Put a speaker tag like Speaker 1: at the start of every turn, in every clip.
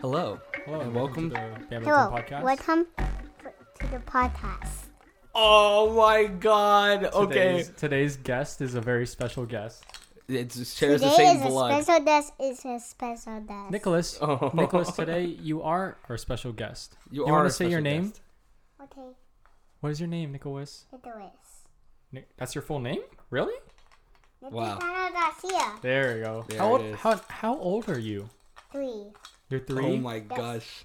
Speaker 1: Hello.
Speaker 2: Hello,
Speaker 1: And
Speaker 2: and
Speaker 1: welcome-
Speaker 2: welcome to the Badminton
Speaker 3: Hello,
Speaker 2: Podcast.
Speaker 3: welcome to the podcast.
Speaker 1: Oh my god.
Speaker 2: Today's, today's guest is a very special guest.
Speaker 1: It just shares the
Speaker 3: Today
Speaker 1: same
Speaker 3: is a
Speaker 1: blood.
Speaker 3: special desk. It's a special desk.
Speaker 2: Nicholas,
Speaker 1: Oh.
Speaker 2: Nicholas, today you are our special guest.
Speaker 1: You
Speaker 2: want
Speaker 1: are a
Speaker 2: to say your
Speaker 1: special
Speaker 2: name?
Speaker 1: guest.
Speaker 3: Okay,
Speaker 2: What is your name, Nicholas?
Speaker 3: Nicholas.
Speaker 2: Nic- That's your full name? Really?
Speaker 1: Wow.
Speaker 3: Nicolás Garcia.
Speaker 2: There you go.
Speaker 1: There
Speaker 2: how,
Speaker 1: it
Speaker 2: old,
Speaker 1: is.
Speaker 2: how how old are you?
Speaker 3: Three.
Speaker 2: You're three.
Speaker 1: Oh my gosh.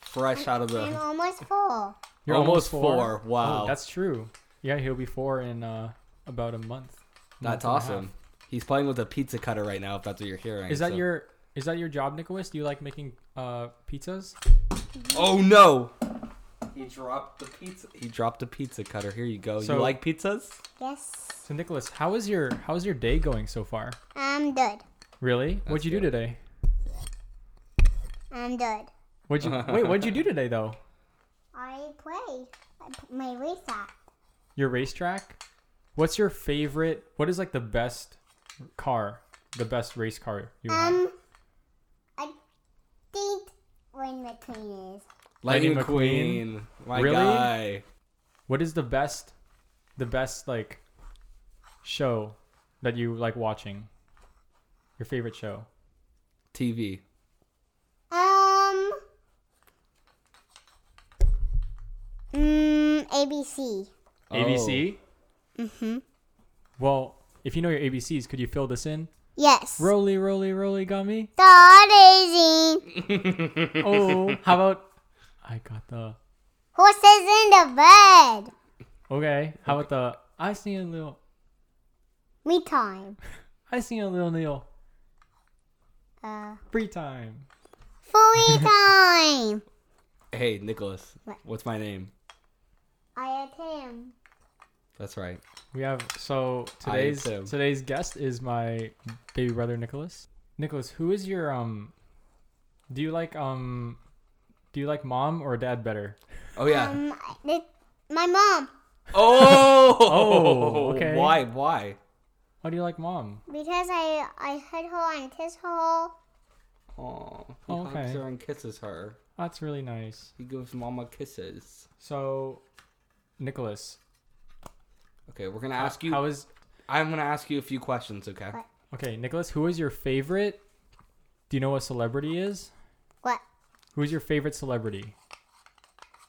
Speaker 1: Fresh out of
Speaker 3: I'm
Speaker 1: the.
Speaker 3: almost four.
Speaker 2: You're
Speaker 1: almost four. Wow.
Speaker 2: Oh, that's true. Yeah, he'll be four in uh, about a month.
Speaker 1: That's
Speaker 2: month and a half.
Speaker 1: awesome. He's playing with a pizza cutter right now, if that's what you're hearing.
Speaker 2: Is that
Speaker 1: so-
Speaker 2: your is that your job, Nicholas? Do you like making uh, pizzas?
Speaker 1: Oh no! He dropped the pizza. He dropped the pizza cutter. Here you go.
Speaker 2: So-
Speaker 1: you like pizzas?
Speaker 3: Yes,
Speaker 2: So Nicholas, how is your how's your day going so far?
Speaker 3: I'm good.
Speaker 2: Really? What'd you do
Speaker 1: good.
Speaker 2: today?
Speaker 3: I'm good.
Speaker 2: What'd you wait? What'd you do today though?
Speaker 3: I play I p- my racer.
Speaker 2: Your racetrack. What's your favorite? What is like the best car? The best race car you
Speaker 1: Uh-huh.
Speaker 2: have?
Speaker 3: Um, I think when the queen is.
Speaker 1: Lightning,
Speaker 2: Lightning
Speaker 1: McQueen.
Speaker 2: McQueen.
Speaker 1: My
Speaker 2: Really?
Speaker 1: guy.
Speaker 2: What is the best? The best like show that you like watching? Your favorite show?
Speaker 1: TV.
Speaker 3: Um. Mm, ABC.
Speaker 1: Oh.
Speaker 2: ABC.
Speaker 3: Mhm.
Speaker 2: Well, if you know your ABCs, could you fill this in?
Speaker 3: Yes.
Speaker 2: Roly, roly, roly, gummy.
Speaker 3: Star racing.
Speaker 2: Oh, how about? I got the.
Speaker 3: Horses in the bed.
Speaker 2: Okay. How about the? I see a little.
Speaker 3: Me time.
Speaker 2: I see a little Neil.
Speaker 3: Uh,
Speaker 2: Free time.
Speaker 3: free
Speaker 1: Oh.
Speaker 3: time.
Speaker 1: Hey, Nicholas.
Speaker 3: What?
Speaker 1: What's my name?
Speaker 3: I attend.
Speaker 1: That's right.
Speaker 2: We have so today's
Speaker 1: Tim.
Speaker 2: today's guest is my baby brother Nicholas. Nicholas, who is your um? Do you like um? Do you like mom or dad better?
Speaker 1: Oh yeah.
Speaker 3: Um, I- it, my mom
Speaker 1: Oh,
Speaker 2: Oh, okay.
Speaker 1: Why? Why?
Speaker 2: How do you like mom?
Speaker 3: because I I hit her and kiss her.
Speaker 1: Oh, he
Speaker 2: Oh,
Speaker 1: hugs
Speaker 2: okay.
Speaker 1: her and kisses her.
Speaker 2: That's really nice.
Speaker 1: He gives Mama kisses.
Speaker 2: So, Nicholas,
Speaker 1: Okay, we're gonna ask you.
Speaker 2: how is
Speaker 1: I'm gonna ask you a few questions. Okay.
Speaker 3: What?
Speaker 2: okay? Nicholas, who is your favorite? Do you know what celebrity is?
Speaker 3: What?
Speaker 2: Who is your favorite celebrity?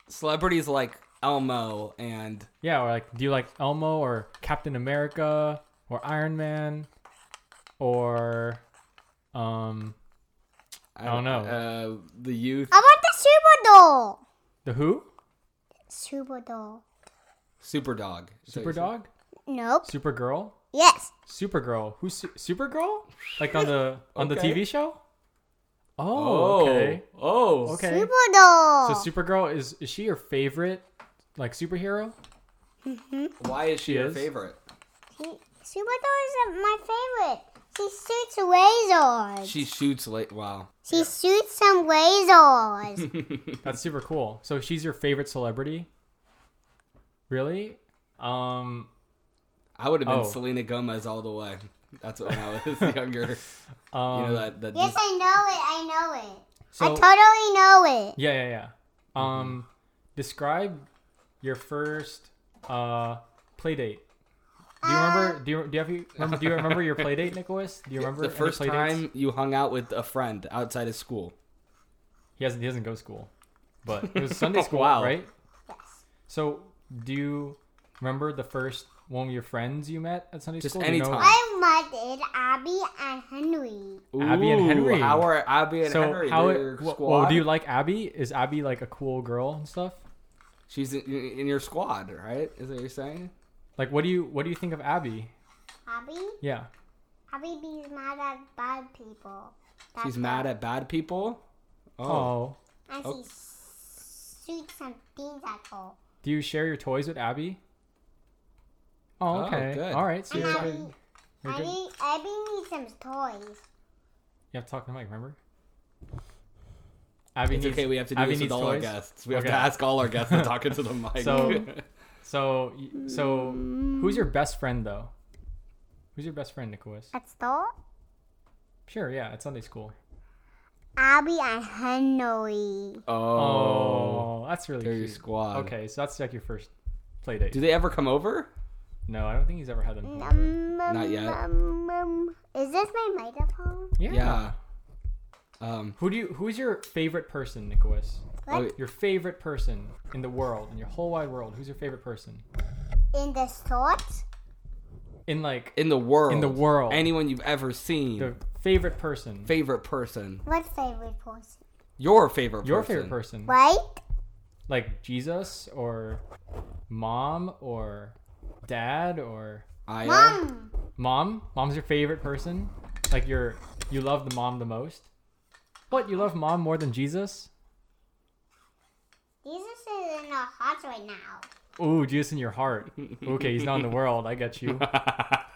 Speaker 1: Celebrities like Elmo and
Speaker 2: Yeah, or like, do you like Elmo or Captain America or Iron Man or um
Speaker 1: I
Speaker 2: don't
Speaker 1: Uh, the youth
Speaker 3: I want the super doll.
Speaker 2: the Who?
Speaker 3: Super doll.
Speaker 1: super dog.
Speaker 2: Superdog,
Speaker 3: Nope.
Speaker 2: Supergirl,
Speaker 3: Yes.
Speaker 2: Supergirl. Who's su- Supergirl? Like on the on
Speaker 1: Okay.
Speaker 2: the TV show?
Speaker 1: Oh.
Speaker 2: Oh, okay.
Speaker 1: Oh.
Speaker 2: Okay.
Speaker 3: Super doll.
Speaker 2: So Supergirl is is she your favorite like superhero?
Speaker 1: Why is she
Speaker 2: She
Speaker 1: your
Speaker 2: is.
Speaker 1: favorite?
Speaker 3: She- super doll is uh, my favorite. She shoots razors.
Speaker 1: She shoots late. Wow.
Speaker 3: She shoots some razors.
Speaker 2: That's super cool. So she's your favorite celebrity? Really? Um
Speaker 1: I would have been
Speaker 2: Oh.
Speaker 1: Selena Gomez all the way. That's when I was younger.
Speaker 2: um
Speaker 1: you know that. that
Speaker 3: yes, I know it. I know it. I
Speaker 2: so-
Speaker 3: totally know it.
Speaker 2: Yeah, yeah, yeah. Um, describe your first uh play date. Do you remember? Do you do you, have, you remember? Do you remember your play date, Nicholas? Do you remember
Speaker 1: the
Speaker 2: any
Speaker 1: first
Speaker 2: play
Speaker 1: time
Speaker 2: Dates?
Speaker 1: you hung out with a friend outside of school.
Speaker 2: He doesn't. He doesn't go to school, but it was Sunday school,
Speaker 1: Oh, Wow.
Speaker 2: right?
Speaker 3: Yes.
Speaker 2: So, do you remember the first one of your friends you met at Sunday
Speaker 1: Just
Speaker 2: school?
Speaker 1: any
Speaker 2: do you know-
Speaker 1: time.
Speaker 3: I wanted Abby and Henry.
Speaker 2: Abby and
Speaker 1: Ooh,
Speaker 2: Henry.
Speaker 1: How are Abby and
Speaker 2: So
Speaker 1: Henry?
Speaker 2: how?
Speaker 1: They're your
Speaker 2: It, whoa,
Speaker 1: squad?
Speaker 2: do you like Abby? Is Abby like a cool girl and stuff?
Speaker 1: She's in, in your squad, right? Is that what you're saying?
Speaker 2: Like, what do you what do you think of Abby?
Speaker 3: Abby?
Speaker 2: Yeah.
Speaker 3: Abby be mad at bad people. That's
Speaker 1: She's mad at bad people.
Speaker 2: Oh.
Speaker 3: why. And
Speaker 1: oh.
Speaker 3: she shoots some things at her.
Speaker 2: Do you share your toys with Abby? Oh,
Speaker 1: Oh,
Speaker 2: okay.
Speaker 1: good.
Speaker 2: All right. So
Speaker 3: And
Speaker 2: you're
Speaker 3: Abby,
Speaker 2: good. You're
Speaker 3: Abby,
Speaker 2: good. You
Speaker 3: Abby needs some toys.
Speaker 2: have to talk to the mic, remember? Abby
Speaker 1: it's
Speaker 2: needs,
Speaker 1: okay. We have to do
Speaker 2: Abby
Speaker 1: this with
Speaker 2: needs
Speaker 1: all
Speaker 2: toys.
Speaker 1: our guests. We have to
Speaker 2: Okay.
Speaker 1: ask all our guests to talk into the mic.
Speaker 2: So- So, y- so who's your best friend though? Who's your best friend, Nicholas?
Speaker 3: At store?
Speaker 2: Sure. Yeah, at Sunday school.
Speaker 3: Abby and Henry.
Speaker 1: Oh,
Speaker 2: Oh, that's really
Speaker 1: they're your
Speaker 2: cute.
Speaker 1: squad.
Speaker 2: Okay, so that's like your first play date.
Speaker 1: Do they ever come over?
Speaker 2: No, I don't think he's ever had them. before.
Speaker 3: Um,
Speaker 1: Not yet.
Speaker 3: um, um, is this my microphone?
Speaker 2: Yeah.
Speaker 1: Um.
Speaker 2: Who do you? Who's your favorite person, Nicholas?
Speaker 3: What?
Speaker 1: oh,
Speaker 2: Your favorite person in the world, in your whole wide world. Who's your favorite person
Speaker 3: In the shorts?
Speaker 2: in like
Speaker 1: in the world.
Speaker 2: in the world?
Speaker 1: Anyone you've ever seen.
Speaker 2: the favorite person.
Speaker 1: favorite person.
Speaker 3: What favorite person?
Speaker 1: Your favorite.
Speaker 2: your
Speaker 1: person.
Speaker 2: favorite person,
Speaker 3: Right?
Speaker 2: like Jesus or mom or dad or
Speaker 1: I.
Speaker 3: Mom.
Speaker 2: mom. Mom's your favorite person. Like your you love the mom the most. What you love mom more than Jesus?
Speaker 3: Jesus is in our hearts right now.
Speaker 2: Ooh, Jesus in your heart. Okay, he's not in the world. I got you.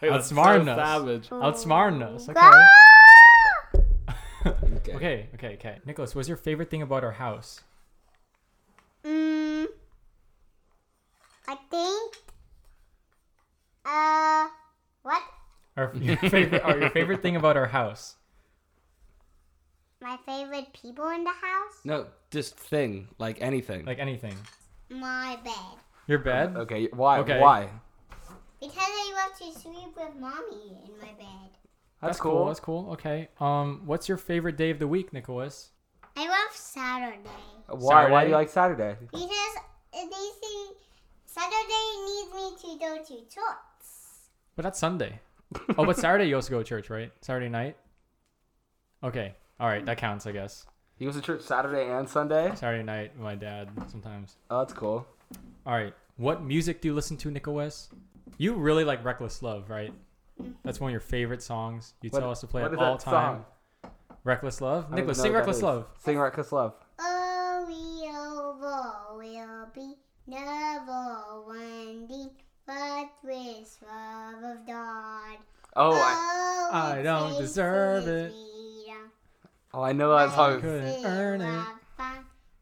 Speaker 1: That's
Speaker 2: smart
Speaker 1: so
Speaker 2: enough.
Speaker 1: savage.
Speaker 2: Outsmarting us. Okay.
Speaker 3: Go!
Speaker 1: Okay.
Speaker 2: Okay, okay, okay. Nicholas, what's your favorite thing about our house?
Speaker 3: Mm, I think. Uh, what?
Speaker 2: Our your favorite, or your favorite thing about our house?
Speaker 3: My favorite people in the house?
Speaker 1: No, just thing like anything.
Speaker 2: Like anything.
Speaker 3: My bed.
Speaker 2: Your bed?
Speaker 1: okay. Why?
Speaker 2: Okay.
Speaker 1: Why?
Speaker 3: Because I love to sleep with mommy in my bed.
Speaker 1: That's,
Speaker 2: That's cool. Okay. Um, what's your favorite day of the week, Nicholas?
Speaker 3: I love Saturday.
Speaker 1: Why? Why do
Speaker 2: Saturday?
Speaker 1: you like Saturday?
Speaker 3: Because they say Saturday needs me to go to church.
Speaker 2: But that's Sunday. Oh, but Saturday you also go to church, right? Saturday night? Okay. All right, that counts, I guess.
Speaker 1: He goes to church Saturday and Sunday.
Speaker 2: Saturday night, with my dad sometimes.
Speaker 1: Oh, that's cool.
Speaker 2: All right. What music do you listen to, Nicholas? You really like Reckless Love, right? That's one of your favorite songs. You tell us to play
Speaker 1: what
Speaker 2: it
Speaker 1: is
Speaker 2: all
Speaker 1: that
Speaker 2: time.
Speaker 1: song?
Speaker 2: Reckless Love.
Speaker 1: I don't even
Speaker 2: Nicholas,
Speaker 1: know
Speaker 2: sing
Speaker 1: what that
Speaker 2: Reckless
Speaker 1: is.
Speaker 2: Love.
Speaker 1: Sing reckless love.
Speaker 3: Oh, we over will be never winding, but with love of God.
Speaker 1: Oh, I,
Speaker 3: Oh,
Speaker 2: I
Speaker 3: it
Speaker 2: don't
Speaker 3: takes
Speaker 2: deserve
Speaker 3: is
Speaker 2: it.
Speaker 3: freedom.
Speaker 1: oh, I know that's
Speaker 2: I
Speaker 1: how.
Speaker 2: could- Couldn't
Speaker 3: Save
Speaker 2: earn it.
Speaker 3: our fun,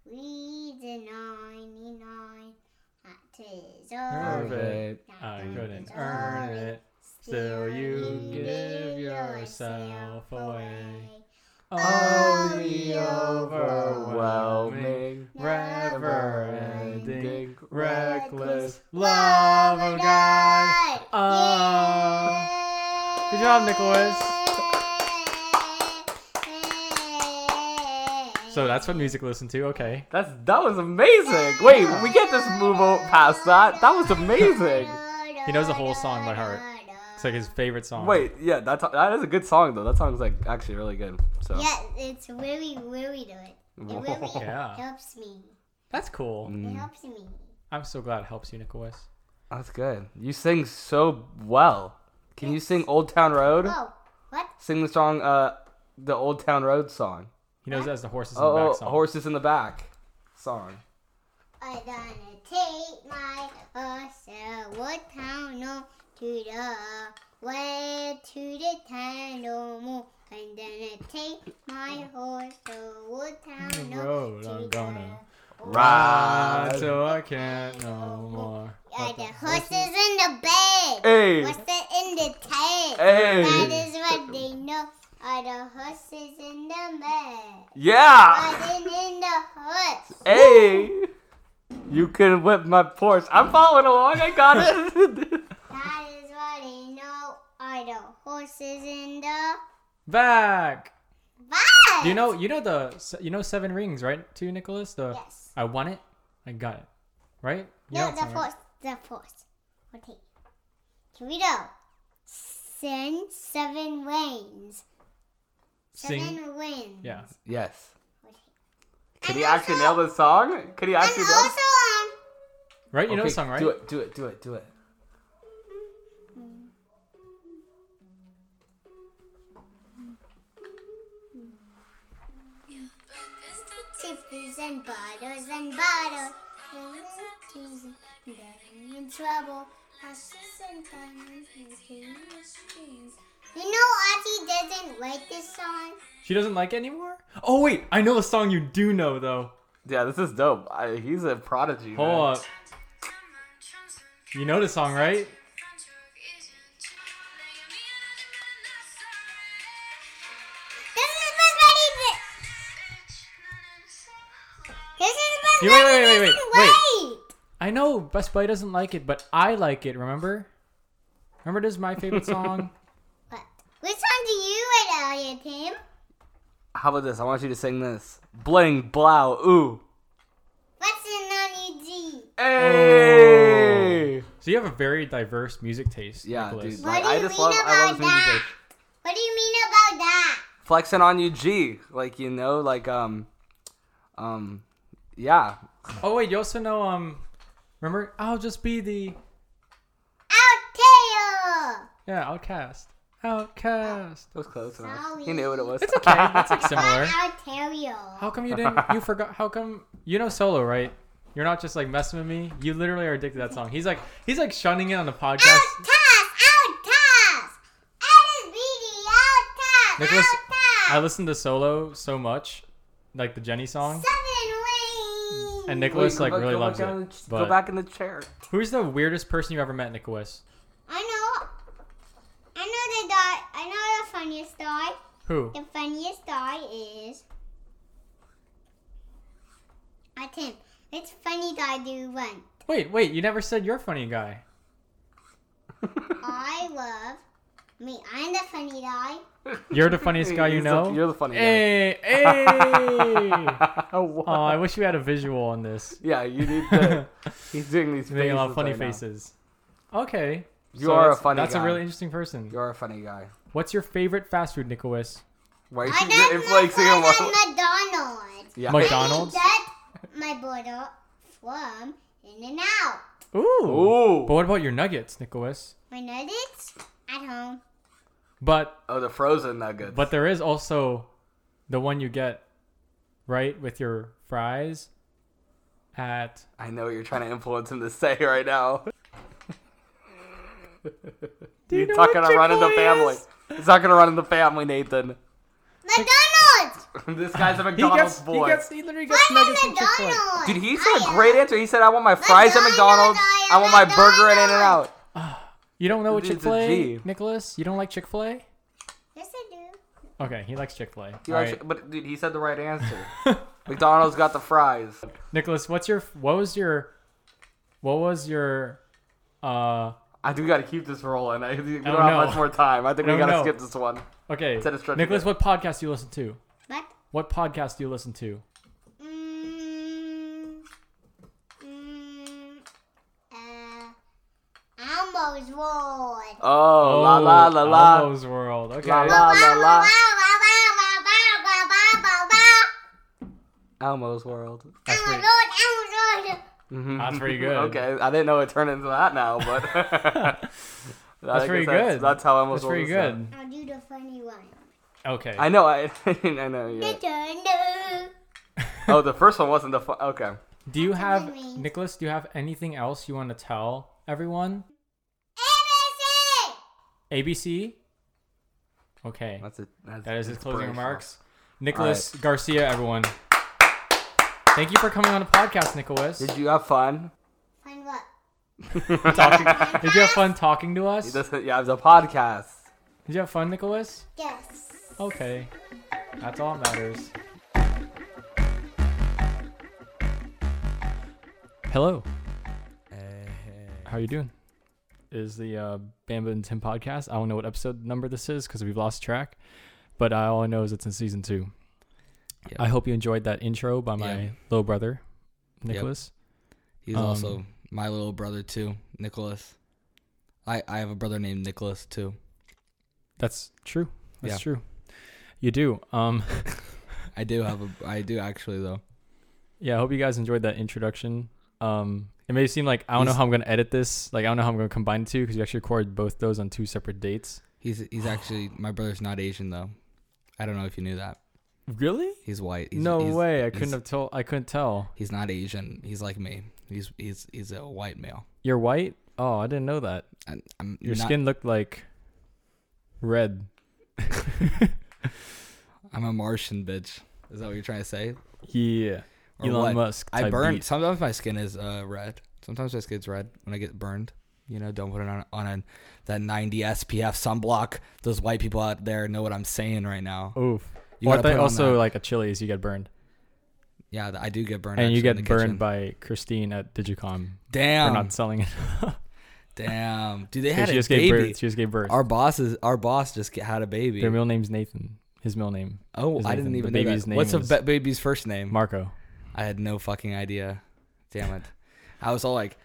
Speaker 3: We deny 99. Not deserve
Speaker 2: Deserve
Speaker 3: it.
Speaker 1: Okay.
Speaker 2: it.
Speaker 3: Not
Speaker 2: I
Speaker 3: don't
Speaker 2: couldn't
Speaker 3: deserve
Speaker 2: earn it. Still you give yourself away. Oh, the overwhelming,
Speaker 1: Overwhelming,
Speaker 2: never-ending,
Speaker 1: never-ending,
Speaker 2: reckless love of God. Oh.
Speaker 3: Yeah.
Speaker 2: Good job, Nicholas. So that's what music listen to. Okay.
Speaker 1: That's that was amazing. Wait, we can't just move o- past that. That was amazing.
Speaker 2: He knows the whole song by heart. It's like his favorite song.
Speaker 1: Wait, yeah, that's that is a good song though. That song's like actually really good. So
Speaker 3: Yeah, it's really, really good. It really
Speaker 2: Yeah.
Speaker 3: helps me.
Speaker 2: That's cool.
Speaker 3: It
Speaker 1: Mm,
Speaker 3: helps me.
Speaker 2: I'm so glad it helps you, Nicholas.
Speaker 1: that's good. You sing so well. Can you sing Old Town Road?
Speaker 3: Oh, what?
Speaker 1: Sing the song, uh, the Old Town Road song.
Speaker 2: He knows that's the horses in the
Speaker 1: Oh,
Speaker 2: back
Speaker 1: oh,
Speaker 2: song.
Speaker 1: horses in the back song.
Speaker 3: I'm gonna take my horse to what town on to the way to the town no more. I'm gonna take my horse to what town
Speaker 2: The
Speaker 3: on
Speaker 2: road
Speaker 3: to
Speaker 2: I'm
Speaker 3: the
Speaker 2: gonna
Speaker 1: Ride.
Speaker 2: Ah, so I can't no more.
Speaker 3: Yeah, Uh, the horse is in the bed.
Speaker 1: Hey,
Speaker 3: What's the in the tank? That
Speaker 1: hey,
Speaker 3: is what they know. Are the horses in the bed?
Speaker 1: yeah,
Speaker 3: Riding in the horse.
Speaker 2: Eh.
Speaker 1: hey. You can whip my Porsche. I'm following along. I got it.
Speaker 3: That is what they know. Are the horses in the
Speaker 2: Back.
Speaker 3: bed?
Speaker 2: You know, you know the, you know Seven Rings, right? To Nicholas, the
Speaker 3: Yes.
Speaker 2: I won it, I got it, right? You know that
Speaker 3: No, the
Speaker 2: song, right?
Speaker 3: force. The force. Okay. Here we go. Send seven rains.
Speaker 2: Sing.
Speaker 3: Seven rains.
Speaker 2: Yeah.
Speaker 1: yes.
Speaker 3: Okay.
Speaker 1: Could
Speaker 3: And
Speaker 1: he actually nail
Speaker 3: also-
Speaker 1: this song? Could he actually
Speaker 3: And
Speaker 1: nail
Speaker 3: also,
Speaker 1: this?
Speaker 3: um,
Speaker 2: Right? You know the
Speaker 1: Okay,
Speaker 2: song, right?
Speaker 1: Do it, do it, do it, do it.
Speaker 3: Tiffers and bottles and bottles. Relatives getting in trouble. Ashes and diamonds and famous things. You know Ozzy doesn't like this song?
Speaker 2: She doesn't like it anymore? Oh wait, I know a song you do know though.
Speaker 1: Yeah, this is dope. I, he's a prodigy. man.
Speaker 2: Hold up. You know the song, right?
Speaker 3: This is my favorite.
Speaker 2: You- wait, wait, wait, wait, wait.
Speaker 3: Wait.
Speaker 2: I know Best Buy doesn't like it, but I like it. Remember? Remember, this is my favorite song.
Speaker 3: What? Which one do you write, Elliot Tim?
Speaker 1: How about this? I want you to sing this. Bling, blow, ooh.
Speaker 3: What's in on you, G?
Speaker 1: Hey!
Speaker 2: So you have a very diverse music taste.
Speaker 1: Yeah,
Speaker 2: Oh. Nicholas.
Speaker 1: dude.
Speaker 3: What
Speaker 1: Like,
Speaker 3: do
Speaker 1: I
Speaker 3: you
Speaker 1: just
Speaker 3: mean
Speaker 1: love, I love
Speaker 3: about
Speaker 1: this music.
Speaker 3: that?
Speaker 1: taste.
Speaker 3: What do you mean about that?
Speaker 1: Flexing on you, G. Like, you know, like, um, um, yeah.
Speaker 2: Oh wait, you also know um, remember? I'll just be the
Speaker 3: Outtail!
Speaker 2: yeah outcast. Outcast.
Speaker 1: It was close enough.
Speaker 3: Sorry.
Speaker 1: He knew what it was.
Speaker 2: It's okay. That's like similar.
Speaker 3: Not Outtail.
Speaker 2: How come you didn't? You forgot? How come you know solo right? You're not just like messing with me. You literally are addicted to that song. He's like he's like shunning it on the podcast.
Speaker 3: Outcast! Outcast! That is really outcast!
Speaker 2: Nicholas,
Speaker 3: outcast!
Speaker 2: I listen to solo so much, like the Jenny song,
Speaker 3: Seven
Speaker 2: and
Speaker 3: rings.
Speaker 2: Nicholas
Speaker 1: Wait,
Speaker 2: like
Speaker 1: go-
Speaker 2: really
Speaker 1: go
Speaker 2: loves
Speaker 1: back down
Speaker 2: it.
Speaker 1: the-
Speaker 2: But
Speaker 1: Go back in the chair.
Speaker 2: who's the weirdest person you ever met, Nicholas?
Speaker 3: I know. I know the guy. I know the funniest guy.
Speaker 2: Who?
Speaker 3: The funniest guy is. I Tim. Which funny guy do you want?
Speaker 2: Wait, wait, you never said you're a funny guy.
Speaker 3: I love. Me, I'm the funny guy.
Speaker 2: You're the funniest guy you
Speaker 1: He's the-
Speaker 2: know?
Speaker 1: you're the funniest
Speaker 2: Hey, hey!
Speaker 1: guy.
Speaker 2: oh,
Speaker 1: What?
Speaker 2: I wish we had a visual on this.
Speaker 1: Yeah, you need to. He's doing these
Speaker 2: Making a lot
Speaker 1: faces
Speaker 2: of funny
Speaker 1: right now.
Speaker 2: faces. Okay.
Speaker 1: You are a
Speaker 2: that's-
Speaker 1: funny
Speaker 2: That's
Speaker 1: guy.
Speaker 2: a really interesting person.
Speaker 1: You're a funny guy.
Speaker 2: What's your favorite fast food, Nicholas?
Speaker 1: Why is
Speaker 3: I
Speaker 1: he
Speaker 3: got
Speaker 1: influencing him?
Speaker 3: my from McDonald's.
Speaker 1: Yeah.
Speaker 2: McDonald's?
Speaker 3: I got my brother from In and Out.
Speaker 2: Ooh.
Speaker 1: Ooh.
Speaker 2: But what about your nuggets, Nicholas?
Speaker 3: My nuggets at home.
Speaker 2: But
Speaker 1: Oh, the frozen nuggets.
Speaker 2: but there is also the one you get right with your fries at
Speaker 1: I know what you're trying to influence him to say right now.
Speaker 2: you
Speaker 1: it's
Speaker 2: know
Speaker 1: not
Speaker 2: what
Speaker 1: gonna run in the
Speaker 2: Chick-fil-A
Speaker 1: family.
Speaker 2: is?
Speaker 1: It's not gonna run in the family, Nathan.
Speaker 3: McDonald's.
Speaker 1: this guy's a
Speaker 2: He
Speaker 1: McDonald's
Speaker 2: gets, he
Speaker 1: boy.
Speaker 2: gets he literally
Speaker 3: I
Speaker 2: gets
Speaker 3: want
Speaker 2: nuggets from Chick-fil-A.
Speaker 3: McDonald's.
Speaker 1: Dude, he
Speaker 3: I
Speaker 1: said a
Speaker 3: am-
Speaker 1: great answer. He said, "I want my fries at McDonald's.
Speaker 3: McDonald's, I
Speaker 1: I
Speaker 3: am
Speaker 1: want my burger at
Speaker 3: McDonald's."
Speaker 1: In-N-Out."
Speaker 2: You don't know what
Speaker 1: It's a
Speaker 2: Chick Fil A,
Speaker 1: G.
Speaker 2: Nicholas? You don't like Chick Fil A?
Speaker 3: Yes, I do.
Speaker 2: Okay, he likes Chick Fil A.
Speaker 1: He
Speaker 2: All
Speaker 1: likes-
Speaker 2: right,
Speaker 1: But dude, he said the right answer. McDonald's got the fries.
Speaker 2: Nicholas, what's your what was your what was your uh
Speaker 1: I do gotta keep this rolling. I, we don't
Speaker 2: Oh,
Speaker 1: have
Speaker 2: no.
Speaker 1: much more time. I think
Speaker 2: Oh,
Speaker 1: we gotta
Speaker 2: no.
Speaker 1: skip this one.
Speaker 2: okay
Speaker 1: Instead of stretching
Speaker 2: Nicholas?
Speaker 1: it.
Speaker 2: What podcast do you listen to?
Speaker 3: But
Speaker 2: What podcast do you listen to?
Speaker 3: mm, mm, uh, Elmo's World.
Speaker 1: Oh, la la la la.
Speaker 2: Elmo's World. Okay.
Speaker 1: La, la. la. Elmo's World.
Speaker 2: That's pretty-
Speaker 1: Mhm.
Speaker 2: That's pretty good.
Speaker 1: okay, I didn't know it turned into that now, but that's
Speaker 2: pretty good.
Speaker 1: That's how Elmo's
Speaker 2: That's
Speaker 1: World
Speaker 2: pretty
Speaker 1: is done.
Speaker 2: good.
Speaker 3: I'll do the funny one.
Speaker 2: Okay.
Speaker 1: I know. I, I know. Yeah. Oh, the first one wasn't the fu- okay.
Speaker 2: Do you have
Speaker 3: Elmo's.
Speaker 2: Nicholas? Do you have anything else you want to tell everyone?
Speaker 3: ABC!
Speaker 2: ABC. Okay.
Speaker 1: That's it. That's
Speaker 2: That is his closing
Speaker 1: inspirational.
Speaker 2: remarks. Nicholas Garcia, everyone. Thank you for coming on the podcast, Nicholas.
Speaker 1: Did you have fun?
Speaker 3: Fun what?
Speaker 1: Talking.
Speaker 2: Did you have fun talking to us? Did
Speaker 1: yeah, it was a podcast.
Speaker 2: you have fun, Nicholas?
Speaker 3: Yes.
Speaker 2: Okay. That's all that matters. Hello.
Speaker 1: Uh,
Speaker 2: How are you doing? Is the uh, Bamba and Tim podcast? I don't know what episode number this is because we've lost track, but I, all I know is it's in season two.
Speaker 1: Yep.
Speaker 2: I hope you enjoyed that intro by my
Speaker 1: Yeah.
Speaker 2: little brother, Nicholas.
Speaker 1: He's
Speaker 2: Um,
Speaker 1: also my little brother too, Nicholas. I I have a brother named Nicholas too.
Speaker 2: That's true. That's
Speaker 1: Yeah.
Speaker 2: true. You do. Um,
Speaker 1: I do have a I do actually though.
Speaker 2: yeah, I hope you guys enjoyed that introduction. Um, it may seem like I don't know
Speaker 1: He's-
Speaker 2: how I'm going to edit this. Like, I don't know how I'm going to combine the two because you actually recorded both those on two separate dates.
Speaker 1: He's he's actually my brother's not Asian though. I don't know if you knew that.
Speaker 2: Really?
Speaker 1: He's white. He's,
Speaker 2: no
Speaker 1: he's-
Speaker 2: way. I
Speaker 1: he's-
Speaker 2: couldn't have told. I couldn't tell.
Speaker 1: He's not Asian. He's like me. He's he's he's a white male.
Speaker 2: You're white? Oh, I didn't know that.
Speaker 1: And I'm
Speaker 2: Your
Speaker 1: not-
Speaker 2: skin looked like red.
Speaker 1: I'm a Martian bitch. Is that what you're trying to say?
Speaker 2: Yeah.
Speaker 1: Or
Speaker 2: Elon
Speaker 1: what?
Speaker 2: Musk.
Speaker 1: I
Speaker 2: type
Speaker 1: burn.
Speaker 2: beat.
Speaker 1: Sometimes my skin is uh, red. Sometimes my skin's red when I get burned. You know, don't put it on on a, that 90 SPF sunblock. Those white people out there know what I'm saying right now.
Speaker 2: Oof.
Speaker 1: You
Speaker 2: Well, I
Speaker 1: gotta
Speaker 2: thought
Speaker 1: put on
Speaker 2: also
Speaker 1: that.
Speaker 2: like a Chili's, you get burned.
Speaker 4: Yeah, I do get burned.
Speaker 2: and you
Speaker 4: actually, in
Speaker 2: get
Speaker 4: the
Speaker 2: burned
Speaker 4: kitchen. Oh.
Speaker 2: by Christine at Digicom for
Speaker 4: Damn.
Speaker 2: not selling it.
Speaker 4: Damn. Dude, they
Speaker 2: she
Speaker 4: had a
Speaker 2: just
Speaker 4: baby.
Speaker 2: gave birth. She just gave birth.
Speaker 4: Our bosses, our boss just get, had a baby.
Speaker 2: Their middle name's Nathan. His middle name
Speaker 4: oh,
Speaker 2: his
Speaker 4: I
Speaker 2: Nathan.
Speaker 4: didn't
Speaker 2: The
Speaker 4: even know
Speaker 2: baby's
Speaker 4: that.
Speaker 2: name
Speaker 4: What's a
Speaker 2: was-
Speaker 4: ba- baby's first name?
Speaker 2: Marco.
Speaker 4: I had no fucking idea. Damn it. I was all like,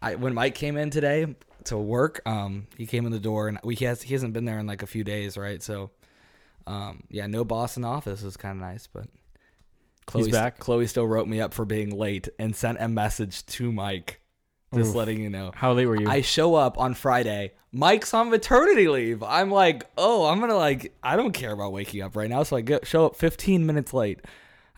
Speaker 4: I when Mike came in today to work, um, he came in the door and we he has he hasn't been there in like a few days, right? So, um, yeah, no boss in office is kind of nice, but. Chloe, st-
Speaker 2: back?
Speaker 4: Chloe still wrote me up for being late and sent a message to Mike, just
Speaker 2: Oof.
Speaker 4: letting you know.
Speaker 2: How late were you?
Speaker 4: I show up on Friday. Mike's on maternity leave. I'm like, oh, I'm gonna like, I don't care about waking up right now. So I go, show up 15 minutes late.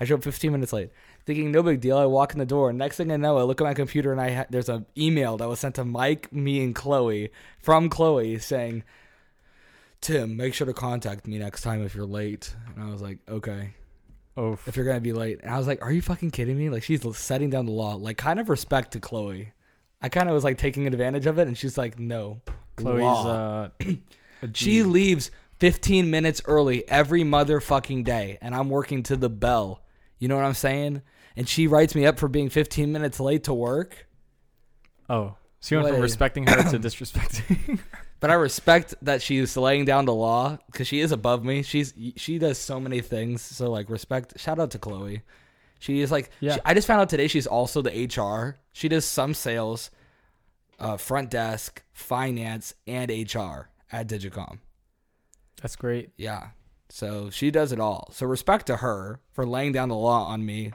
Speaker 4: I show up 15 minutes late, thinking no big deal. I walk in the door. Next thing I know, I look at my computer and I ha- there's an email that was sent to Mike, me, and Chloe from Chloe saying, Tim, make sure to contact me next time if you're late. And I was like, okay
Speaker 2: oh,
Speaker 4: if you're gonna be late. And I was like, "Are you fucking kidding me?" Like she's setting down the law. Like kind of respect to Chloe. I kind of was like taking advantage of it, and she's like, "No,
Speaker 2: Chloe's.
Speaker 4: law."
Speaker 2: Uh, mm. a G.
Speaker 4: she leaves 15 minutes early every motherfucking day, and I'm working to the bell. You know what I'm saying? And she writes me up for being 15 minutes late to work.
Speaker 2: Oh, so you went
Speaker 4: Wait.
Speaker 2: from respecting her to disrespecting.
Speaker 4: But I respect that she's laying down the law because she is above me. She's she does so many things. So like respect. Shout out to Chloe. She is like.
Speaker 2: Yeah.
Speaker 4: she- I just found out today she's also the HR. She does some sales, uh, front desk, finance, and HR at Digicom.
Speaker 2: That's great.
Speaker 4: Yeah. So she does it all. So respect to her for laying down the law on me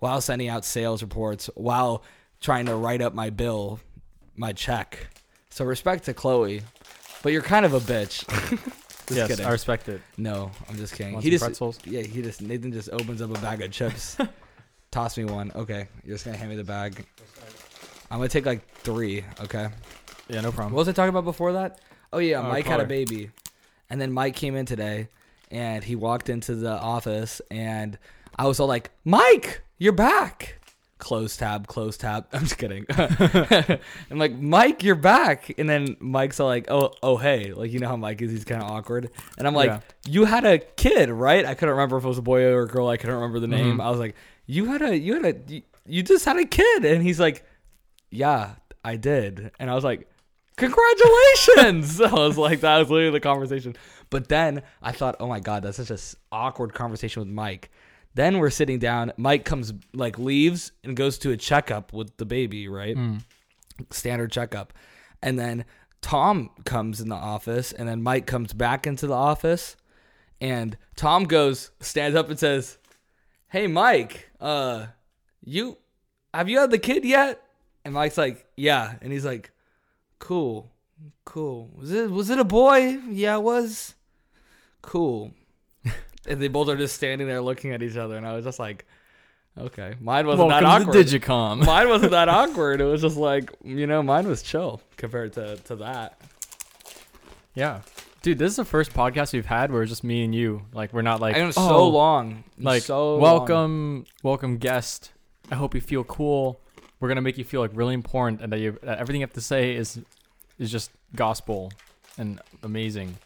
Speaker 4: while sending out sales reports, while trying to write up my bill, my check. So respect to Chloe. But you're kind of a bitch. just
Speaker 2: yes,
Speaker 4: kidding.
Speaker 2: I respect it.
Speaker 4: no, I'm just kidding.
Speaker 2: Want
Speaker 4: He
Speaker 2: some
Speaker 4: just
Speaker 2: pretzels?
Speaker 4: Yeah, he just Nathan just opens up a bag of chips. Toss me one. Okay. You're just gonna hand me the bag. I'm gonna take like three, okay?
Speaker 2: Yeah, no problem.
Speaker 4: What was I talking about before that? Oh yeah,
Speaker 2: Uh,
Speaker 4: Mike had a
Speaker 2: color.
Speaker 4: baby, and then Mike came in today, and he walked into the office, and I was all like, "Mike, you're back." Close tab, close tab. I'm just kidding. I'm like, Mike, you're back. And then Mike's all like, oh, oh, hey. Like, you know how Mike is? He's kind of awkward. And I'm like,
Speaker 2: Yeah.
Speaker 4: you had a kid, right? I couldn't remember if it was a boy or a girl. I couldn't remember the
Speaker 2: Mm-hmm.
Speaker 4: name. I was like, you had a, you had a, you, you just had a kid. And he's like, yeah, I did. And I was like, congratulations. I was like, that was literally the conversation. But then I thought, oh my God, that's such an awkward conversation with Mike. Then we're sitting down. Mike comes, like, leaves and goes to a checkup with the baby, right? Standard checkup. And then Tom comes in the office, and then Mike comes back into the office. And Tom goes, stands up and says, Hey, Mike, uh, you have you had the kid yet? And Mike's like, yeah. And he's like, cool, cool. Was it was it a boy? Yeah, it was. Cool. and they both are just standing there looking at each other, and I was just like, okay, mine wasn't
Speaker 2: Welcome
Speaker 4: that awkward.
Speaker 2: to Digicom.
Speaker 4: mine wasn't that awkward. It was just like, you know, mine was chill compared to to that.
Speaker 2: yeah, dude, this is the first podcast we've had where it's just me and you. Like, we're not like
Speaker 4: And it was
Speaker 2: "Oh,
Speaker 4: so long, It was
Speaker 2: Like,
Speaker 4: so long.
Speaker 2: welcome, welcome guest. I hope you feel cool. We're gonna make you feel like really important, and that you that everything you have to say is is just gospel and amazing.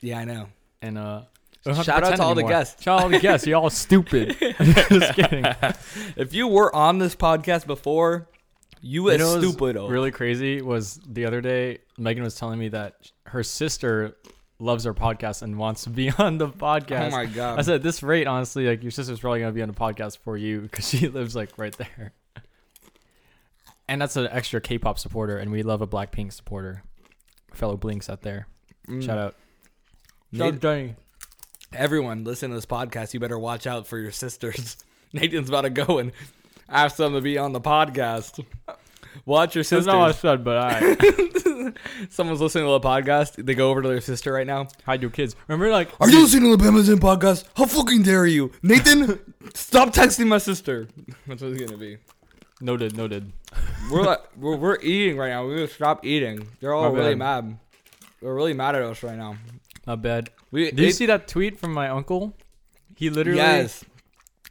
Speaker 4: Yeah, I know.
Speaker 2: And uh, we don't have
Speaker 4: Shout out to
Speaker 2: pretend
Speaker 4: all the
Speaker 2: anymore.
Speaker 4: guests.
Speaker 2: Shout out to all the guests. Y'all stupid. just kidding.
Speaker 4: If you were on this podcast before, you a
Speaker 2: You know what was
Speaker 4: stupid.
Speaker 2: Really crazy was the other day Megan was telling me that her sister loves our podcast and wants to be on the podcast.
Speaker 4: Oh my God.
Speaker 2: I said at this rate, honestly, like your sister's probably gonna be on the podcast for you because she lives like right there. And that's an extra K-pop supporter, and we love a Blackpink supporter, fellow Blinks out there. Shout out.
Speaker 4: Mm. Shout out
Speaker 2: Johnny.
Speaker 4: everyone listening to this podcast, you better watch out for your sisters. Nathan's about to go and ask them to be on the podcast. Watch your
Speaker 2: That's not what I
Speaker 4: sisters.
Speaker 2: said, but I
Speaker 4: Someone's listening to the podcast. They go over to their sister right now.
Speaker 2: hide your kids. Remember, like
Speaker 4: Are you listening to the Bama's in podcast? How fucking dare you, Nathan? stop texting my sister. That's what it's gonna be.
Speaker 2: noted, noted.
Speaker 4: We're like, we're, we're eating right now. We need to stop eating. They're all
Speaker 2: My
Speaker 4: really
Speaker 2: bad.
Speaker 4: mad. They're really mad at us right now.
Speaker 2: Not bad.
Speaker 4: We
Speaker 2: Did you
Speaker 4: they-
Speaker 2: see that tweet from my uncle? He literally
Speaker 4: Yes.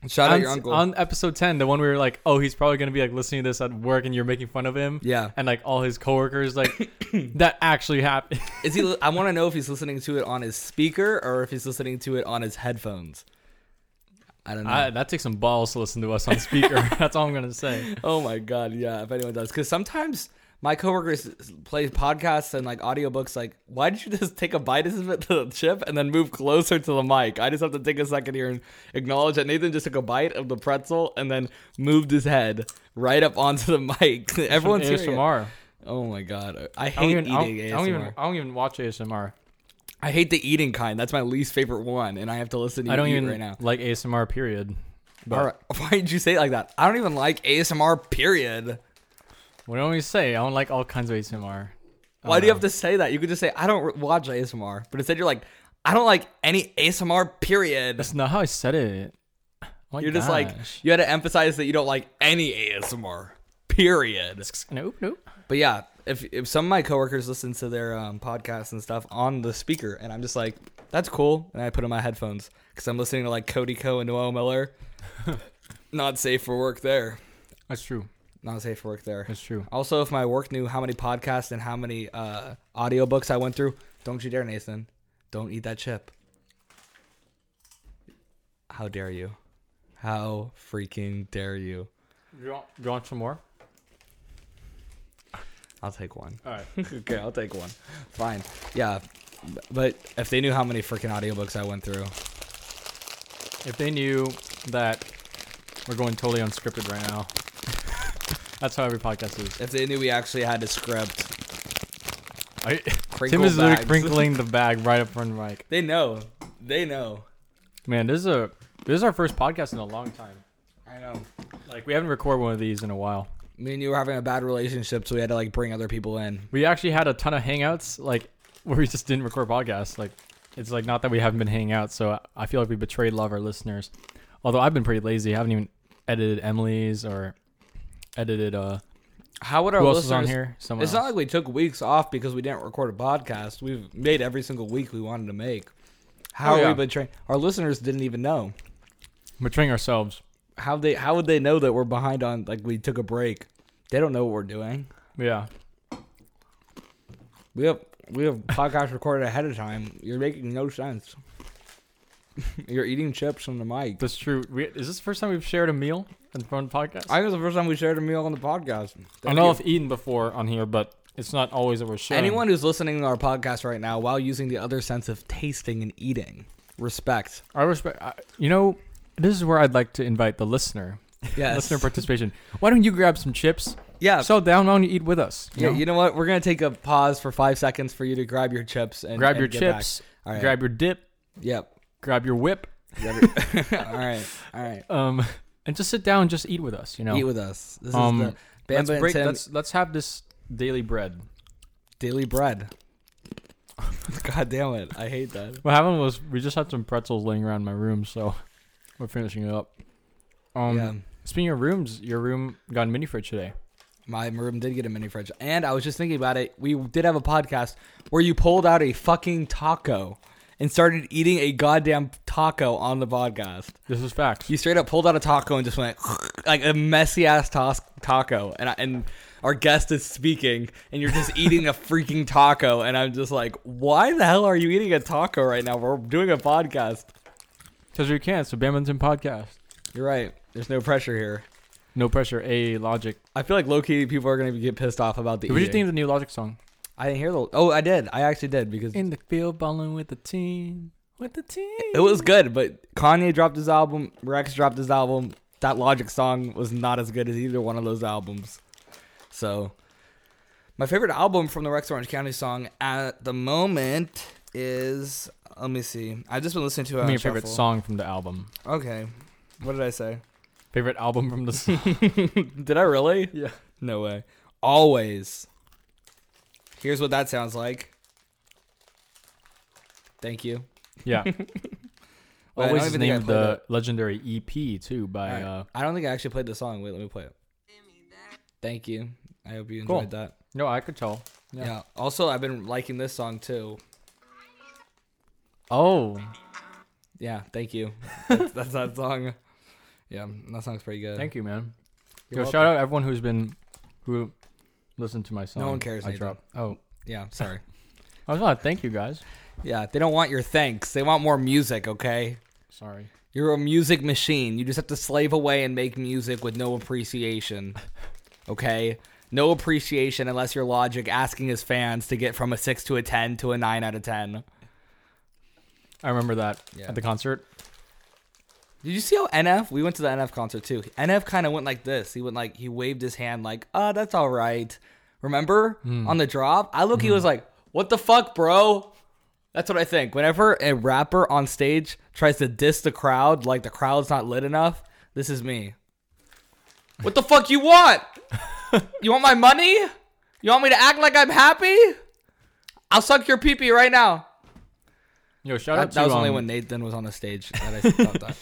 Speaker 4: Shout out
Speaker 2: on,
Speaker 4: your uncle.
Speaker 2: on episode 10 the one where we were like oh he's probably gonna be like listening to this at work and you're making fun of him
Speaker 4: Yeah.
Speaker 2: and like all his coworkers like that actually happened
Speaker 4: Is he? I want to know if he's listening to it on his speaker or if he's listening to it on his headphones. I don't know.
Speaker 2: I, that takes some balls to listen to us on speaker. That's all I'm gonna say.
Speaker 4: oh my god, yeah. If anyone does, because sometimes my coworkers play podcasts and like audiobooks. Like, why did you just take a bite of it to the chip and then move closer to the mic? I just have to take a second here and acknowledge that Nathan just took a bite of the pretzel and then moved his head right up onto the mic. Everyone's hearing it.
Speaker 2: ASMR.
Speaker 4: Oh my god, I
Speaker 2: I don't
Speaker 4: hate
Speaker 2: even. I don't,
Speaker 4: eating
Speaker 2: I don't
Speaker 4: ASMR.
Speaker 2: even. I don't even watch ASMR.
Speaker 4: I hate the eating kind. That's my least favorite one, and I have to listen to you
Speaker 2: I don't
Speaker 4: eat
Speaker 2: even
Speaker 4: right now.
Speaker 2: like ASMR. Period. But
Speaker 4: All right. Why did you say it like that? I don't even like ASMR. Period.
Speaker 2: what do we say? I don't like all kinds of ASMR.
Speaker 4: Why do you have
Speaker 2: Uh.
Speaker 4: to say that? You could just say I don't re- watch ASMR, but instead you're like I don't like any ASMR. Period.
Speaker 2: That's not how I said it. Oh my
Speaker 4: You're just like
Speaker 2: gosh.
Speaker 4: you had to emphasize that you don't like any ASMR. Period.
Speaker 2: nope, nope.
Speaker 4: But yeah, if if some of my coworkers listen to their um, podcasts and stuff on the speaker, and I'm just like, that's cool, and I put on my headphones because I'm listening to like Cody Co and Noel Miller. Not safe for work there.
Speaker 2: That's true.
Speaker 4: Not safe for work there.
Speaker 2: That's true.
Speaker 4: Also, if my work knew how many podcasts and how many uh, audiobooks I went through, don't you dare, Nathan. Don't eat that chip. How dare you? How freaking dare you?
Speaker 2: You want, you want some more?
Speaker 4: I'll take one.
Speaker 2: All right.
Speaker 4: okay, I'll take one. Fine. Yeah. b- But if they knew how many freaking audiobooks I went through,
Speaker 2: If they knew that we're going totally unscripted right now, that's how every podcast is.
Speaker 4: if they knew we actually had a script,
Speaker 2: I, Tim
Speaker 4: Crinkle
Speaker 2: is literally
Speaker 4: bags.
Speaker 2: crinkling the bag right up front of the mic.
Speaker 4: they know. They know.
Speaker 2: Man, this is a this is our first podcast in a long time.
Speaker 4: I know.
Speaker 2: Like we haven't recorded one of these in a while.
Speaker 4: Me and you were having a bad relationship, so we had to like bring other people in.
Speaker 2: We actually had a ton of hangouts, like where we just didn't record podcasts. Like it's like not that we haven't been hanging out, so I- I feel like we betrayed a lot of our listeners. Although I've been pretty lazy, I haven't even edited Emily's or edited uh
Speaker 4: How would our
Speaker 2: who else
Speaker 4: listeners?
Speaker 2: is on here? Someone
Speaker 4: it's
Speaker 2: else.
Speaker 4: not like we took weeks off because we didn't record a podcast. We've made every single week we wanted to make. How
Speaker 2: Oh,
Speaker 4: are
Speaker 2: yeah.
Speaker 4: we betraying? Our listeners didn't even know.
Speaker 2: betraying ourselves.
Speaker 4: How they? How would they know that we're behind on? Like we took a break. They don't know what we're doing.
Speaker 2: Yeah.
Speaker 4: We have we have podcasts recorded ahead of time. You're making no sense. You're eating chips on the mic.
Speaker 2: That's true. We, is this the first time we've shared a meal in front of a podcast?
Speaker 4: I think it's the first time we shared a meal on the podcast.
Speaker 2: I don't know if eaten before on here, but it's not always that we're sharing.
Speaker 4: anyone who's listening to our podcast right now while using the other sense of tasting and eating, respect.
Speaker 2: I respect. I, you know, this is where I'd like to invite the listener,
Speaker 4: Yes.
Speaker 2: listener participation. Why don't you grab some chips?
Speaker 4: yeah.
Speaker 2: So down, why don't you eat with us?
Speaker 4: Yeah,
Speaker 2: know?
Speaker 4: you know what? We're gonna take a pause for five seconds for you to grab your chips and
Speaker 2: grab
Speaker 4: and
Speaker 2: your
Speaker 4: get back.
Speaker 2: chips,
Speaker 4: All right.
Speaker 2: grab your dip,
Speaker 4: Yep.
Speaker 2: grab your whip,
Speaker 4: Grab your- all right. All right.
Speaker 2: um, and just sit down, and just eat with us. You know,
Speaker 4: Eat with us. This
Speaker 2: Um,
Speaker 4: is the
Speaker 2: let's
Speaker 4: Bamba and
Speaker 2: break.
Speaker 4: Tim
Speaker 2: Let's let's have this daily bread.
Speaker 4: daily bread. God damn it! I hate that.
Speaker 2: What happened was we just had some pretzels laying around my room, so we're finishing it up. Um,
Speaker 4: yeah.
Speaker 2: speaking of rooms, your room got a mini fridge today.
Speaker 4: My room did get a mini fridge, and I was just thinking about it. We did have a podcast where you pulled out a fucking taco and started eating a goddamn taco on the podcast.
Speaker 2: This is facts.
Speaker 4: You straight up pulled out a taco and just went like a messy ass tos- taco, and I, and our guest is speaking, and you're just eating a freaking taco, and I'm just like, why the hell are you eating a taco right now? We're doing a podcast.
Speaker 2: Because you can. So badminton podcast.
Speaker 4: You're right. There's no pressure here.
Speaker 2: No pressure. A logic.
Speaker 4: I feel like low key people are gonna be- get pissed off about the.
Speaker 2: What did you
Speaker 4: eating.
Speaker 2: think of the new Logic song?
Speaker 4: I didn't hear the. Oh, I did. I actually did because
Speaker 2: the field, balling with the team, with the team.
Speaker 4: it was good. But Kanye dropped his album. Rex dropped his album. That Logic song was not as good as either one of those albums. So, my favorite album from the Rex Orange County song at the moment is. Let me see. I've just been listening to it.
Speaker 2: I
Speaker 4: on
Speaker 2: mean, your favorite
Speaker 4: shuffle.
Speaker 2: song from the album.
Speaker 4: Okay. What did I say?
Speaker 2: Favorite album from the song.
Speaker 4: Did I really?
Speaker 2: yeah.
Speaker 4: No way. Always. Here's what that sounds like. Thank you.
Speaker 2: Yeah.
Speaker 4: Wait, I
Speaker 2: Always
Speaker 4: don't
Speaker 2: is
Speaker 4: even think I
Speaker 2: named
Speaker 4: played
Speaker 2: the legendary EP too by
Speaker 4: Alright.
Speaker 2: uh
Speaker 4: I don't think I actually played the song. Wait, let me play it. Thank you. I hope you
Speaker 2: Cool.
Speaker 4: enjoyed that.
Speaker 2: No, I could tell.
Speaker 4: Yeah.
Speaker 2: Yeah.
Speaker 4: Also, I've been liking this song too.
Speaker 2: Oh.
Speaker 4: Yeah. Thank you. That's, that's that song. Yeah, that song's pretty good.
Speaker 2: Thank you, man.
Speaker 4: You're
Speaker 2: Yo,
Speaker 4: welcome.
Speaker 2: shout out everyone who's been who listened to my song.
Speaker 4: one cares,
Speaker 2: I
Speaker 4: Nathan.
Speaker 2: dropped. Oh.
Speaker 4: Yeah. Sorry.
Speaker 2: I was gonna thank you guys.
Speaker 4: yeah. They don't want your thanks. They want more music. Okay.
Speaker 2: Sorry.
Speaker 4: You're a music machine. You just have to slave away and make music with no appreciation. Okay? No appreciation unless you're Logic asking his fans to get from a 6 to a 10 to a 9 out of 10.
Speaker 2: I remember that
Speaker 4: Yeah.
Speaker 2: at the concert.
Speaker 4: Did you see how NF? We went to the NF concert too. NF kind of went like this. He went like he waved his hand like, "Uh, that's all right." Remember on the drop, I look. He was like, "What the fuck, bro?" That's what I think. Whenever a rapper on stage tries to diss the crowd, like the crowd's not lit enough, this is me. What the fuck you want? You want my money? You want me to act like I'm happy? I'll suck your pee pee right now.
Speaker 2: Yo, shout out
Speaker 4: That,
Speaker 2: to
Speaker 4: that was only
Speaker 2: um,
Speaker 4: when Nathan was on the stage that I thought that.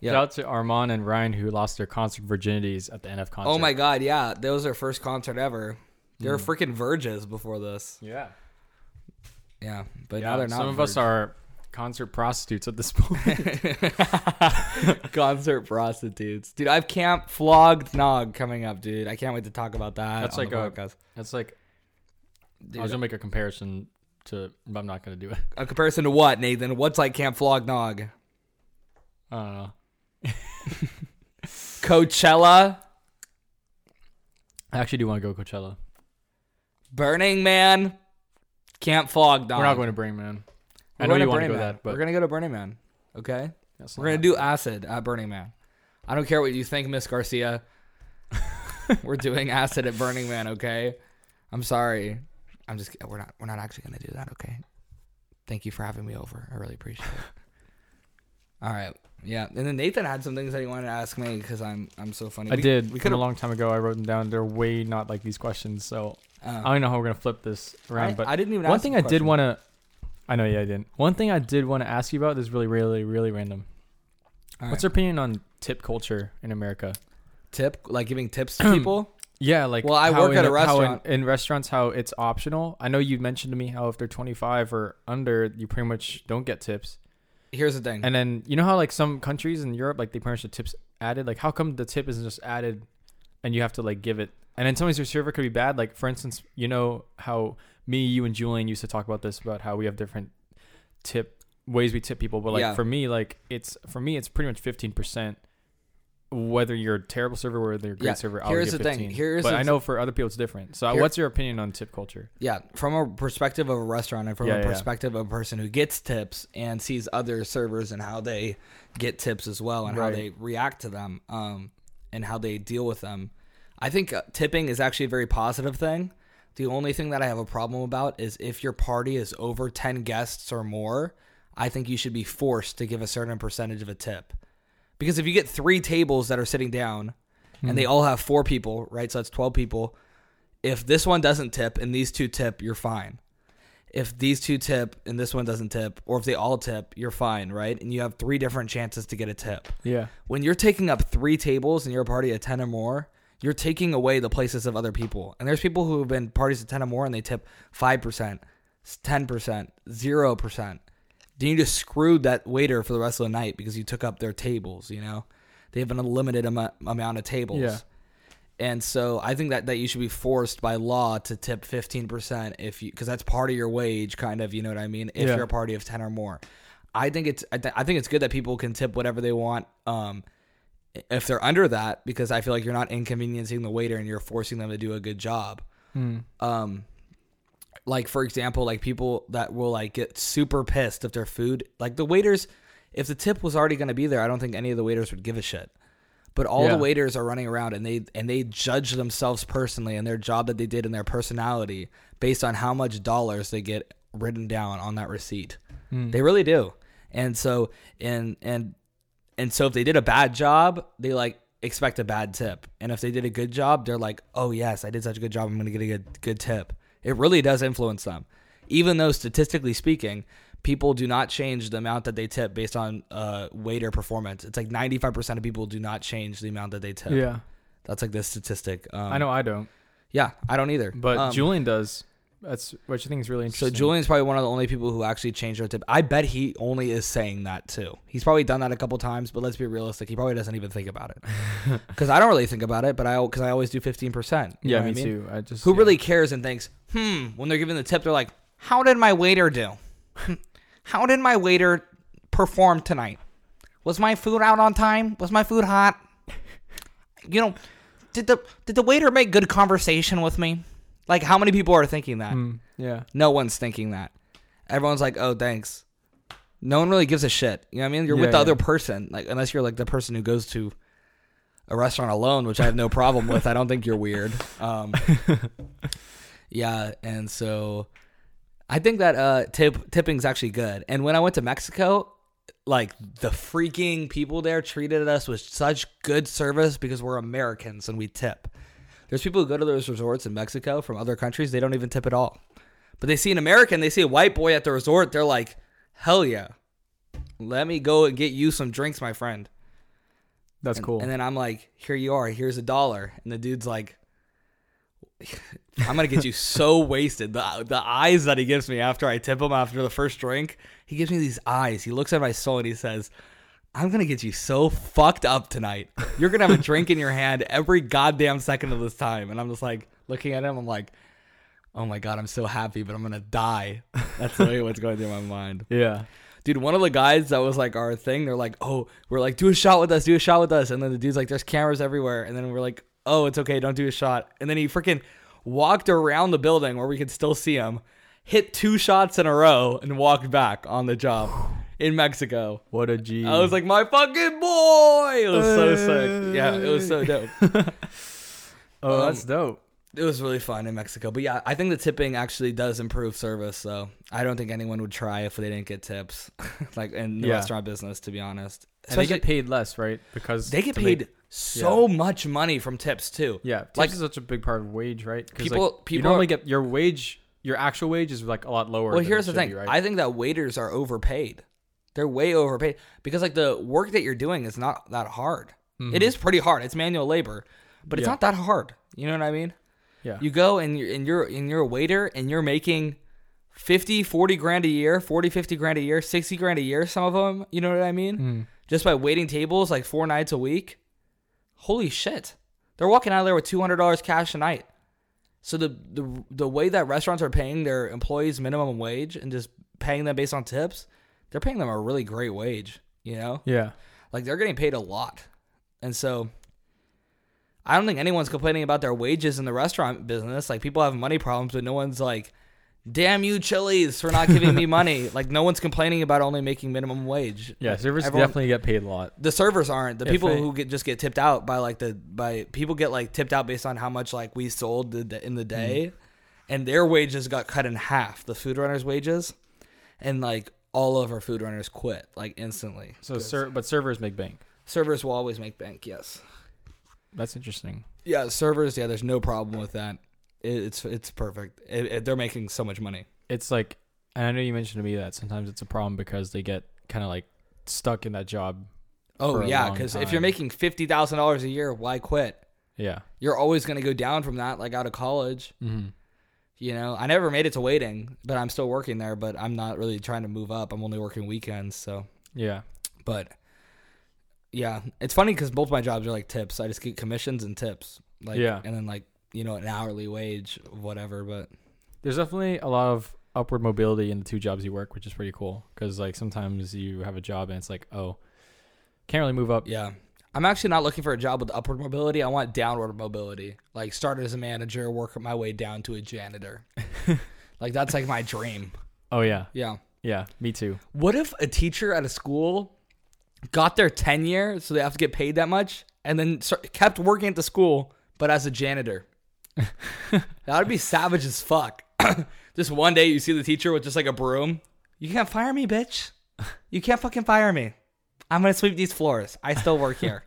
Speaker 4: Yeah.
Speaker 2: Shout out to Armand and Ryan who lost their concert virginities at the NF concert.
Speaker 4: Oh my god, yeah. That was their first concert ever. They
Speaker 2: Hmm.
Speaker 4: were freaking verges before this.
Speaker 2: Yeah.
Speaker 4: Yeah. But
Speaker 2: Yeah,
Speaker 4: now they're not.
Speaker 2: some of us are concert prostitutes at this point.
Speaker 4: are concert prostitutes. Dude, I've camp flogged nog coming up, dude. I can't wait to talk about that.
Speaker 2: That's
Speaker 4: on
Speaker 2: like
Speaker 4: the
Speaker 2: a-
Speaker 4: podcast.
Speaker 2: That's like I
Speaker 4: Dude,
Speaker 2: was gonna make a comparison to but I'm not gonna do it.
Speaker 4: a comparison to what, Nathan? What's like camp flog nog?
Speaker 2: I don't know.
Speaker 4: Coachella,
Speaker 2: I actually do want to go Coachella.
Speaker 4: Burning Man, camp flog nog.
Speaker 2: We're not going to Brain Man. I
Speaker 4: Um, We're
Speaker 2: know
Speaker 4: going
Speaker 2: you want to
Speaker 4: Burning
Speaker 2: go
Speaker 4: Man.
Speaker 2: that, but
Speaker 4: we're gonna go to Burning Man. Okay.
Speaker 2: that's
Speaker 4: We're
Speaker 2: not
Speaker 4: gonna do acid at Burning Man. I don't care what you think, Miss Garcia. we're doing acid at Burning Man, okay? I'm sorry. I'm just we're not we're not actually gonna do that, okay? Thank you for having me over. I really appreciate it. All right, yeah. And then Nathan had some things that he wanted to ask me because I'm I'm so funny.
Speaker 2: I
Speaker 4: We-
Speaker 2: did.
Speaker 4: We
Speaker 2: from
Speaker 4: could
Speaker 2: a
Speaker 4: have.
Speaker 2: long time ago. I wrote them down. They're way not like these questions, so I
Speaker 4: Uh,
Speaker 2: don't know how we're gonna flip this around.
Speaker 4: I-
Speaker 2: but
Speaker 4: I didn't even.
Speaker 2: one
Speaker 4: ask
Speaker 2: thing
Speaker 4: the
Speaker 2: I did
Speaker 4: question.
Speaker 2: want to, I know, yeah, I didn't. One thing I did want to ask you about is really, really, really random.
Speaker 4: All
Speaker 2: What's
Speaker 4: right.
Speaker 2: your opinion on tip culture in America?
Speaker 4: tip? Like giving tips to people?
Speaker 2: Yeah, like
Speaker 4: Well, I
Speaker 2: how
Speaker 4: work
Speaker 2: in,
Speaker 4: at
Speaker 2: how
Speaker 4: a
Speaker 2: in-
Speaker 4: restaurant.
Speaker 2: in, restaurants, how it's optional. I know you mentioned to me how if they're twenty five or under, you pretty much don't get tips.
Speaker 4: Here's the thing.
Speaker 2: And then you know how like some countries in Europe, like they pretty much the tips added. Like how come the tip isn't just added, and you have to like give it? And then sometimes your server could be bad. Like for instance, you know how me, you, and Julian used to talk about this about how we have different tip ways we tip people. But like
Speaker 4: Yeah.
Speaker 2: for me, like it's for me, it's pretty much fifteen percent. Whether you're a terrible server or whether you're a great
Speaker 4: Yeah,
Speaker 2: server, I'll
Speaker 4: here's
Speaker 2: give
Speaker 4: the thing,
Speaker 2: 15.
Speaker 4: here's
Speaker 2: but
Speaker 4: the
Speaker 2: I
Speaker 4: t-
Speaker 2: know for other people it's different. So
Speaker 4: Here-
Speaker 2: what's your opinion on tip culture?
Speaker 4: Yeah, from a perspective of a restaurant and from
Speaker 2: Yeah,
Speaker 4: a
Speaker 2: yeah.
Speaker 4: perspective of a person who gets tips and sees other servers and how they get tips as well and how
Speaker 2: Right.
Speaker 4: they react to them um, and how they deal with them. I think uh, tipping is actually a very positive thing. The only thing that I have a problem about is if your party is over 10 guests or more, I think you should be forced to give a certain percentage of a tip. Because if you get three tables that are sitting down and they all have four people, right? So that's 12 people. If this one doesn't tip and these two tip, you're fine. If these two tip and this one doesn't tip, or if they all tip, you're fine, right? And you have three different chances to get a tip.
Speaker 2: Yeah,
Speaker 4: When you're taking up three tables and you're a party of 10 or more, you're taking away the places of other people. And there's people who have been parties of 10 or more and they tip 5%, 10%, 0%. Then you just screwed that waiter for the rest of the night because you took up their tables, you know? They have an unlimited amo- amount of tables.
Speaker 2: Yeah.
Speaker 4: And so I think that, that you should be forced by law to tip 15% if you, because that's part of your wage, kind of, you know what I mean? If
Speaker 2: Yeah.
Speaker 4: you're a party of 10 or more. I think it's, I, th- I think it's good that people can tip whatever they want. Um, if they're under that, because I feel like you're not inconveniencing the waiter and you're forcing them to do a good job. Um, like for example, like people that will like get super pissed if their food, like the waiters, if the tip was already going to be there, I don't think any of the waiters would give a shit. But all
Speaker 2: Yeah.
Speaker 4: the waiters are running around and they and they judge themselves personally and their job that they did and their personality based on how much dollars they get written down on that receipt. They really do. And so and and and so if they did a bad job, they like expect a bad tip. And if they did a good job, they're like, "Oh yes, I did such a good job. I'm going to get a good good tip." It really does influence them. Even though statistically speaking, people do not change the amount that they tip based on uh, waiter performance. It's like 95% of people do not change the amount that they tip.
Speaker 2: yeah.
Speaker 4: That's like the statistic. Um,
Speaker 2: I know I don't,
Speaker 4: Yeah, I don't either.
Speaker 2: but
Speaker 4: Um,
Speaker 2: Julian does. That's what you think is really
Speaker 4: So
Speaker 2: interesting.
Speaker 4: Julian's probably one of the only people who actually changed their tip. I bet he only is saying that too. He's probably done that a couple times, but let's be realistic. He probably doesn't even think about it. Because I don't really think about it, but I because I always do fifteen percent.
Speaker 2: yeah, me too. I just
Speaker 4: Who
Speaker 2: yeah.
Speaker 4: really cares and thinks, hmm, when they're giving the tip, they're like, how did my waiter do? How did my waiter perform tonight? Was my food out on time? Was my food hot? You know, did the did the waiter make good conversation with me? Like how many people are thinking that?
Speaker 2: Hmm. Yeah.
Speaker 4: No one's thinking that. Everyone's like, "Oh, thanks." No one really gives a shit. You know what I mean? You're
Speaker 2: Yeah,
Speaker 4: with the
Speaker 2: yeah.
Speaker 4: other person, like unless you're like the person who goes to a restaurant alone, which I have no problem with. I don't think you're weird. Um, yeah, and so I think that uh, tip tipping's actually good. And when I went to Mexico, like the freaking people there treated us with such good service because we're Americans and we tip. There's people who go to those resorts in Mexico from other countries, they don't even tip at all. But they see an American, they see a white boy at the resort, they're like, hell yeah. Let me go and get you some drinks, my friend.
Speaker 2: That's cool.
Speaker 4: And then I'm like, here you are, here's a dollar. And the dude's like, I'm gonna get you so wasted. The the eyes that he gives me after I tip him after the first drink, he gives me these eyes. He looks at my soul and he says, I'm gonna get you so fucked up tonight. You're gonna have a drink in your hand every goddamn second of this time. And I'm just like looking at him, I'm like, Oh my god, I'm so happy, but I'm gonna die. That's really what's going through my mind
Speaker 2: yeah.
Speaker 4: dude one of the guys that was like our thing they're like oh we're like do a shot with us do a shot with us and then the dude's like there's cameras everywhere and then we're like oh it's okay don't do a shot and then he freaking walked around the building where we could still see him hit two shots in a row and walked back on the job in mexico
Speaker 2: What a G.
Speaker 4: i was like my fucking boy it was so sick yeah it was so dope
Speaker 2: oh, that's dope.
Speaker 4: it was really fun in Mexico. But yeah, I think the tipping actually does improve service. So I don't think anyone would try if they didn't get tips, like in the
Speaker 2: Yeah.
Speaker 4: restaurant business, to be honest.
Speaker 2: And they
Speaker 4: Especially-
Speaker 2: get paid less, right? Because
Speaker 4: they get
Speaker 2: to
Speaker 4: paid
Speaker 2: make-
Speaker 4: so much money from tips too.
Speaker 2: yeah, tips
Speaker 4: like-
Speaker 2: is such a big part of wage, right? 'Cause,
Speaker 4: People-
Speaker 2: like, you
Speaker 4: people are-
Speaker 2: normally get your wage, your actual wage is like a lot lower.
Speaker 4: Well,
Speaker 2: than
Speaker 4: here's
Speaker 2: it
Speaker 4: the
Speaker 2: should
Speaker 4: thing.
Speaker 2: be, right?
Speaker 4: I think that waiters are overpaid. They're way overpaid because like the work that you're doing is not that hard. It is pretty hard. It's manual labor, but it's
Speaker 2: Mm-hmm. Yeah.
Speaker 4: not that hard. You know what I mean?
Speaker 2: yeah,
Speaker 4: You go and you're and you're and you're a waiter and you're making 50, 40 grand a year, 40, 50 grand a year, 60 grand a year, some of them. You know what I mean? Just by waiting tables like four nights a week. Holy shit. They're walking out of there with $200 cash a night. So the, the the way that restaurants are paying their employees minimum wage and just paying them based on tips, they're paying them a really great wage, you know?
Speaker 2: yeah,
Speaker 4: Like they're getting paid a lot. And so I don't think anyone's complaining about their wages in the restaurant business. Like people have money problems, but no one's like, damn you Chili's for not giving me money. Like no one's complaining about only making minimum wage.
Speaker 2: yeah. Servers
Speaker 4: Everyone-
Speaker 2: definitely get paid a lot.
Speaker 4: The servers aren't. The people
Speaker 2: they-
Speaker 4: who get just get tipped out by like the by people get like tipped out based on how much like we sold the, the, in
Speaker 2: Hmm.
Speaker 4: the day, and their wages got cut in half. The food runners' wages, and like all of our food runners quit like instantly.
Speaker 2: So, ser- but servers make bank.
Speaker 4: Servers will always make bank. Yes.
Speaker 2: That's interesting.
Speaker 4: Yeah, servers. Yeah, there's no problem with that. It, it's it's perfect. It, it, they're making so much money.
Speaker 2: It's like, and I know you mentioned to me that sometimes it's a problem because they get kind of like stuck in that job.
Speaker 4: Oh
Speaker 2: For a
Speaker 4: yeah,
Speaker 2: long
Speaker 4: because if
Speaker 2: time.
Speaker 4: you're making fifty thousand dollars a year, why quit?
Speaker 2: Yeah,
Speaker 4: You're always gonna go down from that, like out of college.
Speaker 2: mm-hmm.
Speaker 4: You know, I never made it to waiting, but I'm still working there. But I'm not really trying to move up. I'm only working weekends. So,
Speaker 2: yeah,
Speaker 4: but yeah, it's funny because both my jobs are like tips. I just get commissions and tips. Like,
Speaker 2: Yeah.
Speaker 4: and then like you know an hourly wage, whatever. But
Speaker 2: There's definitely a lot of upward mobility in the two jobs you work, which is pretty cool. Because like sometimes you have a job and it's like, oh, can't really move up.
Speaker 4: Yeah. I'm actually not looking for a job with upward mobility. I want downward mobility. Like start as a manager, work my way down to a janitor. like that's like my dream.
Speaker 2: Oh yeah,
Speaker 4: Yeah.
Speaker 2: yeah, me too.
Speaker 4: What if a teacher at a school got their tenure so they have to get paid that much and then start, kept working at the school but as a janitor? that would be savage as fuck. just one day you see the teacher with just like a broom. You can't fire me, bitch. You can't fucking fire me. I'm going to sweep these floors. I still work here.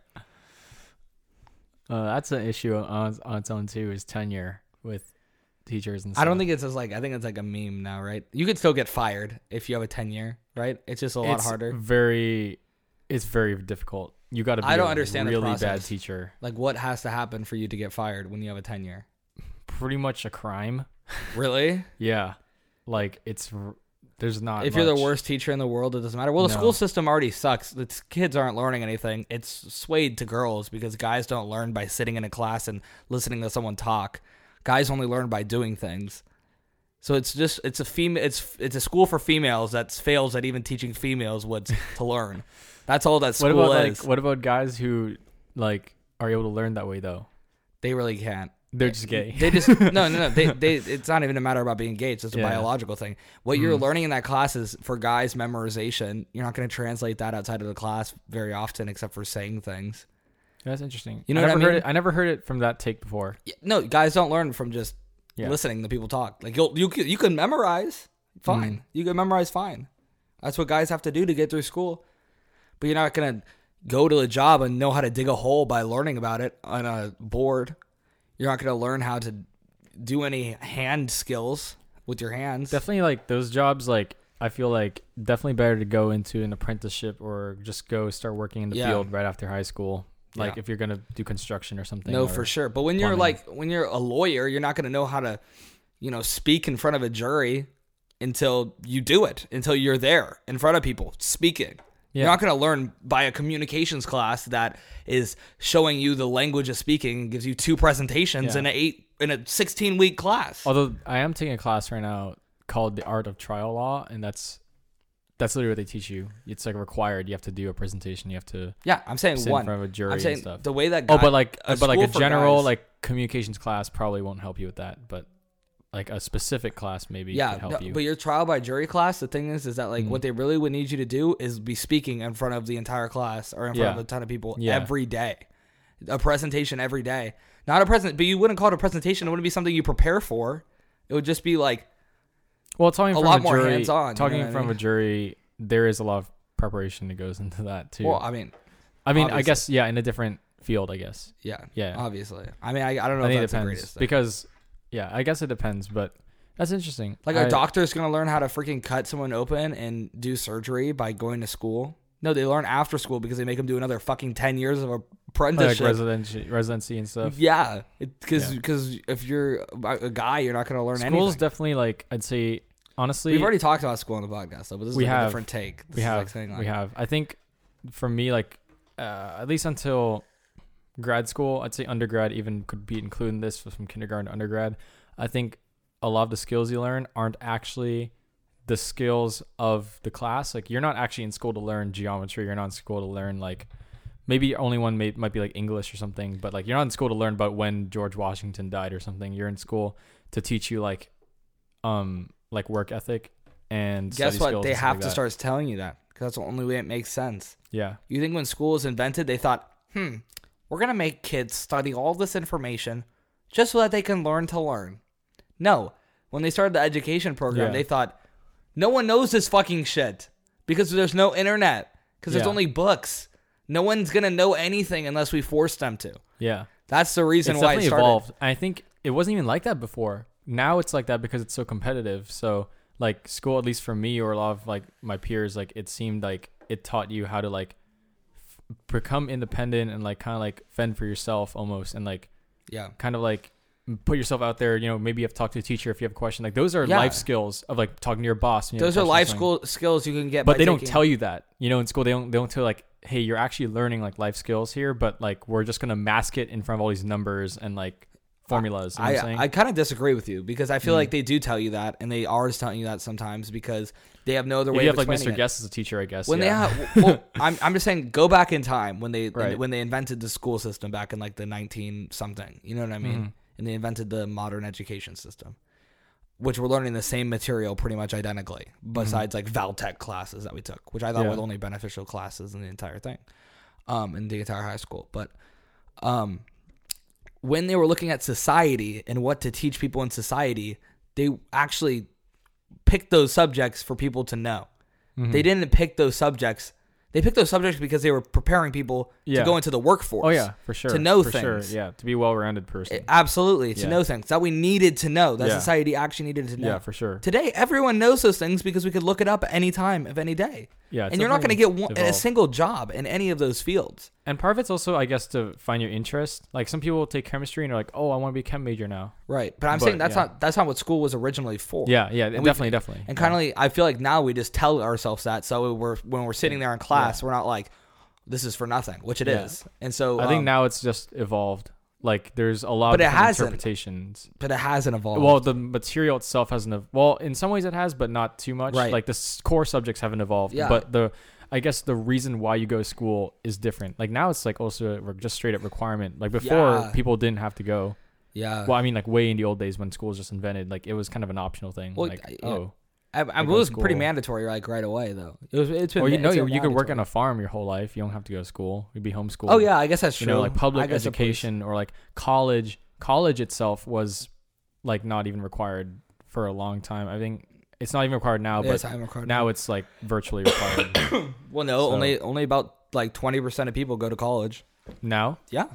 Speaker 2: Uh, that's an issue on on its own too. Is tenure with teachers and stuff.
Speaker 4: I don't think it's as like I think it's like a meme now, right? You could still get fired if you have a tenure, right? It's just a lot
Speaker 2: it's
Speaker 4: harder.
Speaker 2: Very, it's very difficult. You got to. be
Speaker 4: I don't
Speaker 2: a
Speaker 4: understand the
Speaker 2: Really bad
Speaker 4: process.
Speaker 2: teacher.
Speaker 4: Like what has to happen for you to get fired when you have a tenure?
Speaker 2: Pretty much a crime.
Speaker 4: Really?
Speaker 2: Yeah, like it's r- there's not.
Speaker 4: if you're the
Speaker 2: much.
Speaker 4: worst teacher in the world, it doesn't matter. Well, the
Speaker 2: No.
Speaker 4: school system already sucks. The t- kids aren't learning anything. It's swayed to girls because guys don't learn by sitting in a class and listening to someone talk. Guys only learn by doing things. So it's just it's a female it's it's a school for females that fails at even teaching females what to learn. That's all that
Speaker 2: What
Speaker 4: school
Speaker 2: about
Speaker 4: is.
Speaker 2: like what about guys who like are able to learn that way though?
Speaker 4: they really can't.
Speaker 2: They're just gay.
Speaker 4: They just no, no, no. They, they, it's not even a matter about being gay. It's just a
Speaker 2: Yeah. Mm-hmm.
Speaker 4: biological thing. What you're learning in that class is for guys memorization. You're not going to translate that outside of the class very often, except for saying things.
Speaker 2: That's interesting.
Speaker 4: You know
Speaker 2: I
Speaker 4: what
Speaker 2: never
Speaker 4: I
Speaker 2: heard
Speaker 4: mean?
Speaker 2: it, I never heard it from that take before.
Speaker 4: Y- No, guys don't learn from just
Speaker 2: Yeah.
Speaker 4: listening to people talk. Like you'll, you can- you can memorize fine. You can memorize fine. That's what guys have to do to get through school. But you're not going to go to a job and know how to dig a hole by learning about it on a board. You're not going to learn how to do any hand skills with your hands.
Speaker 2: Definitely like those jobs like I feel like definitely better to go into an apprenticeship or just go start working in the
Speaker 4: Yeah.
Speaker 2: field right after high school. Like
Speaker 4: Yeah.
Speaker 2: if you're gonna do construction or something.
Speaker 4: No,
Speaker 2: or-
Speaker 4: for sure. But when you're
Speaker 2: plumbing.
Speaker 4: like when you're a lawyer, you're not going to know how to, you know, speak in front of a jury until you do it, until you're there in front of people speaking.
Speaker 2: Yeah.
Speaker 4: You're not going to learn by a communications class that is showing you the language of speaking and gives you two presentations
Speaker 2: Yeah. Oh,
Speaker 4: in a eight in a 16 week class.
Speaker 2: Although I am taking a class right now called the Art of Trial Law, and that's that's literally what they teach you. It's like required. You have to do a presentation. You have to.
Speaker 4: yeah, I'm saying
Speaker 2: sit in
Speaker 4: one.
Speaker 2: front of a jury
Speaker 4: I'm
Speaker 2: and
Speaker 4: saying
Speaker 2: stuff.
Speaker 4: the way that
Speaker 2: Oh,
Speaker 4: guy-
Speaker 2: but like, but like a
Speaker 4: school for
Speaker 2: general
Speaker 4: guys-
Speaker 2: like communications class probably won't help you with that. But like a specific class maybe
Speaker 4: yeah,
Speaker 2: could help
Speaker 4: no,
Speaker 2: you. Mm.
Speaker 4: but your trial by jury class, the thing is, is that like what they really would need you to do is be speaking in front of the entire class or in front
Speaker 2: Yeah.
Speaker 4: of a ton of people
Speaker 2: Yeah.
Speaker 4: every day, a presentation every day. Not a present, but you wouldn't call it a presentation. It wouldn't be something you prepare for. It would just be like,
Speaker 2: well, talking from
Speaker 4: lot
Speaker 2: a
Speaker 4: more
Speaker 2: jury,
Speaker 4: hands-on, you know
Speaker 2: Talking
Speaker 4: what I
Speaker 2: from a
Speaker 4: mean?
Speaker 2: jury, there is a lot of preparation that goes into that too.
Speaker 4: well, I mean,
Speaker 2: I mean, I
Speaker 4: obviously.
Speaker 2: guess yeah, in a different field, I guess.
Speaker 4: yeah,
Speaker 2: Yeah.
Speaker 4: obviously. I mean, I, I don't know
Speaker 2: I
Speaker 4: if
Speaker 2: think it
Speaker 4: Oh, that's the
Speaker 2: depends
Speaker 4: greatest thing.
Speaker 2: because yeah, I guess it depends. But that's interesting.
Speaker 4: Like
Speaker 2: I,
Speaker 4: a doctor's gonna learn how to freaking cut someone open and do surgery by going to school. No, they learn after school because they make them do another fucking ten years of
Speaker 2: like
Speaker 4: apprenticeship.
Speaker 2: residency, residency and stuff.
Speaker 4: Yeah, because
Speaker 2: Yeah.
Speaker 4: if you're a a guy, you're not going to learn
Speaker 2: School's
Speaker 4: anything.
Speaker 2: definitely like I'd say honestly
Speaker 4: We've already talked about school on the podcast, though, but this is
Speaker 2: We
Speaker 4: like
Speaker 2: have.
Speaker 4: a different take. This
Speaker 2: we
Speaker 4: is
Speaker 2: have
Speaker 4: like saying, like,
Speaker 2: we have I think for me like uh, at least until grad school I'd say undergrad even could be including this from kindergarten to undergrad I think a lot of the skills you learn aren't actually the skills of the class like you're not actually in school to learn geometry you're not in school to learn like maybe only one may, might be like English or something but like you're not in school to learn about when George Washington died or something you're in school to teach you like um like work ethic and
Speaker 4: Guess
Speaker 2: study
Speaker 4: what?
Speaker 2: skills
Speaker 4: They
Speaker 2: and stuff
Speaker 4: have
Speaker 2: like
Speaker 4: to
Speaker 2: that.
Speaker 4: start telling you that because that's the only way it makes sense.
Speaker 2: yeah
Speaker 4: You think when school was invented, they thought, hmm, we're going to make kids study all this information just so that they can learn to learn. No. When they started the education program,
Speaker 2: Yeah.
Speaker 4: they thought, no one knows this fucking shit because there's no internet, because there's
Speaker 2: Yeah.
Speaker 4: only books. No one's going to know anything unless we force them to.
Speaker 2: yeah
Speaker 4: That's the reason
Speaker 2: it's
Speaker 4: why it
Speaker 2: definitely
Speaker 4: started.
Speaker 2: evolved. I think it wasn't even like that before. Now it's like that because it's so competitive. So like school, at least for me or a lot of like my peers, like it seemed like it taught you how to like f- become independent and like kind of like fend for yourself almost, and like
Speaker 4: Yeah.
Speaker 2: kind of like put yourself out there. You know, maybe you have to talk to a teacher if you have a question. Like those are
Speaker 4: Yeah.
Speaker 2: life skills of like talking to your boss. when you have
Speaker 4: Those
Speaker 2: a
Speaker 4: are
Speaker 2: question or
Speaker 4: life
Speaker 2: something.
Speaker 4: school skills you can get.
Speaker 2: but
Speaker 4: by
Speaker 2: they don't
Speaker 4: taking-
Speaker 2: tell you that. You know, in school they don't they don't tell like, hey, you're actually learning like life skills here, but like we're just gonna mask it in front of all these numbers and like formulas. You know what I'm
Speaker 4: I,
Speaker 2: saying? Mm.
Speaker 4: I kind of disagree with you because I feel like they do tell you that, and they are telling you that sometimes because they have no other
Speaker 2: If
Speaker 4: way
Speaker 2: you
Speaker 4: of
Speaker 2: have like Mr.
Speaker 4: explaining it.
Speaker 2: Guest as a teacher, I guess.
Speaker 4: when
Speaker 2: yeah.
Speaker 4: they have, well, I'm, I'm just saying, go back in time when they
Speaker 2: Right.
Speaker 4: when they invented the school system back in like the 19 something. You know what I mean?
Speaker 2: Mm-hmm.
Speaker 4: And they invented the modern education system, which we're learning the same material pretty much identically, besides like Valtech classes that we took, which I thought
Speaker 2: Mm-hmm. Yeah.
Speaker 4: were the only beneficial classes in the entire thing, um, in the entire high school. But, um, when they were looking at society and what to teach people in society, they actually picked those subjects for people to know.
Speaker 2: Mm-hmm.
Speaker 4: They didn't pick those subjects. They picked those subjects because they were preparing people
Speaker 2: Yeah.
Speaker 4: to go into the workforce.
Speaker 2: oh yeah, for sure.
Speaker 4: To know
Speaker 2: for
Speaker 4: things. Eh,
Speaker 2: Sure. Yeah, to be a well-rounded person.
Speaker 4: Absolutely. To
Speaker 2: Yeah.
Speaker 4: know things that we needed to know, that
Speaker 2: Yeah.
Speaker 4: society actually needed to know.
Speaker 2: Yeah, for sure.
Speaker 4: Today, everyone knows those things because we could look it up at any time of any day.
Speaker 2: Yeah, it's
Speaker 4: And you're not going to
Speaker 2: definitely
Speaker 4: get one, a
Speaker 2: evolved.
Speaker 4: single job in any of those fields.
Speaker 2: and part of it's also, I guess, to find your interest. Like some people take chemistry and are like, oh, I want to be a chem major now.
Speaker 4: Right. But I'm
Speaker 2: But,
Speaker 4: saying that's
Speaker 2: yeah.
Speaker 4: not that's not what school was originally for.
Speaker 2: Yeah, yeah,
Speaker 4: And we-
Speaker 2: definitely, definitely.
Speaker 4: And kind of, like, I feel like now we just tell ourselves that. So we're when we're sitting there in class, we're not like, "This is for nothing," which it is.
Speaker 2: Yeah.
Speaker 4: And so
Speaker 2: I think
Speaker 4: um,
Speaker 2: now it's just evolved. Like there's a lot
Speaker 4: But it
Speaker 2: of different
Speaker 4: hasn't.
Speaker 2: interpretations.
Speaker 4: but it hasn't evolved.
Speaker 2: Well, the material itself hasn't. ev- Well, in some ways it has, but not too much.
Speaker 4: Right.
Speaker 2: Like the s- core subjects haven't evolved.
Speaker 4: Yeah.
Speaker 2: But the, I guess the reason why you go to school is different. Like now it's like also a re- just straight up requirement. Like before
Speaker 4: Yeah.
Speaker 2: people didn't have to go.
Speaker 4: Yeah.
Speaker 2: Well, I mean like way in the old days when school was just invented, like it was kind of an optional thing.
Speaker 4: Well,
Speaker 2: like
Speaker 4: I- yeah.
Speaker 2: oh,
Speaker 4: I, I, it
Speaker 2: go to
Speaker 4: was pretty
Speaker 2: school.
Speaker 4: mandatory like right away though. It was. It's been.
Speaker 2: or you know
Speaker 4: it's
Speaker 2: you,
Speaker 4: been
Speaker 2: you could work on
Speaker 4: mandatory.
Speaker 2: a farm your whole life. You don't have to go to school. You'd be homeschooled.
Speaker 4: Oh yeah, I guess that's
Speaker 2: you
Speaker 4: true.
Speaker 2: know like
Speaker 4: I
Speaker 2: public
Speaker 4: guess it was-
Speaker 2: education or like college. College itself was like not even required for a long time. I think it's not even required now,
Speaker 4: Yes,
Speaker 2: but
Speaker 4: I'm recording.
Speaker 2: now it's like virtually required.
Speaker 4: well, no,
Speaker 2: so-
Speaker 4: only only about like twenty percent of people go to college.
Speaker 2: now
Speaker 4: Yeah,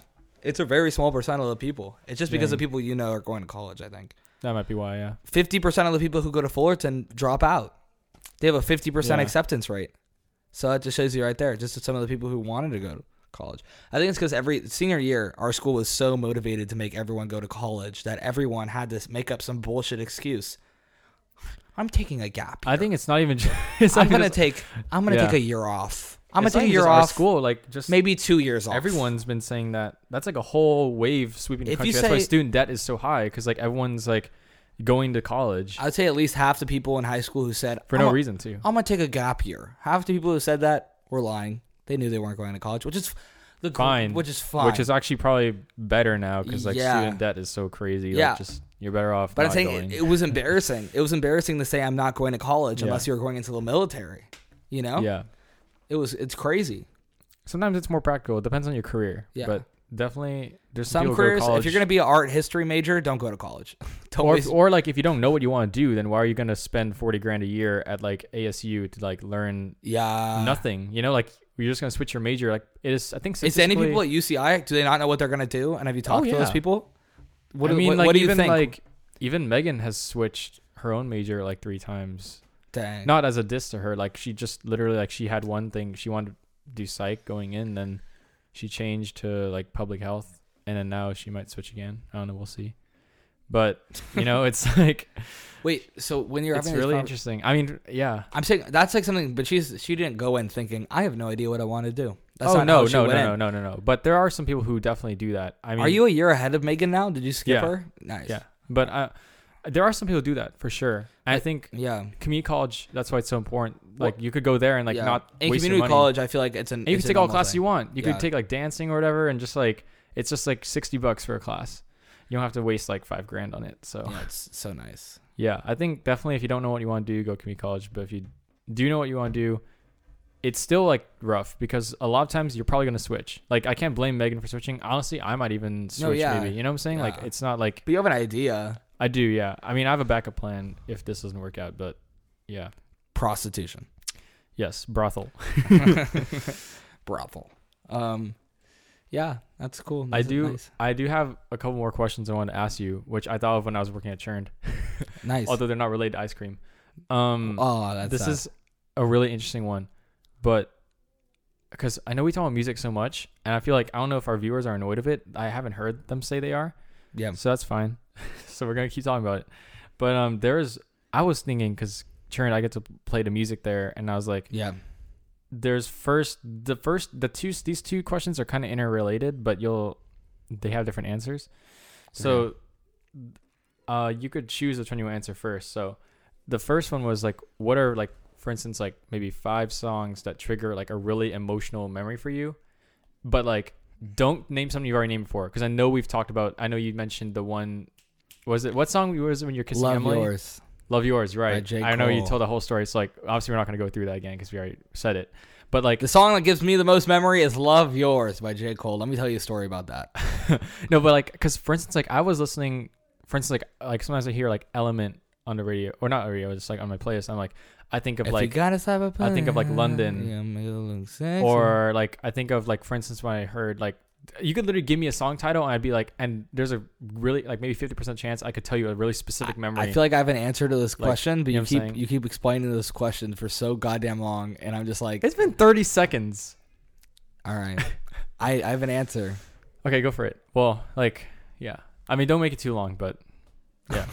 Speaker 4: it's a very small percent of the people. It's just because
Speaker 2: Dang.
Speaker 4: the people you know are going to college. I think
Speaker 2: that might be why. Yeah.
Speaker 4: fifty percent of the people who go to Fullerton drop out. They have a fifty percent
Speaker 2: Yeah.
Speaker 4: acceptance rate. So that just shows you right there, just some of the people who wanted to go to college. I think it's because every senior year, our school was so motivated to make everyone go to college that everyone had to make up some bullshit excuse. I'm taking a gap.
Speaker 2: I think it's not even. ju- It's
Speaker 4: I'm
Speaker 2: not
Speaker 4: gonna
Speaker 2: just-
Speaker 4: take. I'm gonna
Speaker 2: Yeah.
Speaker 4: take a year off. I'm gonna
Speaker 2: it's not
Speaker 4: take a
Speaker 2: even
Speaker 4: year
Speaker 2: just our
Speaker 4: off.
Speaker 2: School like just maybe
Speaker 4: maybe two years off.
Speaker 2: everyone's been saying that. That's like a whole wave sweeping the
Speaker 4: If
Speaker 2: country.
Speaker 4: you
Speaker 2: That's why
Speaker 4: say-
Speaker 2: student debt is so high because like everyone's like going to college
Speaker 4: I'd say at least half the people in high school who said
Speaker 2: for
Speaker 4: I'm
Speaker 2: no
Speaker 4: a-
Speaker 2: reason too.
Speaker 4: I'm gonna take a gap year. Half the people who said that were lying. They knew they weren't going to college, which is the gr-
Speaker 2: Fine,
Speaker 4: which is fine.
Speaker 2: which is actually probably better now because like
Speaker 4: Yeah.
Speaker 2: student debt is so crazy. Like,
Speaker 4: Yeah.
Speaker 2: just you're better off.
Speaker 4: but I'm
Speaker 2: not
Speaker 4: saying
Speaker 2: going.
Speaker 4: it, it was embarrassing. It was embarrassing to say I'm not going to college
Speaker 2: Yeah.
Speaker 4: unless you're going into the military. You know,
Speaker 2: yeah.
Speaker 4: it was it's crazy.
Speaker 2: Sometimes it's more practical. It depends on your career.
Speaker 4: Yeah.
Speaker 2: But definitely, there's
Speaker 4: Some
Speaker 2: people who go to
Speaker 4: careers, if you're
Speaker 2: college-
Speaker 4: gonna be an art history major, don't go to college. don't
Speaker 2: or,
Speaker 4: waste-
Speaker 2: or like if you don't know what you want to do, then why are you going to spend forty grand a year at like ASU to like learn
Speaker 4: yeah,
Speaker 2: nothing. You know, like you're just gonna switch your major. Like it is. I think
Speaker 4: Uh. Is any
Speaker 2: statistically-
Speaker 4: people at UCI? Do they not know what they're gonna do? And have you talked to those
Speaker 2: Oh, yeah.
Speaker 4: people? What,
Speaker 2: I
Speaker 4: do-
Speaker 2: mean,
Speaker 4: what,
Speaker 2: like
Speaker 4: what do you
Speaker 2: even
Speaker 4: think?
Speaker 2: like even Megan has switched her own major like three times.
Speaker 4: Dang.
Speaker 2: Not as a diss to her. Like she just literally like she had one thing she wanted to do psych going in, then she changed to like public health, and then now she might switch again. I don't know. We'll see. But you know, it's like
Speaker 4: Wait. So when you're
Speaker 2: it's
Speaker 4: having this
Speaker 2: really
Speaker 4: conver-
Speaker 2: interesting. I mean, yeah.
Speaker 4: I'm saying that's like something, but she's she didn't go in thinking I have no idea what I want to do. That's
Speaker 2: oh
Speaker 4: not
Speaker 2: no,
Speaker 4: how she
Speaker 2: no, no,
Speaker 4: went in.
Speaker 2: no, no, no, no. But there are some people who definitely do that. I mean,
Speaker 4: Are you a year ahead of Megan now? Did you skip
Speaker 2: Yeah.
Speaker 4: her? Nice.
Speaker 2: Yeah, but uh, there are some people who do that for sure. And I think
Speaker 4: Yeah.
Speaker 2: community college. That's why it's so important. Like you could go there and like
Speaker 4: yeah.
Speaker 2: not
Speaker 4: in
Speaker 2: waste your
Speaker 4: community
Speaker 2: money.
Speaker 4: college. I feel like it's an.
Speaker 2: And you
Speaker 4: it's
Speaker 2: can
Speaker 4: a
Speaker 2: take all
Speaker 4: normal
Speaker 2: class
Speaker 4: thing.
Speaker 2: you want. You
Speaker 4: Yeah.
Speaker 2: could take like dancing or whatever, and just like it's just like sixty bucks for a class. You don't have to waste like five grand on it. So yeah,
Speaker 4: Yeah, it's so nice.
Speaker 2: I think definitely if you don't know what you want to do, go community college. But if you do know what you want to do, it's still like rough because a lot of times you're probably gonna switch. Like I can't blame Megan for switching. Honestly, I might even switch.
Speaker 4: yeah.
Speaker 2: Maybe you know what I'm saying? Like
Speaker 4: Yeah.
Speaker 2: it's not like
Speaker 4: But you have an idea.
Speaker 2: I do, yeah. I mean, I have a backup plan if this doesn't work out, but yeah.
Speaker 4: Prostitution,
Speaker 2: Yes, brothel.
Speaker 4: brothel. Um, yeah, that's cool.
Speaker 2: I
Speaker 4: That's
Speaker 2: do.
Speaker 4: Nice.
Speaker 2: I do have a couple more questions I want to ask you, which I thought of when I was working at Churned,
Speaker 4: nice.
Speaker 2: although they're not related to ice cream. Um,
Speaker 4: oh, that's
Speaker 2: this
Speaker 4: sad.
Speaker 2: is a really interesting one, but because I know we talk about music so much, and I feel like I don't know if our viewers are annoyed of it. I haven't heard them say they are,
Speaker 4: yeah.
Speaker 2: so that's fine. so we're gonna keep talking about it. But um, there's. I was thinking because Churned, I get to play the music there, and I was like,
Speaker 4: Yeah.
Speaker 2: there's first the first the two these two questions are kind of interrelated, but you'll they have different answers. So uh you could choose which one you answer first. So the first one was like what are like for instance like maybe five songs that trigger like a really emotional memory for you? But like don't name something you've already named before because I know we've talked about I know you mentioned the one was it what song was it when you're kissing
Speaker 4: Love
Speaker 2: Emily?
Speaker 4: yours.
Speaker 2: Love yours, right?
Speaker 4: J.
Speaker 2: I know you
Speaker 4: Cole.
Speaker 2: told the whole story. So like, obviously, we're not going to go through that again because we already said it. But like,
Speaker 4: The song that gives me the most memory is "Love Yours" by J. Cole. Let me tell you a story about that.
Speaker 2: no, but like, because for instance, like I was listening, for instance, like like sometimes I hear like Element on the radio or not radio, just like on my playlist. I'm like, I think of
Speaker 4: If you
Speaker 2: like,
Speaker 4: gotta stop a
Speaker 2: I think of, like,
Speaker 4: plan,
Speaker 2: London.
Speaker 4: yeah, make it look sexy.
Speaker 2: or like I think of like, for instance, when I heard like, you could literally give me a song title and I'd be like, and there's a really like maybe fifty percent chance I could tell you a really specific memory.
Speaker 4: I feel like I have an answer to this
Speaker 2: Like,
Speaker 4: question, but
Speaker 2: you know
Speaker 4: you,
Speaker 2: what I'm
Speaker 4: keep
Speaker 2: saying?
Speaker 4: you keep explaining this question for so goddamn long, and I'm just like,
Speaker 2: it's been thirty seconds.
Speaker 4: all right, I, I have an answer.
Speaker 2: Okay, go for it. Well, like, yeah. I mean, don't make it too long, but yeah.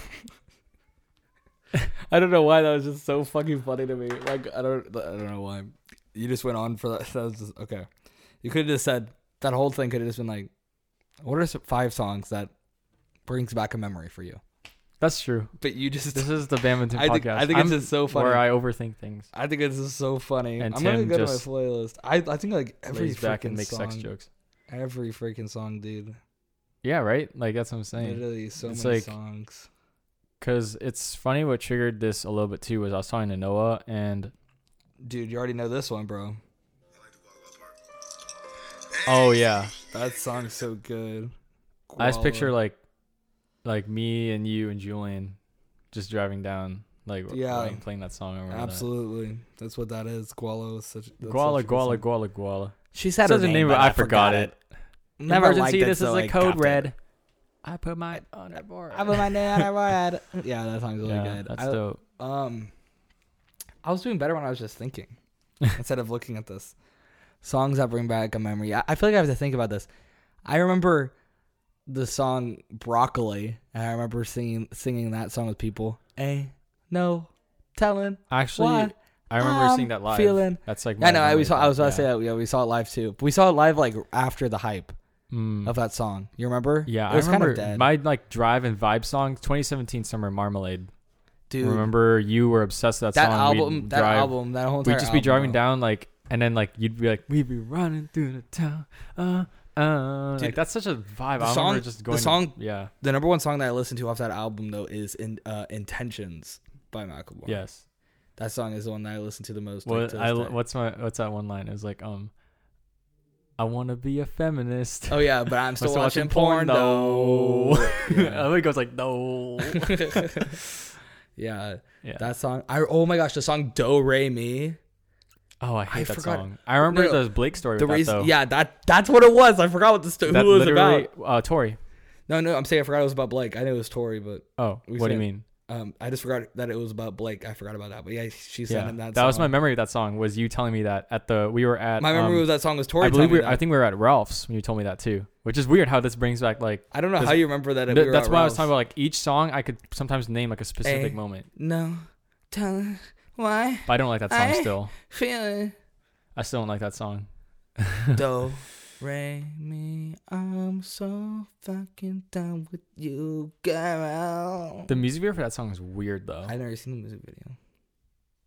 Speaker 4: I don't know why that was just so fucking funny to me. Like I don't I don't know why. You just went on for that. That was just okay. You could have just said that whole thing could have just been like, what are some, five songs that brings back a memory for you?
Speaker 2: That's true.
Speaker 4: But you just
Speaker 2: This is the Badminton
Speaker 4: I
Speaker 2: podcast.
Speaker 4: think- I think it's
Speaker 2: I'm-
Speaker 4: just so funny.
Speaker 2: Where I overthink things,
Speaker 4: I think this is so funny.
Speaker 2: And
Speaker 4: I'm gonna
Speaker 2: Tim
Speaker 4: go to my
Speaker 2: just
Speaker 4: playlist. I I think like every
Speaker 2: lays
Speaker 4: freaking
Speaker 2: back and makes
Speaker 4: song,
Speaker 2: sex jokes.
Speaker 4: every freaking song, dude.
Speaker 2: Yeah, right. Like that's what I'm saying.
Speaker 4: Literally so
Speaker 2: It's
Speaker 4: many
Speaker 2: like-
Speaker 4: songs.
Speaker 2: Because it's funny what triggered this a little bit too was I was talking to Noah and
Speaker 4: Dude, you already know this one, bro.
Speaker 2: oh yeah,
Speaker 4: That song's so good.
Speaker 2: I just picture
Speaker 4: Koala.
Speaker 2: like like me and you and Julian just driving down like
Speaker 4: Yeah.
Speaker 2: playing, playing that song. Around
Speaker 4: absolutely. That's what that is. Gualo is such. that's
Speaker 2: Guala
Speaker 4: such a good
Speaker 2: guala
Speaker 4: song.
Speaker 2: guala guala.
Speaker 5: She said
Speaker 2: Says
Speaker 5: her
Speaker 2: the
Speaker 5: name,
Speaker 2: name,
Speaker 5: but
Speaker 2: but I forgot it.
Speaker 5: Never liked
Speaker 2: Emergency!
Speaker 5: it
Speaker 2: This is
Speaker 5: till
Speaker 2: a
Speaker 5: I
Speaker 2: code
Speaker 5: copped it.
Speaker 2: red. I put my on a board.
Speaker 5: I put my name on her word.
Speaker 4: Yeah, that song's really
Speaker 2: yeah,
Speaker 4: good.
Speaker 2: that's
Speaker 4: I-
Speaker 2: dope.
Speaker 4: Um, I was doing better when I was just thinking instead of looking at this. Songs that bring back a memory. I, I feel like I have to think about this. I remember the song "Broccoli," and I remember singing singing that song with people. Ain't no telling.
Speaker 2: Actually,
Speaker 4: Why
Speaker 2: I remember
Speaker 4: I'm
Speaker 2: seeing that live.
Speaker 4: feeling-
Speaker 2: That's like
Speaker 4: I know. I,
Speaker 2: memory
Speaker 4: we saw. I was
Speaker 2: of
Speaker 4: about to say that. Yeah, we saw it live too. We saw it live like after the hype
Speaker 2: Yeah, Mm.
Speaker 4: of that song. You remember?
Speaker 2: Yeah,
Speaker 4: it was
Speaker 2: I remember
Speaker 4: kind of dead.
Speaker 2: my like drive and vibe song, 2017 summer marmalade.
Speaker 4: Dude,
Speaker 2: Remember you were obsessed with that,
Speaker 4: that
Speaker 2: song. We'd
Speaker 4: album. That
Speaker 2: drive-
Speaker 4: album. That whole.
Speaker 2: We'd
Speaker 4: entire
Speaker 2: just be driving
Speaker 4: album, bro.
Speaker 2: down like, and then like you'd be like, we'd be running through the town. Uh, uh, like
Speaker 4: Dude,
Speaker 2: that's such a vibe. I
Speaker 4: song-
Speaker 2: remember just
Speaker 4: the
Speaker 2: going.
Speaker 4: song-
Speaker 2: yeah.
Speaker 4: the number one song that I listen to off that album though is in uh, "Intentions" by Macklemore.
Speaker 2: Yes.
Speaker 4: that song is the one that I listen to the most. like,
Speaker 2: What
Speaker 4: to
Speaker 2: I
Speaker 4: this day.
Speaker 2: what's my what's that one line? It was like um, I want to be a feminist.
Speaker 4: Oh yeah, but I'm
Speaker 2: I'm
Speaker 4: still, watching, porn, though.
Speaker 2: I think I was like no.
Speaker 4: yeah,
Speaker 2: yeah.
Speaker 4: that song. I oh my gosh, the song "Do Re Mi."
Speaker 2: oh, I hate
Speaker 4: I
Speaker 2: that
Speaker 4: forgot-
Speaker 2: song. I remember
Speaker 4: no.
Speaker 2: the Blake story.
Speaker 4: The
Speaker 2: with
Speaker 4: reason,
Speaker 2: that, though.
Speaker 4: yeah, that that's what it was. I forgot what the sto-
Speaker 2: That
Speaker 4: who it was
Speaker 2: literally-
Speaker 4: about.
Speaker 2: Uh, Tori.
Speaker 4: No, no, I'm saying I forgot it was about Blake. I knew it was Tori, but
Speaker 2: Oh,
Speaker 4: We
Speaker 2: what do
Speaker 4: said-
Speaker 2: you mean?
Speaker 4: um, I just forgot that it was about Blake. I forgot about that, but yeah, she sent
Speaker 2: Yeah,
Speaker 4: him that.
Speaker 2: that, was my
Speaker 4: song.
Speaker 2: memory of that song. Was you telling me that at the we were at
Speaker 4: my memory
Speaker 2: um,
Speaker 4: was that song was Tori.
Speaker 2: I believe
Speaker 4: telling
Speaker 2: we
Speaker 4: me
Speaker 2: were, I
Speaker 4: that.
Speaker 2: think we were at Ralph's when you told me that too, which is weird how this brings back like
Speaker 4: I don't know
Speaker 2: this-
Speaker 4: how you remember that. if
Speaker 2: th-
Speaker 4: we were
Speaker 2: that's
Speaker 4: at
Speaker 2: why I was
Speaker 4: Ralph's.
Speaker 2: talking about like each song I could sometimes name like a specific
Speaker 4: Eh.
Speaker 2: moment,
Speaker 4: No, telling why
Speaker 2: but I don't like that song
Speaker 4: Eh.
Speaker 2: still.
Speaker 4: feeling
Speaker 2: I still don't like that song.
Speaker 4: do re mi. I'm so fucking done with you, girl.
Speaker 2: The music video for that song is weird though.
Speaker 4: I've never seen the music video.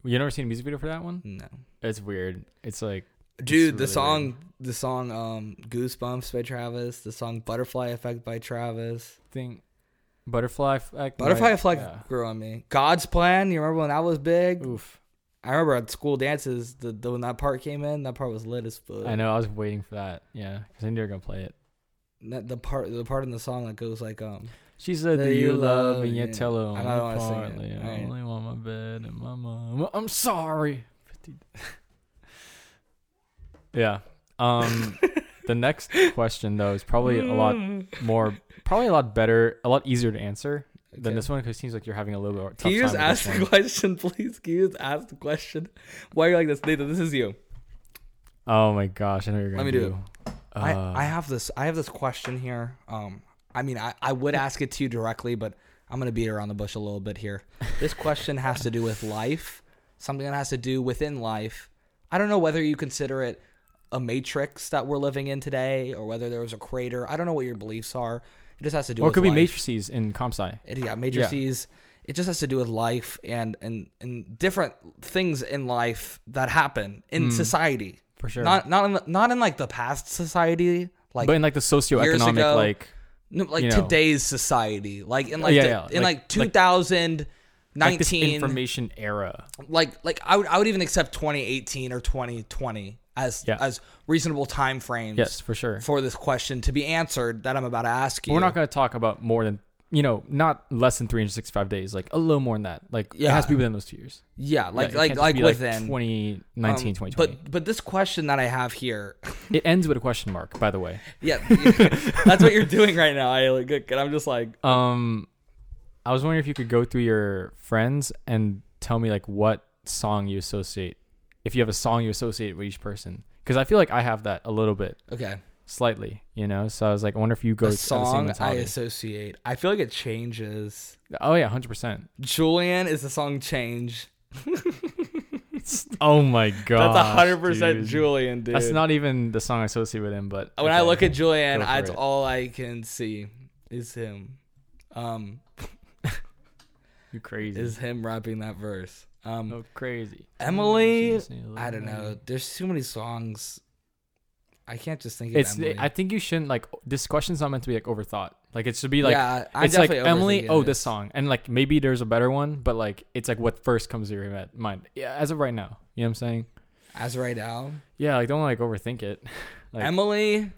Speaker 2: you never seen a music video for that one?
Speaker 4: No,
Speaker 2: It's weird. It's like
Speaker 4: dude, the
Speaker 2: really
Speaker 4: song, the song, um, Goosebumps by Travis, the song Butterfly Effect by Travis.
Speaker 2: thing, butterfly effect.
Speaker 4: Butterfly
Speaker 2: right?
Speaker 4: Effect
Speaker 2: Yeah.
Speaker 4: grew on me. God's Plan, you remember when that was big?
Speaker 2: Oof.
Speaker 4: I remember at school dances, the, the when that part came in, that part was lit as fuck.
Speaker 2: I know. I was waiting for that. Yeah, because I knew you were gonna play it.
Speaker 4: That- the part, the part in the song that goes like, um,
Speaker 2: She said
Speaker 4: That
Speaker 2: that
Speaker 4: you
Speaker 2: you love
Speaker 4: love
Speaker 2: and
Speaker 4: me.
Speaker 2: yet tell her
Speaker 4: I
Speaker 2: only
Speaker 4: don't wanna sing it.
Speaker 2: partly. I
Speaker 4: Alright.
Speaker 2: only want my bed and my mom. I'm sorry. 50 yeah. Um. the next question though is probably a lot
Speaker 4: Mm. Hmm.
Speaker 2: more, probably a lot better, a lot easier to answer than
Speaker 4: Okay.
Speaker 2: this one because it seems like you're having a little bit. of a
Speaker 4: Can you
Speaker 2: tough
Speaker 4: just
Speaker 2: time with
Speaker 4: ask
Speaker 2: this
Speaker 4: the
Speaker 2: one.
Speaker 4: question, please? Can you just ask the question? Why are you like this, Nathan? This is you.
Speaker 2: Oh my gosh! I know what you're gonna
Speaker 4: Let me do
Speaker 2: do. Uh,
Speaker 4: I, I have this. I have this question here. Um, I mean, I, I would ask it to you directly, but I'm gonna beat around the bush a little bit here. This question has to do with life, something that has to do within life. I don't know whether you consider it a matrix that we're living in today, or whether there was a crater. I don't know what your beliefs are. It just has to do.
Speaker 2: or it
Speaker 4: with
Speaker 2: could be
Speaker 4: life.
Speaker 2: matrices in comp sci.
Speaker 4: It, yeah, matrices. It just has to do with life and and and different things in life that happen in society.
Speaker 2: Mm. For sure.
Speaker 4: Not not in the, not in like the past society, like
Speaker 2: but in like the socioeconomic,
Speaker 4: ago,
Speaker 2: like
Speaker 4: no, like
Speaker 2: you know.
Speaker 4: today's society, like in like
Speaker 2: yeah,
Speaker 4: the-
Speaker 2: yeah,
Speaker 4: in
Speaker 2: like-
Speaker 4: like,
Speaker 2: like-
Speaker 4: 2019,
Speaker 2: like this information era.
Speaker 4: like like I would I would even accept 2018 or 2020 as
Speaker 2: Yeah.
Speaker 4: as reasonable time frames.
Speaker 2: Yes, for sure.
Speaker 4: For this question to be answered that I'm about to ask you.
Speaker 2: We're not going to talk about more than you know, not less than 365 days, like a little more than that. Like it
Speaker 4: Yeah.
Speaker 2: has to be within those two years.
Speaker 4: yeah, like
Speaker 2: it
Speaker 4: like
Speaker 2: can't just
Speaker 4: like
Speaker 2: be,
Speaker 4: within um,
Speaker 2: 2019, 2020.
Speaker 4: But but this question that I have here
Speaker 2: But it ends with a question mark, by the way.
Speaker 4: Yeah, that's what you're doing right now. I like, and I'm just like,
Speaker 2: Um, I was wondering if you could go through your friends and tell me like what song you associate, if you have a song you associate with each person, because I feel like I have that a little bit,
Speaker 4: okay,
Speaker 2: slightly, you know. So I was like, I wonder if you go
Speaker 4: a
Speaker 2: to the same
Speaker 4: song I
Speaker 2: mentality.
Speaker 4: associate. I feel like it changes.
Speaker 2: oh yeah, hundred percent.
Speaker 4: Julian is the song change.
Speaker 2: Oh my god,
Speaker 4: That's hundred percent Julian, dude.
Speaker 2: That's not even the song I associate with him, but
Speaker 4: when I
Speaker 2: okay.
Speaker 4: look at Julian,
Speaker 2: Go for
Speaker 4: that's
Speaker 2: it.
Speaker 4: all I can see is him. Um,
Speaker 2: You crazy.
Speaker 4: is him rapping that verse. Um,
Speaker 2: oh, crazy.
Speaker 4: Emily,
Speaker 2: She's a
Speaker 4: I don't
Speaker 2: little-
Speaker 4: know. There's too many songs. I can't just think of
Speaker 2: It's.
Speaker 4: Emily.
Speaker 2: I think you shouldn't like. This question's not meant to be like overthought. Like it should be like.
Speaker 4: yeah, I
Speaker 2: it's like
Speaker 4: definitely
Speaker 2: Emily.
Speaker 4: overthinking
Speaker 2: Oh,
Speaker 4: it.
Speaker 2: this song, and like maybe there's a better one, but like it's like what first comes to your head- mind. Yeah, as of right now, you know what I'm saying.
Speaker 4: As right now,
Speaker 2: Yeah, like don't like overthink it. Like-
Speaker 4: Emily.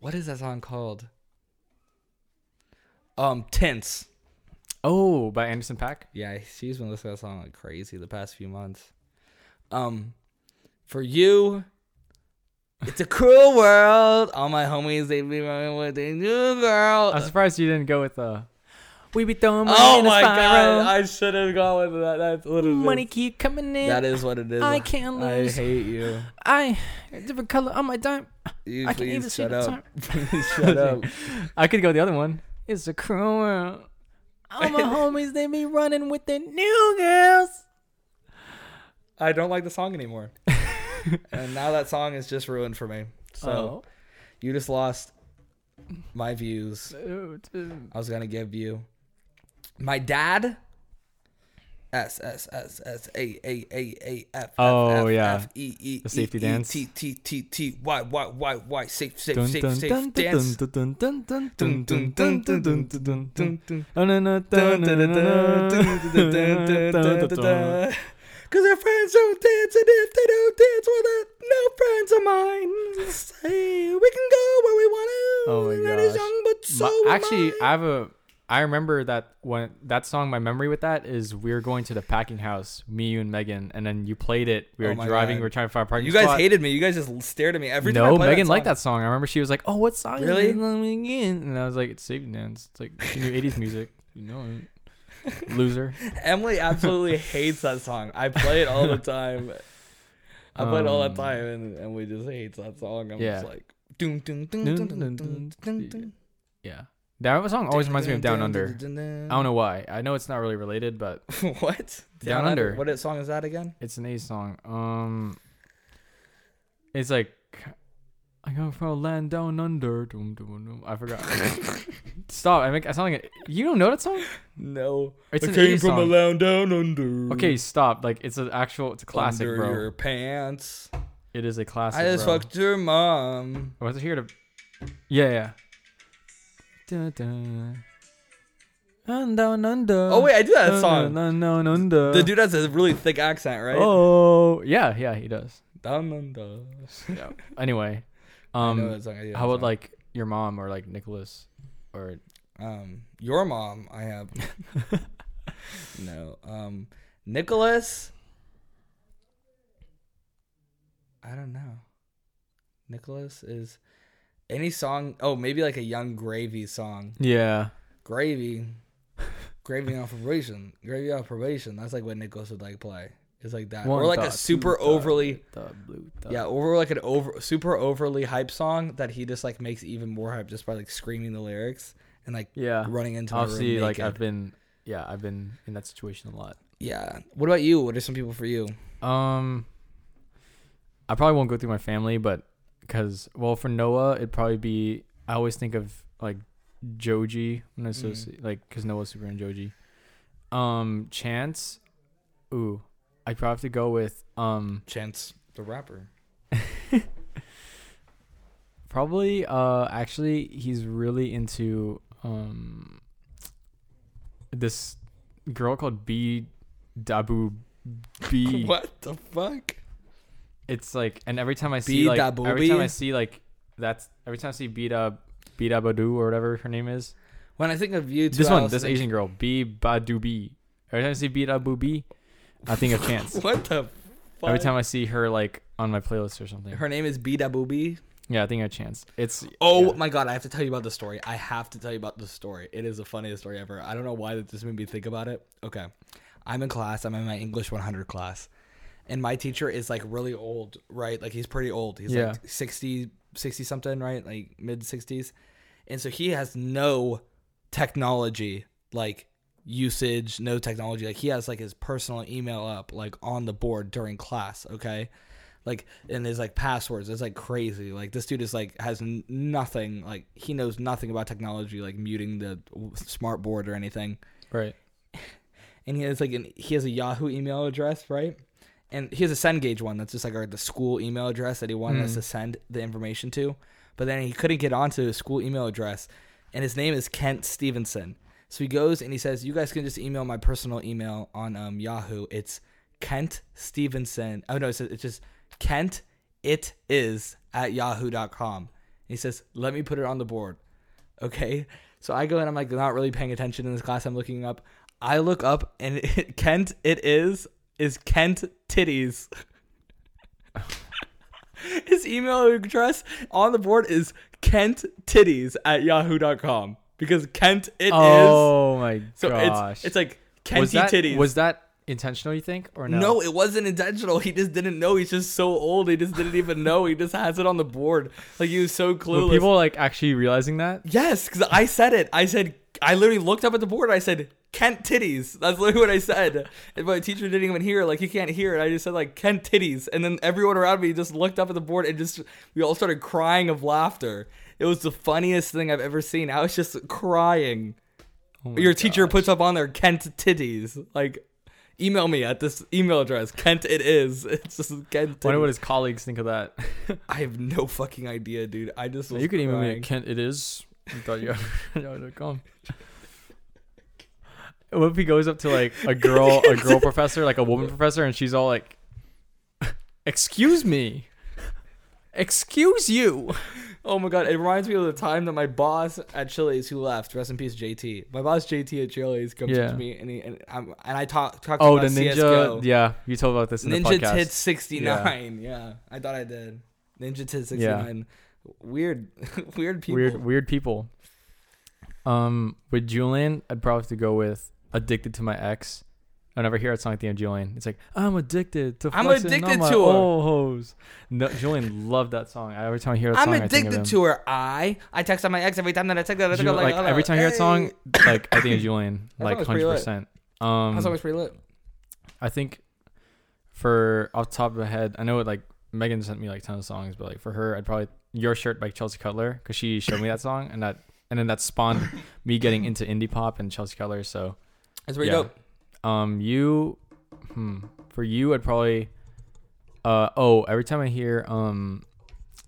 Speaker 4: What is that song called? Um, tense.
Speaker 2: Oh, by Anderson Pack.
Speaker 4: Yeah, she's been listening to that song like crazy the past few months. Um, for you, it's a cruel world. All my homies, they be running with a new girl.
Speaker 2: I'm surprised you didn't go with uh We be throwing money
Speaker 4: Uh, oh
Speaker 2: in the
Speaker 4: my
Speaker 2: spiral.
Speaker 4: god, I should have gone with that. That's what it is.
Speaker 2: money keep coming in.
Speaker 4: That is what it is.
Speaker 2: I can't
Speaker 4: I
Speaker 2: lose.
Speaker 4: hate you.
Speaker 2: I a different color on my dime.
Speaker 4: You
Speaker 2: I can even
Speaker 4: please
Speaker 2: see
Speaker 4: shut
Speaker 2: the
Speaker 4: up. Please shut up.
Speaker 2: I could go the other one. It's a cruel world. All my homies they be running with the new girls.
Speaker 4: I don't like the song anymore. and now that song is just ruined for me. So
Speaker 2: Oh.
Speaker 4: you just lost my views.
Speaker 2: Oh, dude.
Speaker 4: I was gonna give you my dad. S S S S A A A A F.
Speaker 2: Oh,
Speaker 4: F,
Speaker 2: yeah.
Speaker 4: F, E, E,
Speaker 2: The safety
Speaker 4: E, E,
Speaker 2: dance.
Speaker 4: T T T T Y Y Y Y. Safe safe
Speaker 2: Dun,
Speaker 4: safe
Speaker 2: dun,
Speaker 4: safe
Speaker 2: dun,
Speaker 4: dance.
Speaker 2: dun, dun, dun, dun,
Speaker 4: Dun,
Speaker 2: dun, dun, dun,
Speaker 4: dun,
Speaker 2: dun, dun, dun, dun. Oh, no, no, dun, dun, dun, dun, dun, dun, dun, dun, dun, dun.
Speaker 4: Cause our friends don't dance, and if they don't dance, well, they're no friends of mine. Say we can go where we want to.
Speaker 2: Oh my
Speaker 4: Not as
Speaker 2: gosh.
Speaker 4: young, but so
Speaker 2: My-
Speaker 4: am
Speaker 2: actually,
Speaker 4: I.
Speaker 2: I have a. I remember that when that song. My memory with that is we were going to the packing house, me, you, and Megan, and then you played it. We
Speaker 4: Oh
Speaker 2: were
Speaker 4: my
Speaker 2: driving.
Speaker 4: God.
Speaker 2: We were trying to find a parking.
Speaker 4: you guys
Speaker 2: spot.
Speaker 4: hated me. You guys just stared at me every time. I
Speaker 2: No,
Speaker 4: played
Speaker 2: Megan
Speaker 4: that
Speaker 2: liked
Speaker 4: song.
Speaker 2: that song. I remember she was like, "Oh, what song?" is
Speaker 4: Really?
Speaker 2: it coming in?" And I was like, "It's Safety Dance. It's like she knew '80s music. You know it, loser."
Speaker 4: Emily absolutely hates that song. I play it all the time. I play it all the
Speaker 2: Um,
Speaker 4: time, and, and we just hates that song. I'm
Speaker 2: yeah.
Speaker 4: just like. Doom, doom, doom,
Speaker 2: Dun,
Speaker 4: doom,
Speaker 2: dun,
Speaker 4: doom,
Speaker 2: dun,
Speaker 4: doom, down
Speaker 2: dun. Yeah, that song always reminds me of Down Under. I don't know why. I know it's not really related, but
Speaker 4: what?
Speaker 2: Down Under.
Speaker 4: What song is that again?
Speaker 2: it's an A song. Um, it's like I come from a land down under. Doom, doom, doom. I forgot. Stop! I make I sound like a, you don't know that song.
Speaker 4: No.
Speaker 2: It's
Speaker 4: I
Speaker 2: an
Speaker 4: came
Speaker 2: 80s
Speaker 4: from a
Speaker 2: song.
Speaker 4: land down under.
Speaker 2: Okay, stop! Like it's an actual. It's a classic,
Speaker 4: under
Speaker 2: bro.
Speaker 4: your pants.
Speaker 2: It is a classic.
Speaker 4: I just
Speaker 2: bro.
Speaker 4: fucked your mom.
Speaker 2: I was here to. Yeah, yeah. Dun, dun. Dun, dun, dun, dun.
Speaker 4: Oh wait, I do that
Speaker 2: Dun,
Speaker 4: song.
Speaker 2: dun, dun, dun, dun.
Speaker 4: The dude has a really thick accent, right?
Speaker 2: Oh yeah, yeah, he does.
Speaker 4: Down under.
Speaker 2: Yeah. anyway,
Speaker 4: I know
Speaker 2: um,
Speaker 4: that song. I do that
Speaker 2: how about
Speaker 4: song.
Speaker 2: like your mom or like Nicholas or
Speaker 4: um your mom i have no um nicholas i don't know nicholas is any song oh maybe like a young gravy song
Speaker 2: yeah.
Speaker 4: gravy gravy on probation gravy on probation that's like what nicholas would like play it's like that or like a super overly yeah, over like an over super overly hype song that he just like makes even more hype just by like screaming the lyrics and like
Speaker 2: yeah.
Speaker 4: running into my room
Speaker 2: Obviously, like
Speaker 4: naked.
Speaker 2: I've been, yeah, I've been in that situation a lot.
Speaker 4: Yeah. What about you? What are some people for you?
Speaker 2: Um, I probably won't go through my family, but because well, for Noah, it'd probably be I always think of like Joji when I associate like because Noah's super into Joji. Um, Chance, ooh, I'd probably have to go with um
Speaker 4: Chance the rapper.
Speaker 2: probably uh actually he's really into um this girl called B Dabu B.
Speaker 4: What the fuck?
Speaker 2: it's like and every time I see like
Speaker 4: Bida
Speaker 2: every time
Speaker 4: Booby?
Speaker 2: I see like that's every time I see Bida Bida Badu or whatever her name is.
Speaker 4: When I think of you, too,
Speaker 2: This
Speaker 4: I
Speaker 2: one,
Speaker 4: also
Speaker 2: this
Speaker 4: think-
Speaker 2: Asian girl, B Badu B. Every time I see Bida Booby, I think of Chance.
Speaker 4: What the? Fuck?
Speaker 2: every time I see her like on my playlist or something.
Speaker 4: Her name is Bida Booby.
Speaker 2: yeah, I think of Chance. It's
Speaker 4: Oh
Speaker 2: yeah.
Speaker 4: my god! I have to tell you about the story. I have to tell you about the story. It is the funniest story ever. I don't know why that this made me think about it. Okay, I'm in class. I'm in my English 100 class, and my teacher is like really old, right? Like he's pretty old. He's
Speaker 2: Yeah.
Speaker 4: like 60, 60 something, right? Like mid 60s, and so he has no technology like usage, no technology. Like he has like his personal email up like on the board during class. Okay, like and his like passwords. It's like crazy. Like this dude is like has n- nothing. Like he knows nothing about technology, like muting the w- smart board or anything.
Speaker 2: right.
Speaker 4: and he has like an he has a Yahoo email address, right? And he has a send gauge one that's just like our the school email address that he wanted us to send the information to. But then he couldn't get onto his school email address, and his name is Kent Stevenson. So he goes and he says, "You guys can just email my personal email on um, Yahoo. It's Kent Stevenson. Oh no, it's, it's just Kent. It is at yahoo.com." And he says, "Let me put it on the board." okay so i go and i'm like not really paying attention in this class i'm looking up i look up and it, kent it is is kent titties his email address on the board is kent titties at yahoo.com because kent it is.
Speaker 2: oh my gosh.
Speaker 4: so it's it's like kenty
Speaker 2: was that,
Speaker 4: titties
Speaker 2: Was that intentional? You think or no?
Speaker 4: no, it wasn't intentional. He just didn't know. He's just so old. He just didn't even know. He just has it on the board. Like he was so clueless.
Speaker 2: Were people like actually realizing that?
Speaker 4: Yes, because I said it. I said I literally looked up at the board. I said Kent titties. That's literally what I said. And my teacher didn't even hear. Like he can't hear it. I just said like Kent titties, and then everyone around me just looked up at the board and just we all started crying of laughter. It was the funniest thing I've ever seen. I was just crying.
Speaker 2: Oh
Speaker 4: Your teacher puts up on there Kent titties. Like, email me at this email address. Kent it is. It's just Kent.
Speaker 2: Wonder
Speaker 4: titties.
Speaker 2: what his colleagues think of that.
Speaker 4: I have no fucking idea, dude. I just was
Speaker 2: you could email me
Speaker 4: crying.
Speaker 2: at Kent. It is. dot yahoo- dot com. What if he goes up to like a girl, a girl professor, like a woman professor, and she's all like, "Excuse me, excuse you."
Speaker 4: Oh my god, it reminds me of the time that my boss at Chili's who left, rest in peace, JT. My boss JT at Chili's comes up
Speaker 2: Yeah.
Speaker 4: to me and he, and, I'm, and I talk talked
Speaker 2: Oh, the
Speaker 4: about
Speaker 2: ninja.
Speaker 4: CS:GO.
Speaker 2: Yeah, you told about this in the
Speaker 4: Ninja
Speaker 2: podcast.
Speaker 4: Tit 69. Yeah. I thought I did. Ninja Tit 69. Weird weird people.
Speaker 2: Weird, weird people. Um, with Julian, I'd probably have to go with "Addicted to My Ex." I never hear a song at the end of Julian. It's like I'm addicted to.
Speaker 4: I'm
Speaker 2: flexing on
Speaker 4: addicted
Speaker 2: my
Speaker 4: to her."
Speaker 2: old hoes." No, Julian loved that song. Every time I hear that
Speaker 4: I'm
Speaker 2: song, I think
Speaker 4: addicted
Speaker 2: of him.
Speaker 4: to her. I I text on my ex every time that I text her. I
Speaker 2: Ju-
Speaker 4: like,
Speaker 2: like
Speaker 4: "Hold
Speaker 2: every
Speaker 4: on,
Speaker 2: time I hear that song,
Speaker 4: hey."
Speaker 2: like I think of Julian,
Speaker 4: That
Speaker 2: like
Speaker 4: song was pretty
Speaker 2: hundred
Speaker 4: lit.
Speaker 2: percent.
Speaker 4: That
Speaker 2: Um,
Speaker 4: song was pretty lit.
Speaker 2: I think for off the top of my head, I know it like Megan sent me like tons of songs, but like for her, I'd probably "Your Shirt" by Chelsea Cutler because she showed me that song, and that and then that spawned me getting into indie pop and Chelsea Cutler. So,
Speaker 4: It's pretty
Speaker 2: Yeah.
Speaker 4: dope.
Speaker 2: um, you, hmm, for you, I'd probably, uh, oh, every time I hear, um,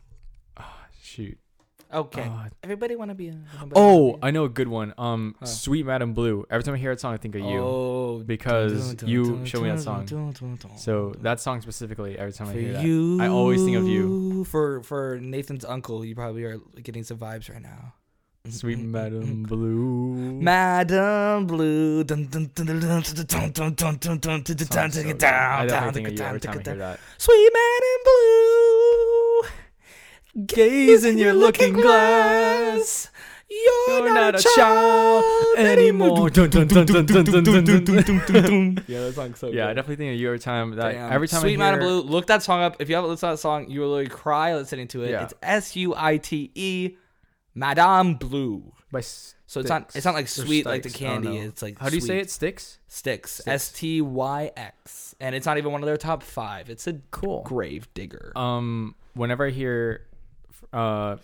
Speaker 2: ah, shoot,
Speaker 4: Okay.
Speaker 2: Oh.
Speaker 4: everybody want to be. everybody
Speaker 2: oh,
Speaker 4: wanna
Speaker 2: I know a good one, um, "Sweet Madam Blue." Every time I hear that song, I think of
Speaker 4: be-
Speaker 2: you.
Speaker 4: Oh,
Speaker 2: because you showed me that song. So that song specifically, every time I hear that, I always think of you.
Speaker 4: For for Nathan's uncle, you probably are getting some vibes right
Speaker 2: Mm.
Speaker 4: now.
Speaker 2: Sweet Madam Blue.
Speaker 4: Madam Blue. dun, dun, dun, dun, dun, dun, dun, dun, dun, dun, dun, dun,
Speaker 2: That song's so
Speaker 4: dun,
Speaker 2: good. I
Speaker 4: down, down,
Speaker 2: definitely think of you
Speaker 4: down,
Speaker 2: every time I
Speaker 4: down,
Speaker 2: hear
Speaker 4: down.
Speaker 2: that.
Speaker 4: Sweet Madam Blue. Gaze in your looking glass. You're not a child anymore.
Speaker 2: Dun, dun, dun, dun, dun, dun, dun, dun, dun, dun, dun, dun.
Speaker 4: Yeah, that song's so
Speaker 2: Yeah, I definitely think of you every time. That
Speaker 4: Damn.
Speaker 2: every time
Speaker 4: Sweet
Speaker 2: I
Speaker 4: Madam
Speaker 2: hear,
Speaker 4: Blue. Look that song up. If you haven't listened to that song, you will literally cry listening to it.
Speaker 2: Yeah.
Speaker 4: It's S U I T E, Madame Blue.
Speaker 2: by
Speaker 4: So it's not it's not like sweet like the candy. It's like
Speaker 2: how do you say
Speaker 4: sweet.
Speaker 2: it? Sticks.
Speaker 4: Sticks. S T Y X. And it's not even one of their top five. It's a
Speaker 2: Cool.
Speaker 4: grave digger.
Speaker 2: Um, whenever I hear, uh,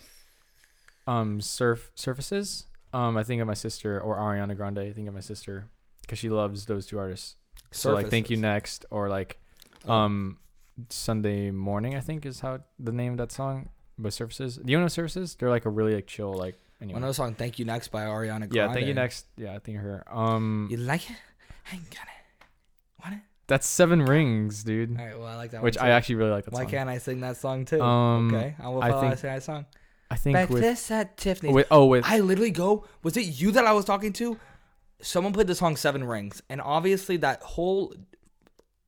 Speaker 2: um, surf surfaces. Um, I think of my sister or Ariana Grande. I think of my sister because she loves those two artists. So like, thank you next or like,
Speaker 4: Oh.
Speaker 2: um, Sunday morning. I think is how the name of that song. But surfaces. Do you know surfaces? They're like a really like chill like. Anyway.
Speaker 4: Another song, Thank You Next by Ariana Grande.
Speaker 2: yeah, thank you next. Yeah, I think of her. Um,
Speaker 4: You like it? I ain't got it. Want it?
Speaker 2: that's Seven Rings, dude.
Speaker 4: All right, well, I like that
Speaker 2: Which
Speaker 4: one.
Speaker 2: I actually really like that
Speaker 4: Why
Speaker 2: song.
Speaker 4: can't I sing that song too?
Speaker 2: Um,
Speaker 4: okay. I will
Speaker 2: I
Speaker 4: follow
Speaker 2: think-
Speaker 4: I sing that song.
Speaker 2: I think with,
Speaker 4: Breakfast at Tiffany's.
Speaker 2: with oh with
Speaker 4: I literally go, was it you that I was talking to? Someone played the song Seven Rings, and obviously that whole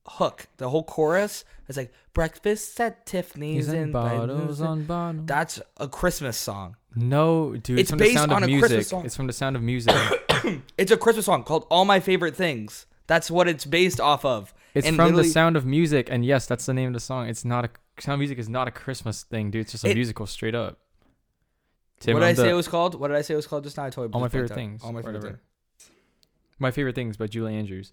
Speaker 4: hook, the whole chorus, is like breakfast at Tiffany's
Speaker 2: He's in
Speaker 4: and
Speaker 2: bottles on bottles.
Speaker 4: That's a Christmas song.
Speaker 2: No, dude,
Speaker 4: It's
Speaker 2: it's from the
Speaker 4: based
Speaker 2: sound
Speaker 4: on
Speaker 2: of
Speaker 4: a Christmas
Speaker 2: music.
Speaker 4: song.
Speaker 2: It's from the sound of music.
Speaker 4: It's a Christmas song called All My Favorite Things. That's what it's based off of.
Speaker 2: It's
Speaker 4: And
Speaker 2: from the
Speaker 4: literally-
Speaker 2: sound of music, and yes, that's the name of the song. It's not a sound of music is not a Christmas thing, dude. It's just a
Speaker 4: It-
Speaker 2: musical, straight up. Tim,
Speaker 4: What did
Speaker 2: I'm
Speaker 4: I say
Speaker 2: the-
Speaker 4: it was called? What did I say it was called just now? I totally
Speaker 2: all my
Speaker 4: blanked
Speaker 2: favorite
Speaker 4: out.
Speaker 2: things.
Speaker 4: All my favorite things.
Speaker 2: whatever. My favorite things by Julie Andrews.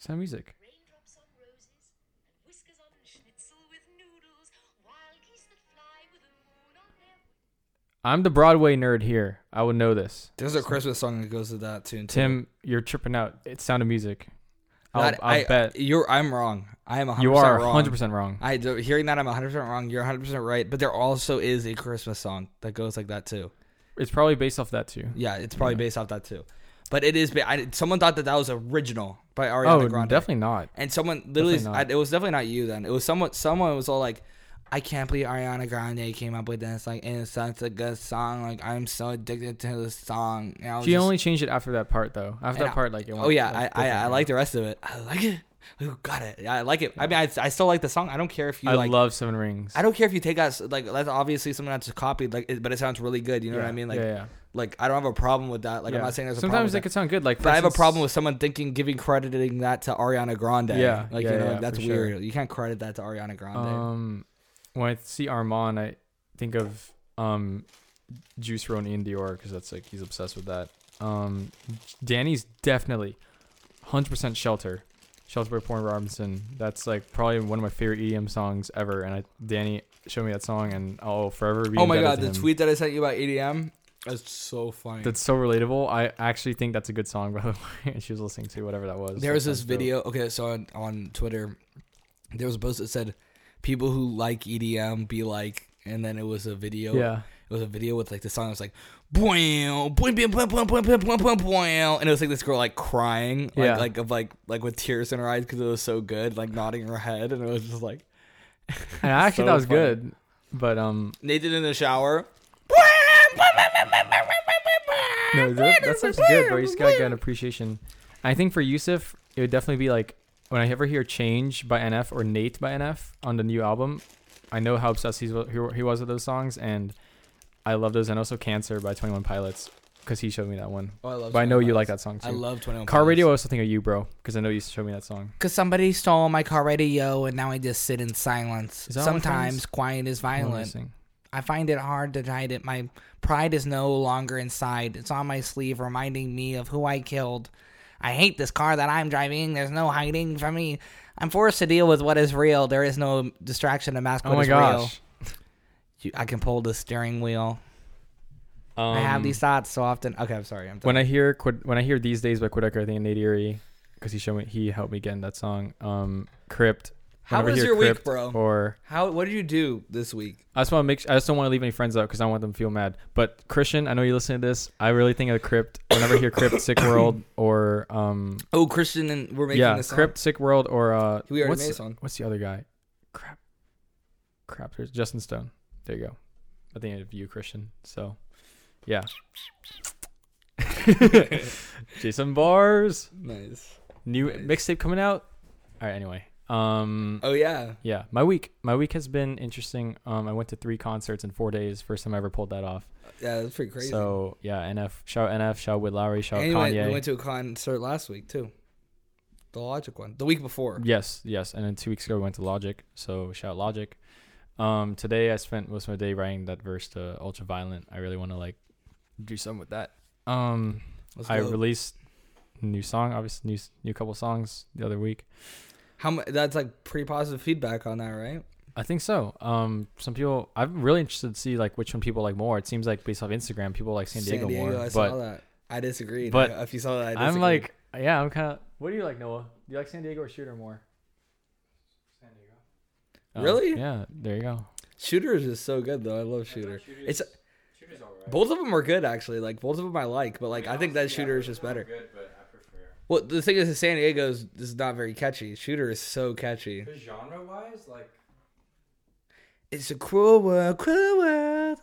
Speaker 2: Sound of music.
Speaker 6: Raindrops on roses and whiskers on schnitzel with noodles, wild geese that fly with the moon on their
Speaker 2: I'm the Broadway nerd here. I would know this.
Speaker 4: There's a Christmas song that goes to that tune. too.
Speaker 2: Tim, you're tripping out. It's Sound of Music. I'll,
Speaker 4: That-
Speaker 2: I'll
Speaker 4: I-
Speaker 2: bet
Speaker 4: you're. I'm wrong. I am 100
Speaker 2: you are
Speaker 4: wrong.
Speaker 2: 100% wrong.
Speaker 4: I do- hearing that I'm 100 percent wrong. You're 100 percent right. But there also is a Christmas song that goes like that too.
Speaker 2: It's probably based off that too.
Speaker 4: Yeah, it's probably based off that too. But it is. ba- I, someone thought that that was original by Ariana
Speaker 2: Oh,
Speaker 4: Grande.
Speaker 2: definitely not.
Speaker 4: And someone literally,
Speaker 2: Definitely
Speaker 4: I,
Speaker 2: not.
Speaker 4: it was definitely not you then. It was someone. Someone was all like, "I can't believe Ariana Grande came up with this. Like, and it's such a good song. Like, I'm so addicted to this song." And I was
Speaker 2: She
Speaker 4: just-
Speaker 2: only changed it after that part though. After
Speaker 4: and
Speaker 2: that part, like it
Speaker 4: oh
Speaker 2: went-
Speaker 4: yeah,
Speaker 2: went
Speaker 4: I, I I
Speaker 2: different.
Speaker 4: like the rest of it. I like it. Ooh, got it. I like it. I mean, I, I still like the song. I don't care if you
Speaker 2: I
Speaker 4: like.
Speaker 2: love Seven Rings.
Speaker 4: I don't care if you take us like that's obviously something that's copied like, it, but it sounds really good. You know what I mean? Like,
Speaker 2: yeah, yeah.
Speaker 4: like I don't have a problem with that. Like, I'm
Speaker 2: Yeah.
Speaker 4: not saying there's a problem.
Speaker 2: sometimes it
Speaker 4: with that.
Speaker 2: could sound good. Like, for
Speaker 4: But I have a
Speaker 2: instance-
Speaker 4: problem with someone thinking, giving crediting that to Ariana Grande.
Speaker 2: Yeah,
Speaker 4: like
Speaker 2: yeah,
Speaker 4: you know,
Speaker 2: yeah,
Speaker 4: like, that's
Speaker 2: for sure.
Speaker 4: weird. You can't credit that to Ariana Grande.
Speaker 2: Um, when I see Armand, I think of um, Juice Roni and Dior because that's like he's obsessed with that. Um, Danny's definitely 100% Shelter. Shelter by Porn Robinson. That's like probably one of my favorite EDM songs ever. And I, Danny showed me that song, and I'll forever be.
Speaker 4: oh my
Speaker 2: indebted
Speaker 4: god,
Speaker 2: to
Speaker 4: the
Speaker 2: him.
Speaker 4: tweet that I sent you about EDM that's so funny.
Speaker 2: That's so relatable. I actually think that's a good song, by the way. And she was listening to whatever that was.
Speaker 4: there was
Speaker 2: That
Speaker 4: this
Speaker 2: sounds dope.
Speaker 4: video. Okay, so on, on Twitter, there was a post that said, "People who like EDM be like," and then it was a video.
Speaker 2: Yeah.
Speaker 4: it was a video with like the song. It was like, boing, boing, boing, boing, boing, boing, boing, boing, boing, boing, and it was like this girl like crying, like,
Speaker 2: Yeah.
Speaker 4: like of like like with tears in her eyes because it was so good, like nodding her head, and it was just like.
Speaker 2: And I actually
Speaker 4: So
Speaker 2: thought it was
Speaker 4: funny.
Speaker 2: good. But um,
Speaker 4: Nathan in the shower.
Speaker 2: No, that, that sounds good, bro. You just gotta get an appreciation. I think for Yusuf, it would definitely be like when I ever hear "Change" by NF or "Nate" by NF on the new album. I know how obsessed he's, he he was with those songs, and I love those. And also "Cancer" by Twenty One Pilots because he showed me that one.
Speaker 4: Oh, I love
Speaker 2: but I know
Speaker 4: 21
Speaker 2: you like
Speaker 4: Pilots.
Speaker 2: that song too.
Speaker 4: I love 21
Speaker 2: Car Radio. I also think of you, bro, because I know you showed me that song.
Speaker 4: Because somebody stole my car radio and now I just sit in silence.
Speaker 2: Is that all my
Speaker 4: Sometimes
Speaker 2: friends?
Speaker 4: quiet is
Speaker 2: I wanna
Speaker 4: violent.
Speaker 2: sing.
Speaker 4: I find it hard to hide it. My pride is no longer inside. It's on my sleeve, reminding me of who I killed. I hate this car that I'm driving. There's no hiding from me. I'm forced to deal with what is real. There is no distraction to mask
Speaker 2: Oh
Speaker 4: what
Speaker 2: my
Speaker 4: is real.
Speaker 2: gosh.
Speaker 4: You- I can pull the steering wheel.
Speaker 2: Um,
Speaker 4: I have these thoughts so often. Okay, I'm sorry. I'm done.
Speaker 2: When I hear Quid- when I hear these days by Quiddecker, I think of Nate Erie because he showed me he helped me get in that song. Um, Crypt.
Speaker 4: How
Speaker 2: Whenever I
Speaker 4: was
Speaker 2: hear
Speaker 4: your week,
Speaker 2: Crypt
Speaker 4: bro?
Speaker 2: Or
Speaker 4: How? What did you do this week?
Speaker 2: I just want to make. I just don't want to leave any friends out because I don't want them to feel mad. But Christian, I know you listen to this. I really think of Crypt. Whenever I hear Crypt, Sick World, or um,
Speaker 4: Oh, Christian and we're making
Speaker 2: yeah,
Speaker 4: this.
Speaker 2: Crypt, Sick World, or uh,
Speaker 4: We already
Speaker 2: what's,
Speaker 4: made a song.
Speaker 2: what's the other guy? Crap, crap. There's Justin Stone. There you go. I think of you, Christian. So, yeah. Jason Bars,
Speaker 4: Nice.
Speaker 2: new mixtape coming out. All right. Anyway, um,
Speaker 4: Oh yeah.
Speaker 2: yeah, my week, my week has been interesting. Um, I went to three concerts in four days. First time I ever pulled that off.
Speaker 4: Yeah, that's pretty crazy.
Speaker 2: So yeah, NF shout NF shout Whit Lowry shout
Speaker 4: and we went,
Speaker 2: Oh, Kanye.
Speaker 4: we went to a concert last week too. The Logic one, the week before.
Speaker 2: yes, yes, and then two weeks ago we went to Logic, so shout Logic. Um, today I spent most of my day writing that verse to Ultraviolent. I really want to like do something with that. Um,
Speaker 4: Let's
Speaker 2: I
Speaker 4: go.
Speaker 2: released a new song, obviously new s- new couple songs the other week.
Speaker 4: How mu- that's like pretty positive feedback on that, right?
Speaker 2: I think so. Um, some people I'm really interested to see like which one people like more. It seems like based off Instagram, people like San Diego, more,
Speaker 4: I
Speaker 2: but
Speaker 4: saw that. I disagreed.
Speaker 2: but
Speaker 4: I- if you saw that, I disagreed.
Speaker 2: I'm like, yeah, I'm kind of. What do you like, Noah? Do you like San Diego or Shooter more? San Diego.
Speaker 4: Really?
Speaker 2: Yeah. There you go.
Speaker 4: Shooters is so good though. I love Shooter. It's
Speaker 2: Shooter's alright.
Speaker 4: both of them are good actually. Like both of them I like, but like I think that Shooter is just better.
Speaker 2: Good, but I prefer.
Speaker 4: Well, the thing is, San Diego's is not very catchy. Shooter is so catchy.
Speaker 2: genre wise, like,
Speaker 4: It's a cruel world, cruel world.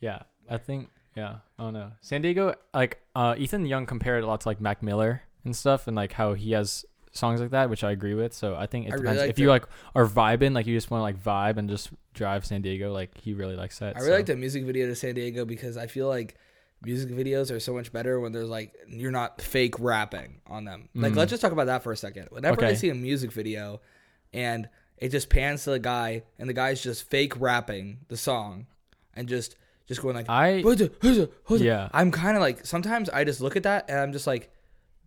Speaker 2: yeah, I think, yeah. Oh no, San Diego. Like, uh, Ethan Young compared it a lot to like Mac Miller and stuff, and like how he has songs like that, which I agree with. So I think it
Speaker 4: I really
Speaker 2: depends.
Speaker 4: like
Speaker 2: if
Speaker 4: the-
Speaker 2: you like are vibing, like you just want to like vibe and just drive San Diego, like he really likes that.
Speaker 4: I really
Speaker 2: so.
Speaker 4: like the music video to San Diego because I feel like music videos are so much better when there's like you're not fake rapping on them. Like let's just talk about that for a second. Whenever I
Speaker 2: Mm. Okay.
Speaker 4: see a music video and it just pans to the guy and the guy's just fake rapping the song and just just going like
Speaker 2: I-
Speaker 4: "Who's it? Who's it? Who's it?"
Speaker 2: Yeah.
Speaker 4: I'm kind of like sometimes I just look at that and I'm just like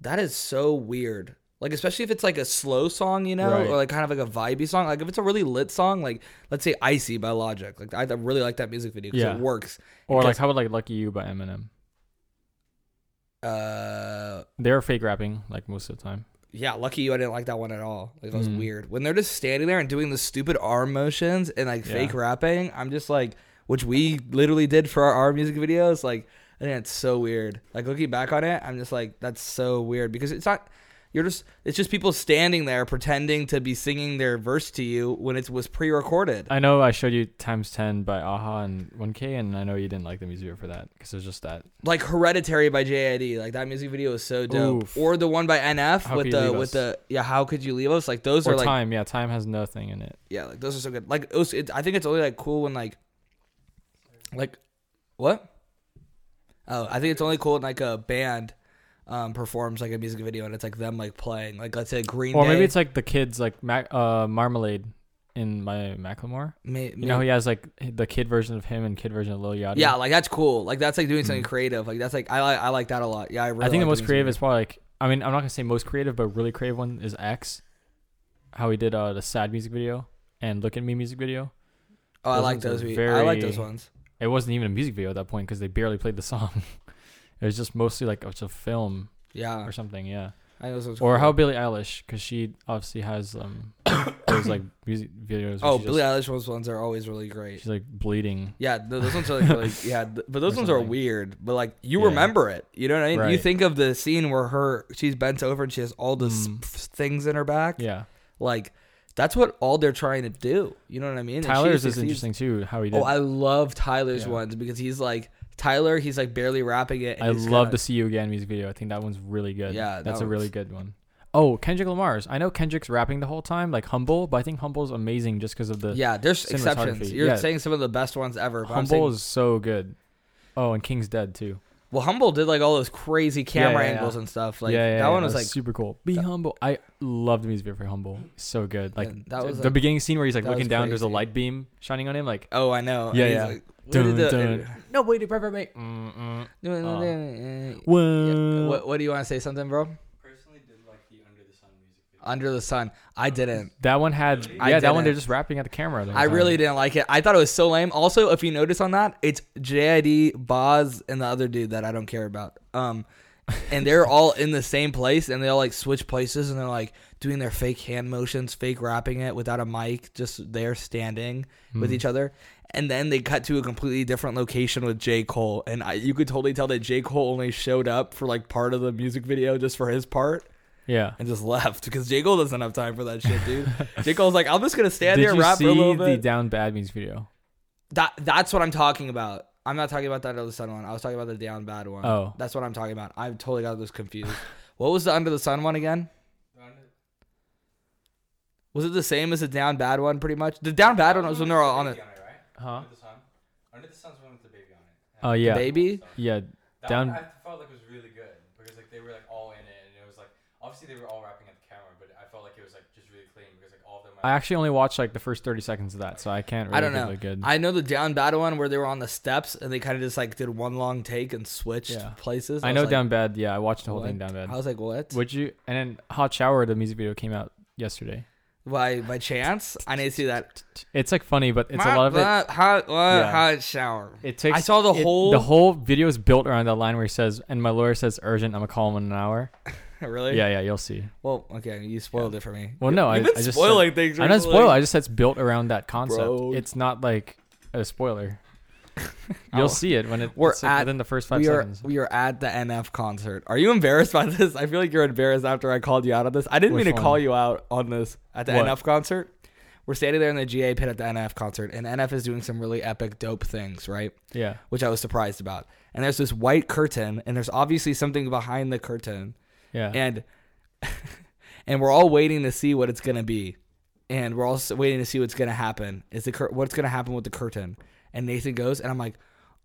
Speaker 4: that is so weird. Like especially if it's like a slow song, you know,
Speaker 2: Right.
Speaker 4: or like kind of like a vibey song. Like if it's a really lit song, like let's say "Icy" by Logic. Like I I really like that music video because
Speaker 2: Yeah.
Speaker 4: it works.
Speaker 2: Or like
Speaker 4: Because-
Speaker 2: how about like "Lucky You" by Eminem?
Speaker 4: Uh,
Speaker 2: They're fake rapping like most of the time.
Speaker 4: yeah, lucky you. I didn't like that one at all. Like that was
Speaker 2: Mm.
Speaker 4: weird. When they're just standing there and doing the stupid arm motions and like fake
Speaker 2: Yeah.
Speaker 4: rapping, I'm just like, which we literally did for our, our music videos. Like, I think it's so weird. Like looking back on it, I'm just like, that's so weird because it's not. You're just. It's just people standing there pretending to be singing their verse to you when it was pre-recorded.
Speaker 2: I know I showed you "Times Ten" by Aha and 1K, and I know you didn't like the music video for that because it's just that.
Speaker 4: like Hereditary by JID. Like that music video is so dope.
Speaker 2: Oof.
Speaker 4: Or the one by NF
Speaker 2: How
Speaker 4: with
Speaker 2: Could You
Speaker 4: the
Speaker 2: Leave
Speaker 4: with
Speaker 2: Us?
Speaker 4: the yeah. How could you leave us? Like those
Speaker 2: Or
Speaker 4: are like
Speaker 2: time, yeah, time has nothing in it.
Speaker 4: yeah, like those are so good. Like it was, it, I think it's only like cool when like, like, what? Oh, I think it's only cool when like a band um performs like a music video and it's like them like playing like let's say Green
Speaker 2: Or
Speaker 4: Day.
Speaker 2: maybe it's like the kids like Mac, uh, Marmalade in my Macklemore.
Speaker 4: may,
Speaker 2: You know, he has like the kid version of him and kid version of Lil Yachty.
Speaker 4: yeah, like that's cool. Like that's like doing something creative. Like that's like I like I like that a lot. Yeah, I, really
Speaker 2: Mm-hmm. I think the
Speaker 4: like
Speaker 2: most
Speaker 4: music
Speaker 2: creative
Speaker 4: video.
Speaker 2: is probably like I mean I'm not gonna say most creative, but really creative one is X. How he did uh, the sad music video and look at me music video.
Speaker 4: Oh, I
Speaker 2: those
Speaker 4: like
Speaker 2: ones are
Speaker 4: those. Very... I like those
Speaker 2: very-
Speaker 4: ones.
Speaker 2: It wasn't even a music video at that point because they barely played the song. it was just mostly like it's a film
Speaker 4: Yeah,
Speaker 2: or something, yeah.
Speaker 4: I know those ones
Speaker 2: Or
Speaker 4: cool.
Speaker 2: how Billie Eilish because she obviously has um those like music videos. Where
Speaker 4: Oh,
Speaker 2: she
Speaker 4: Billie
Speaker 2: just,
Speaker 4: Eilish ones ones are always really great.
Speaker 2: she's like bleeding.
Speaker 4: Yeah, th- those ones are like really, yeah, th- but those
Speaker 2: Or
Speaker 4: ones are
Speaker 2: something.
Speaker 4: weird. But like you
Speaker 2: Yeah.
Speaker 4: remember it, you know what I mean? You
Speaker 2: Right.
Speaker 4: think of the scene where her she's bent over and she has all these
Speaker 2: Mm.
Speaker 4: things in her back.
Speaker 2: Yeah,
Speaker 4: Like that's what all they're trying to do. You know what I mean? And she
Speaker 2: Tyler's is
Speaker 4: succeeds.
Speaker 2: interesting too. How he did.
Speaker 4: Oh, I love Tyler's
Speaker 2: Yeah.
Speaker 4: ones because he's like Tyler. He's like barely rapping it. And
Speaker 2: I
Speaker 4: he's
Speaker 2: love to
Speaker 4: kinda-
Speaker 2: see you again music video. I think that one's really good.
Speaker 4: Yeah, that
Speaker 2: that's a really
Speaker 4: one's-
Speaker 2: good one. Oh, Kendrick Lamar's. I know Kendrick's rapping the whole time, like humble, but I think humble's amazing just because of the
Speaker 4: Yeah, there's exceptions.
Speaker 2: cinematography.
Speaker 4: You're
Speaker 2: Yeah.
Speaker 4: saying some of the best ones ever. But I'm saying-
Speaker 2: humble is so good. Oh, and King's Dead too.
Speaker 4: well, Humble did like all those crazy
Speaker 2: yeah,
Speaker 4: camera
Speaker 2: yeah.
Speaker 4: angles and stuff. Like
Speaker 2: yeah, yeah,
Speaker 4: that
Speaker 2: yeah,
Speaker 4: one was like
Speaker 2: super cool. Be humble. I love the music video for humble. So good. Like
Speaker 4: Yeah, that was,
Speaker 2: the
Speaker 4: like-
Speaker 2: beginning scene where he's like
Speaker 4: that was
Speaker 2: looking down. There's a
Speaker 4: crazy.
Speaker 2: light beam shining on him. Like
Speaker 4: oh, I
Speaker 2: Yeah,
Speaker 4: know. And he's
Speaker 2: yeah.
Speaker 4: like, what did
Speaker 2: dun,
Speaker 4: the-
Speaker 2: dun. no way to perfect me. Mm-mm.
Speaker 4: and-
Speaker 2: Well,
Speaker 4: Ah. What, what do you want to say something, bro? Under the sun. I didn't.
Speaker 2: that one had
Speaker 4: I
Speaker 2: yeah. That one
Speaker 4: didn't.
Speaker 2: they're just rapping at the camera. the whole
Speaker 4: I
Speaker 2: time.
Speaker 4: really didn't like it. I thought it was so lame. Also, if you notice on that, it's JID, Boz, and the other dude that I don't care about. Um, and they're all in the same place, and they all like switch places, and they're like doing their fake hand motions, fake rapping it without a mic, just there standing
Speaker 2: Hmm.
Speaker 4: with each other. And then they cut to a completely different location with J Cole, and I, you could totally tell that J Cole only showed up for like part of the music video, just for his part.
Speaker 2: yeah.
Speaker 4: and just left because J. Cole doesn't have time for that shit, dude. J. Cole's like, I'm just gonna stand
Speaker 2: Did
Speaker 4: here and
Speaker 2: you
Speaker 4: rap
Speaker 2: see
Speaker 4: for a little
Speaker 2: the
Speaker 4: bit.
Speaker 2: Down Bad music video?
Speaker 4: that that's what I'm talking about. I'm not talking about that under the sun one. I was talking about the down bad one.
Speaker 2: Oh.
Speaker 4: That's what I'm talking about. I totally got those confused. what was the under the sun one again? Was it the same as the down bad one pretty much? The down bad one was when they were all on it.
Speaker 2: Huh?
Speaker 7: Under the sun. Under the sun's one with the baby on it.
Speaker 2: Oh yeah,
Speaker 4: Baby?
Speaker 2: yeah.
Speaker 7: That
Speaker 2: Down-
Speaker 7: one I felt like was really good because like they were like all in it and it was like obviously they were all rapping at the camera, but I felt like it was like just really clean because like all of them.
Speaker 2: I actually only watched like the first thirty seconds of that, so I can't. Really
Speaker 4: I don't
Speaker 2: give
Speaker 4: know.
Speaker 2: a Good.
Speaker 4: I know the down bad one where they were on the steps and they kind of just like did one long take and switched
Speaker 2: Yeah.
Speaker 4: places.
Speaker 2: I
Speaker 4: was
Speaker 2: know
Speaker 4: like,
Speaker 2: Down Bad. Yeah, I watched the whole thing Down
Speaker 4: what?
Speaker 2: Bad.
Speaker 4: I was like, what?
Speaker 2: Would you? And then Hot Shower, the music video came out yesterday.
Speaker 4: By by chance, I need to see that.
Speaker 2: It's like funny, but it's a lot of it.
Speaker 4: Hot, hot,
Speaker 2: Yeah.
Speaker 4: hot shower.
Speaker 2: It takes.
Speaker 4: I saw the
Speaker 2: it-
Speaker 4: whole.
Speaker 2: The whole video is built around that line where he says, "And my lawyer says urgent. I'm gonna call him in an hour."
Speaker 4: really?
Speaker 2: Yeah, yeah, you'll see.
Speaker 4: Well, okay, you spoiled it for me.
Speaker 2: Well, no, I,
Speaker 4: You've been
Speaker 2: I just
Speaker 4: spoiling
Speaker 2: said,
Speaker 4: things
Speaker 2: I didn't
Speaker 4: recently.
Speaker 2: spoil. I just said it's built around that concept.
Speaker 4: Bro.
Speaker 2: It's not like a spoiler. You'll
Speaker 4: Oh.
Speaker 2: see it when it,
Speaker 4: We're
Speaker 2: it's like
Speaker 4: at-
Speaker 2: within the first five
Speaker 4: We are
Speaker 2: seconds.
Speaker 4: we are at the NF concert. Are you embarrassed by this? I feel like you're embarrassed after I called you out on this. I didn't
Speaker 2: Which
Speaker 4: mean to
Speaker 2: one?
Speaker 4: call you out on this at the
Speaker 2: What?
Speaker 4: NF concert. We're standing there in the GA pit at the NF concert, and NF is doing some really epic, dope things, right?
Speaker 2: yeah.
Speaker 4: Which I was surprised about. And there's this white curtain, and there's obviously something behind the curtain.
Speaker 2: Yeah.
Speaker 4: and and we're all waiting to see what it's gonna be, and we're all s- waiting to see what's gonna happen. Is the cur- what's gonna happen with the curtain? And Nathan goes, and I'm like,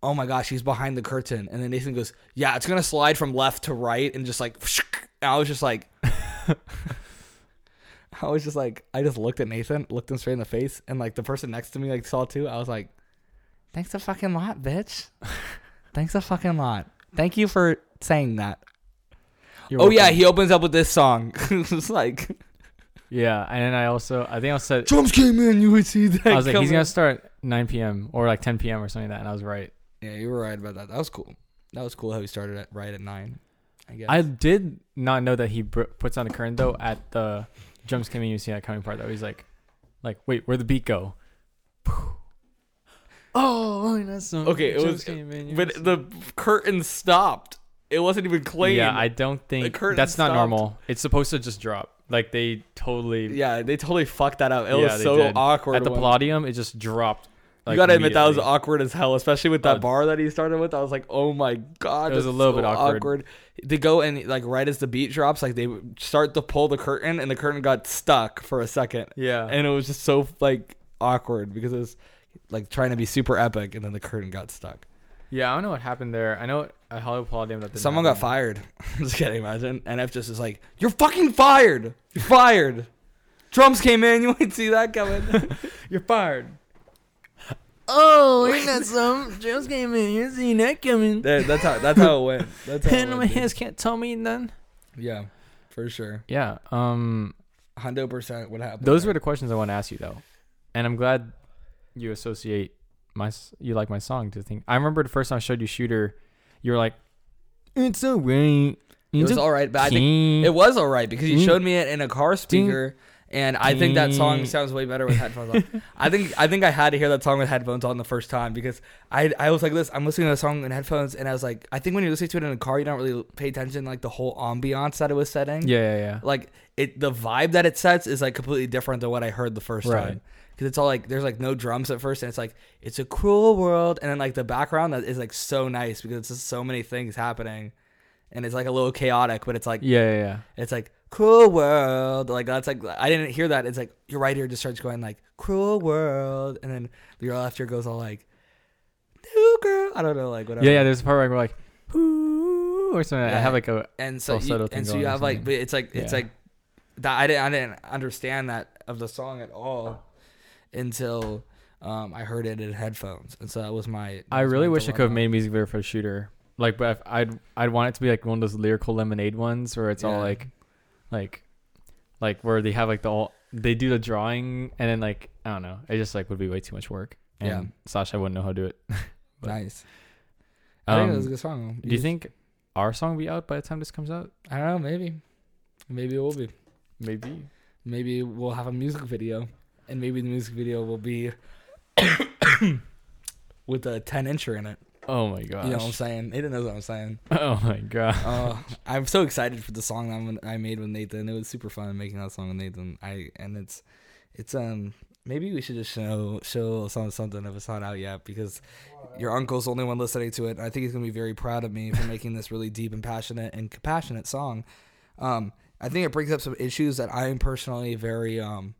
Speaker 4: oh my gosh, he's behind the curtain. And then Nathan goes, yeah, it's gonna slide from left to right, and just like, and I was just like. I was just like, I just looked at Nathan, looked him straight in the face, and like the person next to me like saw too. I was like, "Thanks a fucking lot, bitch. Thanks a fucking lot. Thank you for saying that."
Speaker 2: You're
Speaker 4: Oh yeah,
Speaker 2: welcome.
Speaker 4: he opens up with this song. it's like
Speaker 2: yeah. And then I also I think I said
Speaker 4: drums came in, you would see that.
Speaker 2: I was like
Speaker 4: come
Speaker 2: he's gonna
Speaker 4: in.
Speaker 2: start 9 p.m. or like 10 p.m. or something like that, and I was right.
Speaker 4: Yeah, you were right about that. That was cool. That was cool how he started at right at nine. I guess.
Speaker 2: I did not know that he br- puts on the current though at the drums coming you see that coming part though. He's like, like wait, where would the beat go? Oh, only that song.
Speaker 4: Okay, it
Speaker 2: Drums
Speaker 4: was-
Speaker 2: came in, you
Speaker 4: but
Speaker 2: see-
Speaker 4: the curtain stopped. It wasn't even clean.
Speaker 2: yeah, I don't think
Speaker 4: curtain
Speaker 2: that's not
Speaker 4: stopped.
Speaker 2: normal. It's supposed to just drop. Like they totally.
Speaker 4: yeah, they totally fucked that up. It
Speaker 2: yeah,
Speaker 4: was
Speaker 2: they
Speaker 4: so
Speaker 2: did.
Speaker 4: awkward.
Speaker 2: At the
Speaker 4: when-
Speaker 2: Palladium, it just dropped.
Speaker 4: you
Speaker 2: like,
Speaker 4: gotta admit that was
Speaker 2: immediately.
Speaker 4: awkward as hell, especially with that
Speaker 2: Oh.
Speaker 4: bar that he started with. I was like, oh my god,
Speaker 2: It was
Speaker 4: that's
Speaker 2: a little
Speaker 4: so
Speaker 2: bit awkward.
Speaker 4: They go and like right as the beat drops, like they start to pull the curtain, and the curtain got stuck for a second.
Speaker 2: Yeah.
Speaker 4: and it was just so like awkward because it was like trying to be super epic, and then the curtain got stuck.
Speaker 2: Yeah, I don't know what happened there. I know at Hollywood Palladium that didn't
Speaker 4: Someone got
Speaker 2: happen.
Speaker 4: fired. just kidding, imagine. And F just is like, you're fucking fired. You're fired. Drums came in. You ain't see that coming.
Speaker 2: You're fired. Oh, ain't that some? James came in. You seen that coming?
Speaker 4: That- that's how. That's how it went. That's how. It
Speaker 2: Pen in my
Speaker 4: went, dude.
Speaker 2: hands can't tell me none.
Speaker 4: yeah, for sure.
Speaker 2: Yeah. Um.
Speaker 4: Hundred percent. What happened?
Speaker 2: Those
Speaker 4: there.
Speaker 2: were the questions I want to ask you though, and I'm glad you associate my s- you like my song to think. I remember the first time I showed you Shooter, you were like, "It's a way."
Speaker 4: It was all right, but I think it was all right because you showed me it in a car speaker, and I think that song sounds way better with headphones on. I think I think I had to hear that song with headphones on the first time because I I was like this. I'm listening to the song in headphones, and I was like, I think when you're listening to it in a car, you don't really pay attention like the whole ambiance that it was setting.
Speaker 2: Yeah, yeah, yeah.
Speaker 4: like it the vibe that it sets is like completely different than what I heard the first
Speaker 2: Right.
Speaker 4: time. Cause it's all like there's like no drums at first, and it's like it's a cruel world, and then like the background that is like so nice because it's just so many things happening, and it's like a little chaotic, but it's like
Speaker 2: yeah, yeah, yeah.
Speaker 4: it's like cruel world, like that's like I didn't hear that. It's like your right ear just starts going like cruel world, and then your left ear goes all like new girl. I don't know, like whatever.
Speaker 2: Yeah, yeah. There's a part where I'm like, "Ooh," or something. I
Speaker 4: Yeah.
Speaker 2: have like a
Speaker 4: and so
Speaker 2: falsetto
Speaker 4: you,
Speaker 2: thing
Speaker 4: and so
Speaker 2: going
Speaker 4: you
Speaker 2: or
Speaker 4: have like but
Speaker 2: something.
Speaker 4: it's like it's
Speaker 2: Yeah.
Speaker 4: like that I didn't I didn't understand that of the song at all until um I heard it in headphones and so that was my that
Speaker 2: I
Speaker 4: was
Speaker 2: really
Speaker 4: my
Speaker 2: wish I could have
Speaker 4: dilemma.
Speaker 2: made a music video for a shooter. Like, but if I'd I'd want it to be like one of those lyrical lemonade ones where it's
Speaker 4: Yeah.
Speaker 2: all like, like, like where they have like the all they do the drawing and then like I don't know. It just like would be way too much work. And
Speaker 4: Yeah.
Speaker 2: Sasha wouldn't know how to do it.
Speaker 4: nice I think it was a
Speaker 2: Um,
Speaker 4: good song
Speaker 2: do you
Speaker 4: just-
Speaker 2: think our song will be out by the time this comes out?
Speaker 4: I don't know maybe maybe it will be
Speaker 2: Maybe.
Speaker 4: maybe we'll have a music video and maybe the music video will be with a 10 incher in it
Speaker 2: Oh my gosh.
Speaker 4: you know what I'm saying Nathan knows what I'm saying
Speaker 2: oh my god.
Speaker 4: Oh, I'm so excited for the song that I'm- I made with Nathan. It was super fun making that song with Nathan. I and it's, it's um maybe we should just show show some something if it's not out yet because your uncle's the only one listening to it. I think he's gonna be very proud of me for making this really deep and passionate and compassionate song. Um, I think it brings up some issues that I am personally very um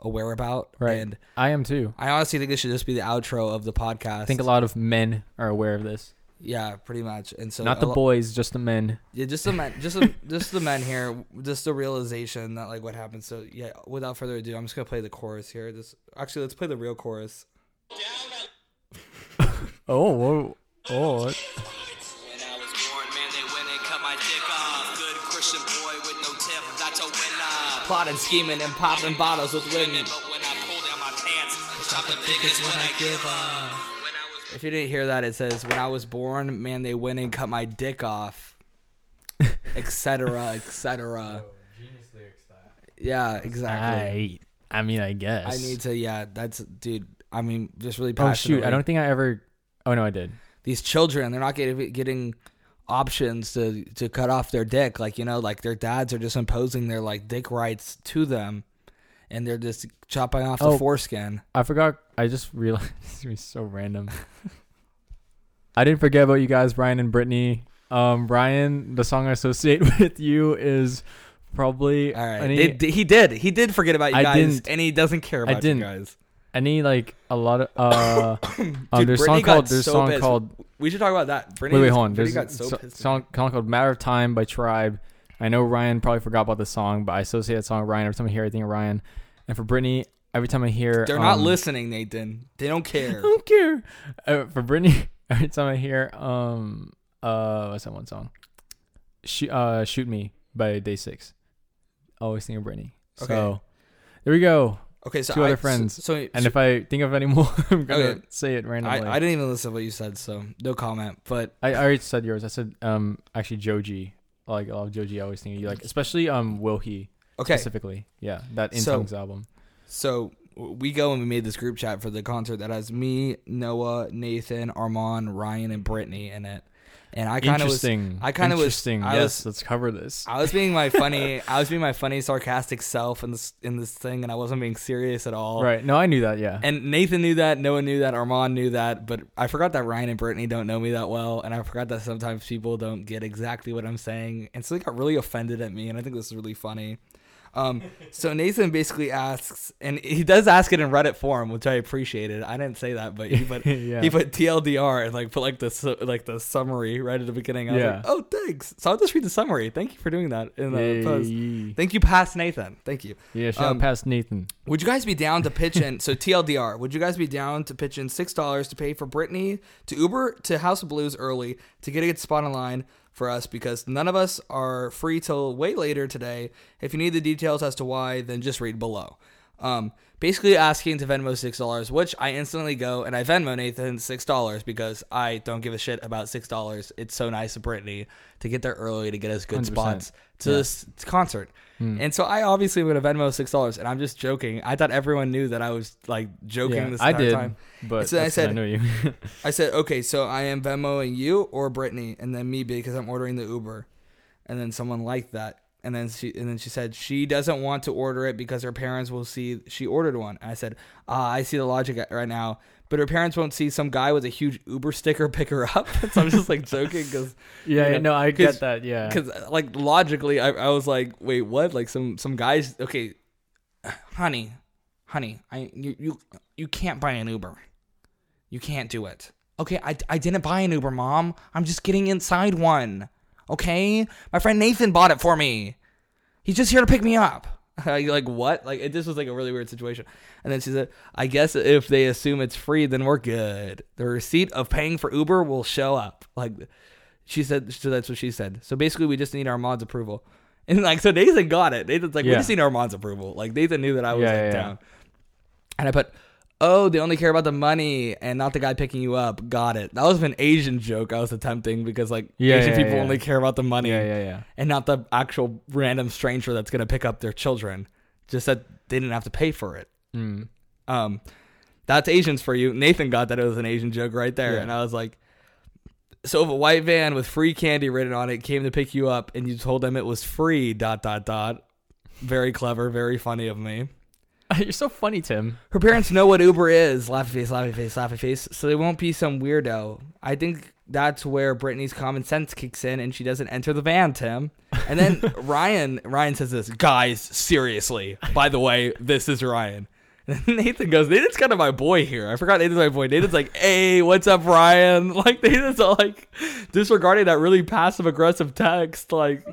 Speaker 4: aware about.
Speaker 2: Right.
Speaker 4: And
Speaker 2: I am too.
Speaker 4: I honestly think this should just be the outro of the podcast.
Speaker 2: I think a lot of men are aware of this.
Speaker 4: Yeah, pretty much. And so
Speaker 2: Not
Speaker 4: a
Speaker 2: the
Speaker 4: lo-
Speaker 2: boys, just the men.
Speaker 4: yeah, just the men, just the, just the men here, just the realization that like what happened. So yeah, without further ado, I'm just gonna play the chorus here. This actually, let's play the real chorus.
Speaker 2: Oh, whoa. oh.
Speaker 8: When I was born, man, they went and cut my dick off. Good Christian boy with no tip, that's a winner.
Speaker 4: Plotting, scheming, and popping bottles with women.
Speaker 8: But uh, when I pull down my pants, it's not the biggest one I give up. When I was
Speaker 4: If you didn't hear that, it says, "When I was born, man, they went and cut my dick off." Etc. Etc.
Speaker 7: Oh, Genius lyrics style.
Speaker 4: Yeah, exactly.
Speaker 2: I, I mean, I guess.
Speaker 4: I need to. Yeah, that's dude. I mean, just really
Speaker 2: Oh
Speaker 4: passionate.
Speaker 2: shoot! I don't think I ever. Oh no, I did.
Speaker 4: these children they're not getting getting options to to cut off their dick like you know like their dads are just imposing their like dick rights to them and they're just chopping off the
Speaker 2: Oh.
Speaker 4: foreskin
Speaker 2: I forgot. I just realized this was so random. I didn't forget about you guys, Brian and Brittany. Um, Brian, the song I associate with you is probably
Speaker 4: all right
Speaker 2: any,
Speaker 4: They- they- he did he did forget about you
Speaker 2: I
Speaker 4: guys
Speaker 2: didn't.
Speaker 4: and he doesn't care about
Speaker 2: didn't.
Speaker 4: you guys
Speaker 2: any like a lot of uh. um, there's a
Speaker 4: Brittany
Speaker 2: song
Speaker 4: got
Speaker 2: called there's a
Speaker 4: so
Speaker 2: song
Speaker 4: pissed.
Speaker 2: called
Speaker 4: we should talk about that Brittany,
Speaker 2: wait wait
Speaker 4: was-
Speaker 2: hold on. There's
Speaker 4: Brittany got
Speaker 2: a
Speaker 4: so
Speaker 2: so-
Speaker 4: pissed.
Speaker 2: song, song called Matter of Time by Tribe. I know Ryan probably forgot about this song, but I associate that song with Ryan every time I hear. I think of Ryan, and for Brittany, every time I hear
Speaker 4: they're not
Speaker 2: um,
Speaker 4: listening Nathan they don't care
Speaker 2: I don't care. Uh, for Brittany, every time I hear um uh what's that one song? Shoot, uh, Shoot Me by Day Six. Always think of Brittany.
Speaker 4: Okay.
Speaker 2: So there we go.
Speaker 4: Okay, so
Speaker 2: Two other
Speaker 4: I- so-
Speaker 2: friends.
Speaker 4: So,
Speaker 2: And if I think of any more, I'm gonna
Speaker 4: Okay.
Speaker 2: say it randomly.
Speaker 4: I, I didn't even listen to what you said, so no comment. But
Speaker 2: I, I already said yours. I said um actually Joji. Like I love Joji. I always think of you. Like especially um Wilhee
Speaker 4: okay,
Speaker 2: specifically. Yeah, that In
Speaker 4: So-
Speaker 2: Tongues album.
Speaker 4: so we go and we made this group chat for the concert that has me, Noah, Nathan, Armand, Ryan, and Brittany in it. And I kind of was,
Speaker 2: Interesting.
Speaker 4: I kind of was,
Speaker 2: interesting.
Speaker 4: I
Speaker 2: yes,
Speaker 4: was,
Speaker 2: let's cover this.
Speaker 4: I was being my funny, I was being my funny, sarcastic self in this in this thing, and I wasn't being serious at all.
Speaker 2: Right. No, I knew that. Yeah.
Speaker 4: And Nathan knew that, Noah knew that, Armand knew that, but I forgot that Ryan and Brittany don't know me that well, and I forgot that sometimes people don't get exactly what I'm saying, and so they got really offended at me, and I think this is really funny. Um, so Nathan basically asks, and he does ask it in Reddit form, which I appreciated. I didn't say that, but he put
Speaker 2: Yeah.
Speaker 4: he put TLDR and like put like the su- like the summary right at the beginning. I was
Speaker 2: Yeah.
Speaker 4: like, oh thanks. So I'll just read the summary. Thank you for doing that in the post.
Speaker 2: Yay.
Speaker 4: Thank you, past Nathan. Thank you.
Speaker 2: Yeah. Shout
Speaker 4: Um,
Speaker 2: out past Nathan.
Speaker 4: Would you guys be down to pitch in? So TLDR, would you guys be down to pitch in six dollars to pay for Brittany to Uber to House of Blues early to get a good spot in line for us because none of us are free till way later today. If you need the details as to why, then just read below. Um, basically asking to Venmo six dollars, which I instantly go and I Venmo Nathan six dollars because I don't give a shit about six dollars. It's so nice of Brittany to get there early to get us good
Speaker 2: 100%.
Speaker 4: spots to this concert.
Speaker 2: Hmm.
Speaker 4: And so I obviously would have Venmo six dollars, and I'm just joking. I thought everyone knew that I was like joking
Speaker 2: Yeah,
Speaker 4: this
Speaker 2: I
Speaker 4: entire
Speaker 2: did.
Speaker 4: time.
Speaker 2: But
Speaker 4: So I
Speaker 2: that's 'cause I
Speaker 4: said-
Speaker 2: know you.
Speaker 4: I said, okay, so I am Venmoing you or Brittany, and then me because I'm ordering the Uber, and then someone liked that, and then she and then she said she doesn't want to order it because her parents will see she ordered one. I said, ah, I see the logic right now, but her parents won't see some guy with a huge Uber sticker pick her up. so I'm just like joking because
Speaker 2: yeah,
Speaker 4: you
Speaker 2: yeah.
Speaker 4: know,
Speaker 2: No, I
Speaker 4: 'cause-
Speaker 2: get that. Yeah.
Speaker 4: because like logically I, I was like wait what like some some guys okay honey honey i you you, you can't buy an uber you can't do it okay I, I didn't buy an uber mom i'm just getting inside one okay my friend nathan bought it for me he's just here to pick me up You're like what like it just was like a really weird situation and then she said i guess if they assume it's free then we're good the receipt of paying for uber will show up like she said so that's what she said so basically we just need armand's approval and like so nathan got it nathan's like we
Speaker 2: Yeah.
Speaker 4: just need armand's approval like nathan knew that i was
Speaker 2: Yeah,
Speaker 4: like
Speaker 2: yeah, yeah.
Speaker 4: down and i put oh they only care about the money and not the guy picking you up got it that was an asian joke i was attempting because like
Speaker 2: Yeah,
Speaker 4: asian
Speaker 2: yeah,
Speaker 4: people
Speaker 2: yeah.
Speaker 4: only care about the money
Speaker 2: yeah. Yeah. Yeah.
Speaker 4: and not the actual random stranger that's going to pick up their children. Just that they didn't have to pay for it.
Speaker 2: Mm.
Speaker 4: Um, that's Asians for you. Nathan got that it was an Asian joke right there,
Speaker 2: Yeah.
Speaker 4: and I was like, so if a white van with free candy written on it came to pick you up, and you told them it was free. Dot dot dot. Very clever, very funny of me.
Speaker 2: You're so funny, Tim.
Speaker 4: Her parents know what Uber is, laughy face, laughy face, laughy face, so they won't be some weirdo. I think that's where Brittany's common sense kicks in and she doesn't enter the van, Tim. And then Ryan Ryan says this, guys, seriously. By the way, this is Ryan. And then Nathan goes, Nathan's kind of my boy here. I forgot Nathan's my boy. Nathan's like, hey, what's up, Ryan? Like Nathan's all like disregarding that really passive aggressive text, like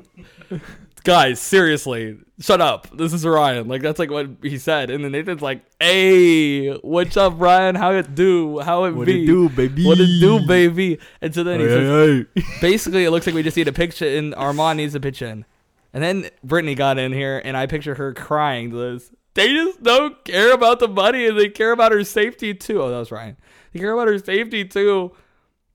Speaker 4: guys, seriously, shut up. This is Ryan. Like that's like what he said, and then Nathan's like, "Hey, what's up, Ryan? How it do? How it
Speaker 2: What
Speaker 4: be?
Speaker 2: it do, Oh, baby?
Speaker 4: What it do, baby?" And so then he says,
Speaker 2: Hey, hey.
Speaker 4: basically, it looks like we just need a picture, and Armand needs a pitch in, and then Brittany got in here, and I picture her crying. to This they just don't care about the money, and they care about her safety too. Oh, that was Ryan. They care about her safety too.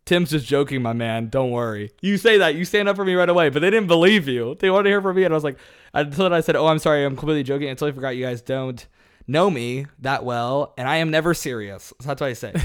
Speaker 4: Tim's just joking, my man. Don't worry. You say that, you stand up for me right away, but they didn't believe you. They wanted to hear from me, and I was like, until then I said, "Oh, I'm sorry, I'm completely joking." I totally forgot you guys don't know me that well, and I am never serious. So that's what I said.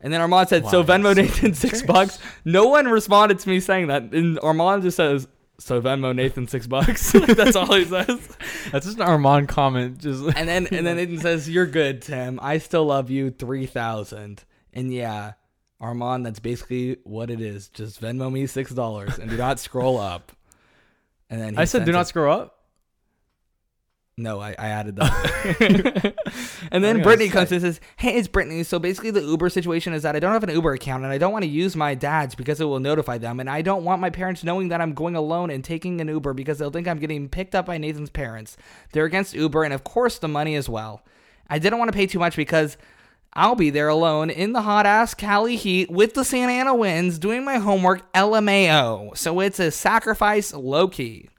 Speaker 4: and then Armand said, "So Venmo Nathan six bucks." No one responded to me saying that, and Armand just says, "So Venmo Nathan six bucks." Like, that's all he says.
Speaker 2: That's just an Armand comment. Just
Speaker 4: And then and then Aiden says, "You're good, Tim. I still love you." Three thousand, and yeah, Armand, that's basically what it is. Just Venmo me six dollars and do not scroll up. And then he
Speaker 2: I said,
Speaker 4: sent
Speaker 2: do
Speaker 4: it-
Speaker 2: not screw up.
Speaker 4: No, I, I added that. and then
Speaker 2: I was
Speaker 4: Brittany comes and says, Hey, it's Brittany. So basically, the Uber situation is that I don't have an Uber account and I don't want to use my dad's because it will notify them. And I don't want my parents knowing that I'm going alone and taking an Uber because they'll think I'm getting picked up by Nathan's parents. They're against Uber and, of course, the money as well. I didn't want to pay too much because I'll be there alone in the hot ass Cali heat with the Santa Ana winds doing my homework LMAO. So it's a sacrifice low key.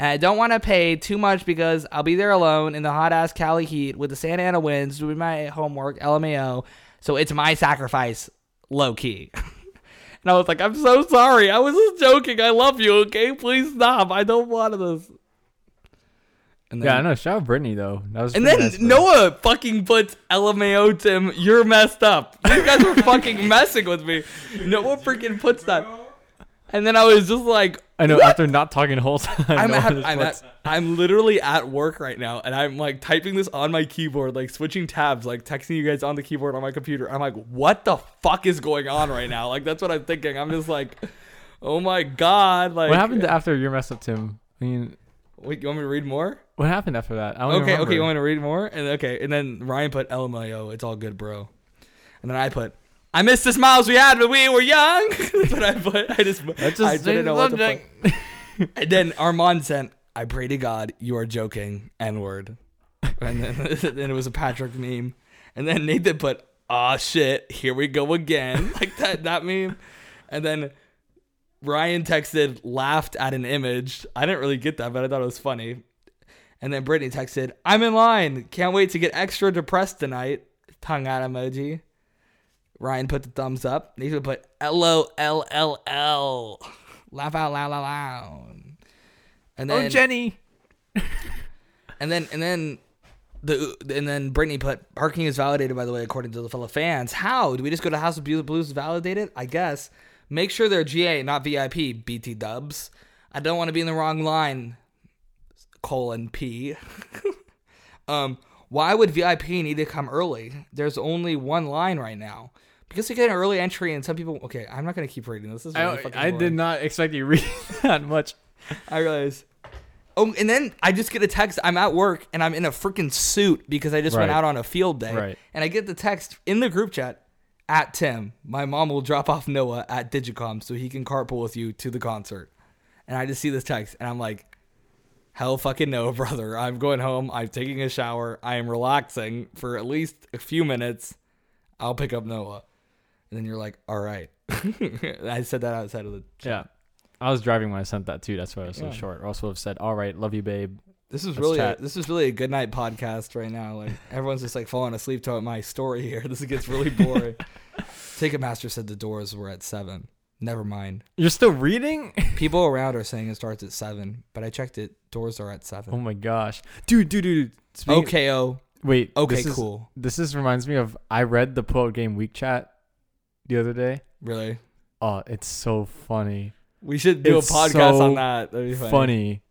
Speaker 4: And I don't want to pay too much because I'll be there alone in the hot ass Cali heat with the Santa Ana winds doing my homework LMAO. So it's my sacrifice low key. and I was like, I'm so sorry. I was just joking. I love you. Okay, please stop. I don't want this. And
Speaker 2: Yeah, I know. Shout out Brittany though. That was
Speaker 4: and then
Speaker 2: pretty nice, bro.
Speaker 4: Noah fucking puts LMAO Tim, you're messed up. You guys were fucking messing with me. Noah freaking puts that. And then I was just like,
Speaker 2: I know.
Speaker 4: what?
Speaker 2: After not talking the whole time,
Speaker 4: I'm,
Speaker 2: Noah
Speaker 4: at,
Speaker 2: just
Speaker 4: I'm,
Speaker 2: puts-
Speaker 4: at, I'm literally at work right now and I'm like typing this on my keyboard, like switching tabs, like texting you guys on the keyboard on my computer. I'm like, what the fuck is going on right now? Like, that's what I'm thinking. I'm just like, oh my God. Like,
Speaker 2: What happened after your mess up, Tim? I mean,
Speaker 4: Wait, you want me to read more?
Speaker 2: what happened after that? I don't even
Speaker 4: Okay, okay, you
Speaker 2: remember.
Speaker 4: want me to read more? And okay, and then Ryan put LMAO, it's all good, bro. And then I put, I miss the smiles we had when we were young. That's what I put. I just,
Speaker 2: Let's
Speaker 4: I
Speaker 2: just
Speaker 4: didn't
Speaker 2: change the
Speaker 4: know what the fuck.
Speaker 2: subject.
Speaker 4: And then Armand sent, I pray to God you are joking, N word. And then, then it was a Patrick meme. And then Nathan put, ah shit, here we go again. Like that, that meme. And then Ryan texted, laughed at an image. I didn't really get that, but I thought it was funny. And then Brittany texted, I'm in line. Can't wait to get extra depressed tonight. Tongue out emoji. Ryan put the thumbs up. Nathan put L O L L L. Laugh out loud, loud, loud. And then,
Speaker 2: Oh, Jenny.
Speaker 4: and then, and then, the and then Brittany put parking is validated by the way according to the fellow fans. How do we just go to House of Blues- Blues validated? I guess. Make sure they're GA not VIP. BT Dubs. I don't want to be in the wrong line. Colon P. um, why would VIP need to come early? There's only one line right now. Because you get an early entry and some people. Okay, I'm not gonna keep reading this. This is really
Speaker 2: I,
Speaker 4: fucking
Speaker 2: I
Speaker 4: boring.
Speaker 2: did not expect you to read that much.
Speaker 4: I realize. Oh, and then I just get a text. I'm at work and I'm in a freaking suit because I just went
Speaker 2: Right.
Speaker 4: out on a field day.
Speaker 2: Right.
Speaker 4: And I get the text in the group chat at Tim. My mom will drop off Noah at Digicom so he can carpool with you to the concert. And I just see this text and I'm like, hell fucking no, brother. I'm going home. I'm taking a shower. I am relaxing for at least a few minutes. I'll pick up Noah. And then you're like, all right. I said that outside of the.
Speaker 2: Yeah. I was driving when I sent that too. That's why I was so short. Or else would have said, "All right, love you, babe."
Speaker 4: This is really
Speaker 2: chat.
Speaker 4: this is really a good night podcast right now. Like everyone's just like falling asleep to my story here. This gets really boring. Ticketmaster said the doors were at seven. Never mind.
Speaker 2: You're still reading?
Speaker 4: People around are saying it starts at seven, but I checked it. Doors are at
Speaker 2: oh
Speaker 4: seven.
Speaker 2: my gosh, dude, dude, dude. dude. Speaking-
Speaker 4: OKO.
Speaker 2: Wait.
Speaker 4: Okay,
Speaker 2: this is-
Speaker 4: cool.
Speaker 2: This is reminds me of I read the Pull Out Game Week chat the other day.
Speaker 4: Really?
Speaker 2: Oh, it's so funny.
Speaker 4: We should do
Speaker 2: It's
Speaker 4: a podcast
Speaker 2: so
Speaker 4: on that. That'd be funny.
Speaker 2: Funny.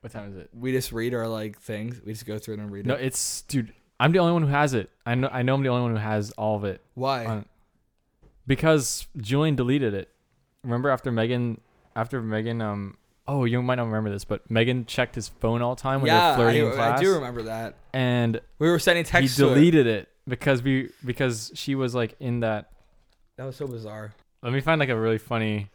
Speaker 2: What time is it?
Speaker 4: We just read our like things. We just go through it and read
Speaker 2: No,
Speaker 4: it.
Speaker 2: it's dude. I'm the only one who has it. I know. I know. I'm the only one who has all of it
Speaker 4: Why?
Speaker 2: on- because Julian deleted it. Remember after Megan? After Megan? Um. Oh, you might not remember this, but Megan checked his phone all the time when they
Speaker 4: yeah,
Speaker 2: were flirting in
Speaker 4: I,
Speaker 2: class,
Speaker 4: I do remember that.
Speaker 2: and
Speaker 4: We were sending
Speaker 2: he
Speaker 4: texts. to her.
Speaker 2: deleted it because we because she was like in that
Speaker 4: That was so bizarre.
Speaker 2: Let me find like a really funny.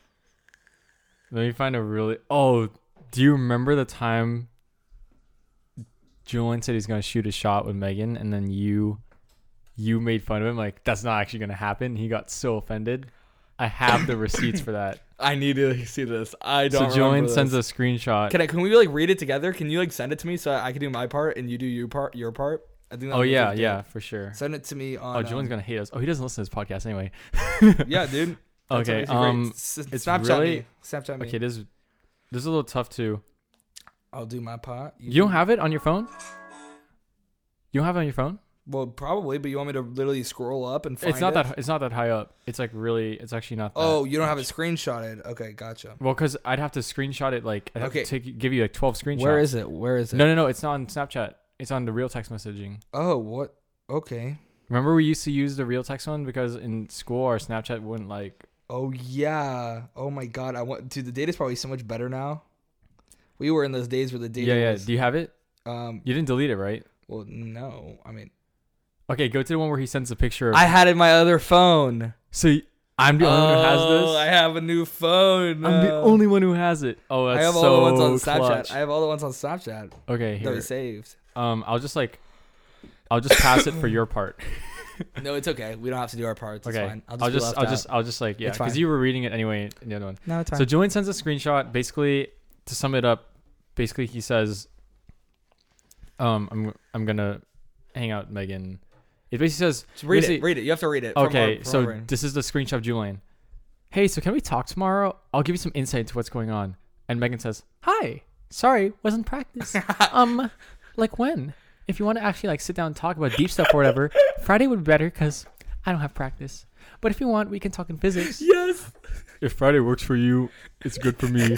Speaker 2: Let me find a really. Oh, do you remember the time Julian said he's gonna shoot a shot with Megan, and then you, you made fun of him like that's not actually gonna happen. He got so offended. I have the receipts for that.
Speaker 4: I need to see this. I don't.
Speaker 2: So Julian
Speaker 4: remember this.
Speaker 2: sends a screenshot.
Speaker 4: Can I? Can we like read it together? Can you like send it to me so I can do my part and you do your part? Your part. I think. that
Speaker 2: oh
Speaker 4: would be
Speaker 2: yeah,
Speaker 4: good.
Speaker 2: yeah, for sure.
Speaker 4: Send it to me on. um,
Speaker 2: Oh, Julian's gonna hate us. Oh, he doesn't listen to this podcast anyway.
Speaker 4: Yeah, dude. That's
Speaker 2: Okay.
Speaker 4: amazing. Great.
Speaker 2: Um.
Speaker 4: S-
Speaker 2: it's
Speaker 4: Snapchat
Speaker 2: really-
Speaker 4: me. Snapchat me.
Speaker 2: Okay. This is this is a little tough too.
Speaker 4: I'll do my part.
Speaker 2: You don't have it on your phone. You don't have it on your phone.
Speaker 4: Well, probably, but you want me to literally scroll up and find
Speaker 2: it's not
Speaker 4: it?
Speaker 2: that uh, it's not that high up. It's like really. It's actually not. That.
Speaker 4: Oh, you don't have it screenshotted. Okay, gotcha.
Speaker 2: well, because I'd have to screenshot it. Like I'd have
Speaker 4: Okay.
Speaker 2: to take, give you like twelve screenshots.
Speaker 4: Where is it? Where is it?
Speaker 2: No, no, no. It's not on Snapchat. It's on the real text messaging.
Speaker 4: Oh, what? Okay.
Speaker 2: Remember we used to use the real text one because in school our Snapchat wouldn't like.
Speaker 4: Oh yeah. Oh my god. I want. Dude, the data's probably so much better now. We were in those days where the data.
Speaker 2: Yeah, yeah.
Speaker 4: Was,
Speaker 2: Do you have it?
Speaker 4: um.
Speaker 2: You didn't delete it, right?
Speaker 4: Well, no. I mean,
Speaker 2: Okay, go to the one where he sends a picture. Of,
Speaker 4: I had it in my other phone.
Speaker 2: so y- I'm the only one who has this.
Speaker 4: Oh, I have a new phone.
Speaker 2: I'm the
Speaker 4: now.
Speaker 2: only one who has it. Oh, that's
Speaker 4: I have
Speaker 2: so
Speaker 4: all the ones on Snapchat.
Speaker 2: clutch.
Speaker 4: I have all the ones on Snapchat
Speaker 2: okay,
Speaker 4: that we
Speaker 2: here.
Speaker 4: saved.
Speaker 2: Um, I'll just like, I'll just pass it for your part.
Speaker 4: No, it's okay. We don't have to do our parts. It's
Speaker 2: okay.
Speaker 4: fine.
Speaker 2: I'll
Speaker 4: I'll
Speaker 2: just, I'll
Speaker 4: be
Speaker 2: just,
Speaker 4: left
Speaker 2: I'll
Speaker 4: out.
Speaker 2: just, like, yeah,
Speaker 4: It's fine.
Speaker 2: because you were reading it anyway in the other one.
Speaker 4: No, it's fine.
Speaker 2: So Julian sends a screenshot. Basically, to sum it up, basically he says, "Um, I'm, I'm gonna hang out, with Megan." It basically says,
Speaker 4: Just read
Speaker 2: basically-
Speaker 4: it. Read it. You have to read it. from
Speaker 2: Okay,
Speaker 4: our- from
Speaker 2: so
Speaker 4: our brain.
Speaker 2: this is the screenshot of Julian. Hey, so can we talk tomorrow? I'll give you some insight into what's going on. And Megan says, Hi, sorry, wasn't practice. um, like when? If you want to actually like sit down and talk about deep stuff or whatever, Friday would be better because I don't have practice. But if you want, we can talk in physics.
Speaker 1: Yes.
Speaker 2: If Friday works for you, it's good for me.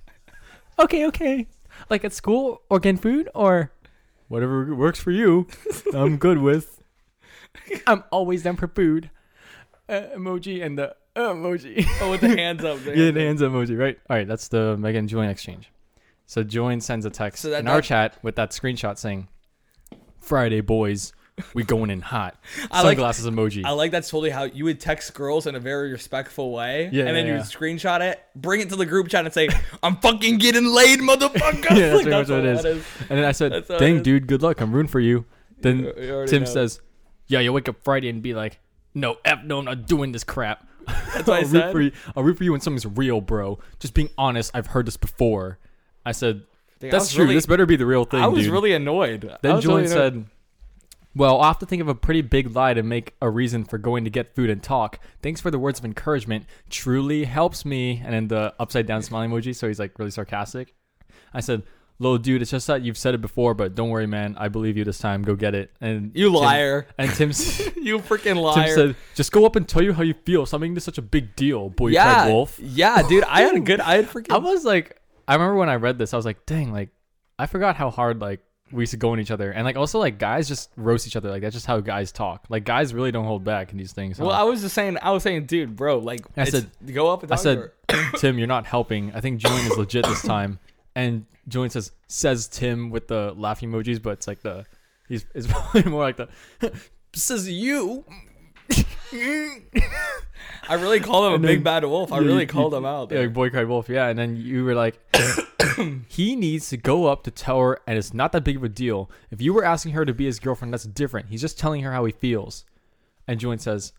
Speaker 2: okay, okay. Like at school or getting food or whatever works for you, I'm good with. I'm always down for food. Uh, emoji and the uh, emoji.
Speaker 1: Oh, with the hands up. There.
Speaker 2: yeah, the hands emoji, right? All right, that's the Megan and Julian exchange. So Julian sends a text
Speaker 4: So that-
Speaker 2: in our
Speaker 4: that-
Speaker 2: chat with that screenshot saying, "Friday boys, we going in hot."
Speaker 1: I like-
Speaker 2: Sunglasses emoji.
Speaker 1: I like that's totally how you would text girls in a very respectful way,
Speaker 2: Yeah,
Speaker 1: and then you
Speaker 2: yeah, yeah.
Speaker 1: would screenshot it, bring it to the group chat, and say, "I'm fucking getting laid, motherfucker."
Speaker 2: yeah, that's
Speaker 1: Like,
Speaker 2: pretty much what it
Speaker 1: all
Speaker 2: is.
Speaker 1: that is.
Speaker 2: And then I said,
Speaker 1: That's all it
Speaker 2: "Dang,
Speaker 1: is.
Speaker 2: dude, good luck. I'm rooting for you." Then
Speaker 1: you already
Speaker 2: Tim
Speaker 1: know.
Speaker 2: says, "Yeah, you'll wake up Friday and be like, no, f no, I'm not doing this crap. That's
Speaker 1: what I
Speaker 2: I'll Root
Speaker 1: said.
Speaker 2: for you. I'll root for you when something's real, bro. Just being honest. I've heard this before. I said."
Speaker 1: I
Speaker 2: That's
Speaker 1: was
Speaker 2: true.
Speaker 1: really-
Speaker 2: this better be the real thing.
Speaker 1: I was
Speaker 2: dude.
Speaker 1: really annoyed. I
Speaker 2: Then
Speaker 1: was
Speaker 2: Julian
Speaker 1: really annoyed.
Speaker 2: said, Well, I'll have to think of a pretty big lie to make a reason for going to get food and talk. Thanks for the words of encouragement. Truly helps me. And then the upside down smiley emoji. So he's like really sarcastic. I said, Little dude, it's just that you've said it before, but don't worry, man. I believe you this time. Go get it. And
Speaker 1: "You
Speaker 2: Tim-
Speaker 1: liar,
Speaker 2: and Tim, s-
Speaker 1: you freaking
Speaker 2: Tim
Speaker 1: liar."
Speaker 2: said, Just go up and tell you how you feel. Stop making this such a big deal, boy
Speaker 1: "Yeah,
Speaker 2: cried wolf.
Speaker 1: yeah, dude. I had a good. I had
Speaker 2: I
Speaker 1: freaking.
Speaker 2: was like, I remember when I read this, I was like, dang, like, I forgot how hard like we used to go on each other, and like also like guys just roast each other, like that's just how guys talk. Like guys really don't hold back in these things. huh?
Speaker 1: Well, I was just saying. I was saying, dude, bro. Like,
Speaker 2: I
Speaker 1: it's-
Speaker 2: said-
Speaker 1: go up and
Speaker 2: I
Speaker 1: talk to
Speaker 2: said,
Speaker 1: her.
Speaker 2: Tim, you're not helping. I think Julian is legit this time, and Julian says says Tim with the laughing emojis, but it's like the he's it's probably more like the says you.
Speaker 1: I really called him a
Speaker 2: And
Speaker 1: big
Speaker 2: then-
Speaker 1: bad wolf. I
Speaker 2: Yeah,
Speaker 1: really
Speaker 2: you-
Speaker 1: called
Speaker 2: you-
Speaker 1: him out.
Speaker 2: Yeah,
Speaker 1: there.
Speaker 2: like boy cried wolf. Yeah, and then you were like, he needs to go up to tell her, and it's not that big of a deal. If you were asking her to be his girlfriend, that's different. He's just telling her how he feels. And Julian says,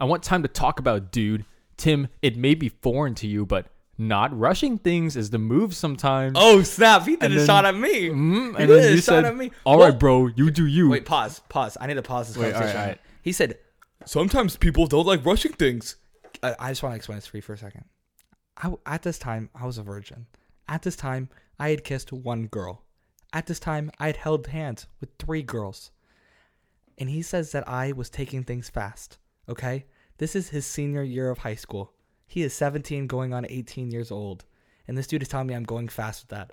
Speaker 2: I want time to talk about, it, dude. Tim, it may be foreign to you, but not rushing things is the move sometimes.
Speaker 1: Oh snap! He did
Speaker 2: And
Speaker 1: a
Speaker 2: then-
Speaker 1: shot at me.
Speaker 2: Mm,
Speaker 1: he
Speaker 2: and
Speaker 1: did
Speaker 2: then
Speaker 1: a
Speaker 2: you
Speaker 1: shot
Speaker 2: said,
Speaker 1: at me.
Speaker 2: "All
Speaker 1: Well-
Speaker 2: right, bro, you do you."
Speaker 4: Wait, pause, pause. I need to pause this
Speaker 2: Wait, all right,
Speaker 4: conversation.
Speaker 2: all right.
Speaker 4: He said,
Speaker 1: Sometimes people don't like rushing things.
Speaker 4: I, I just want to explain this for you for a second. I, at this time, I was a virgin. At this time, I had kissed one girl. At this time, I had held hands with three girls. And he says that I was taking things fast. Okay? This is his senior year of high school. He is 17, going on 18 years old. And this dude is telling me I'm going fast with that.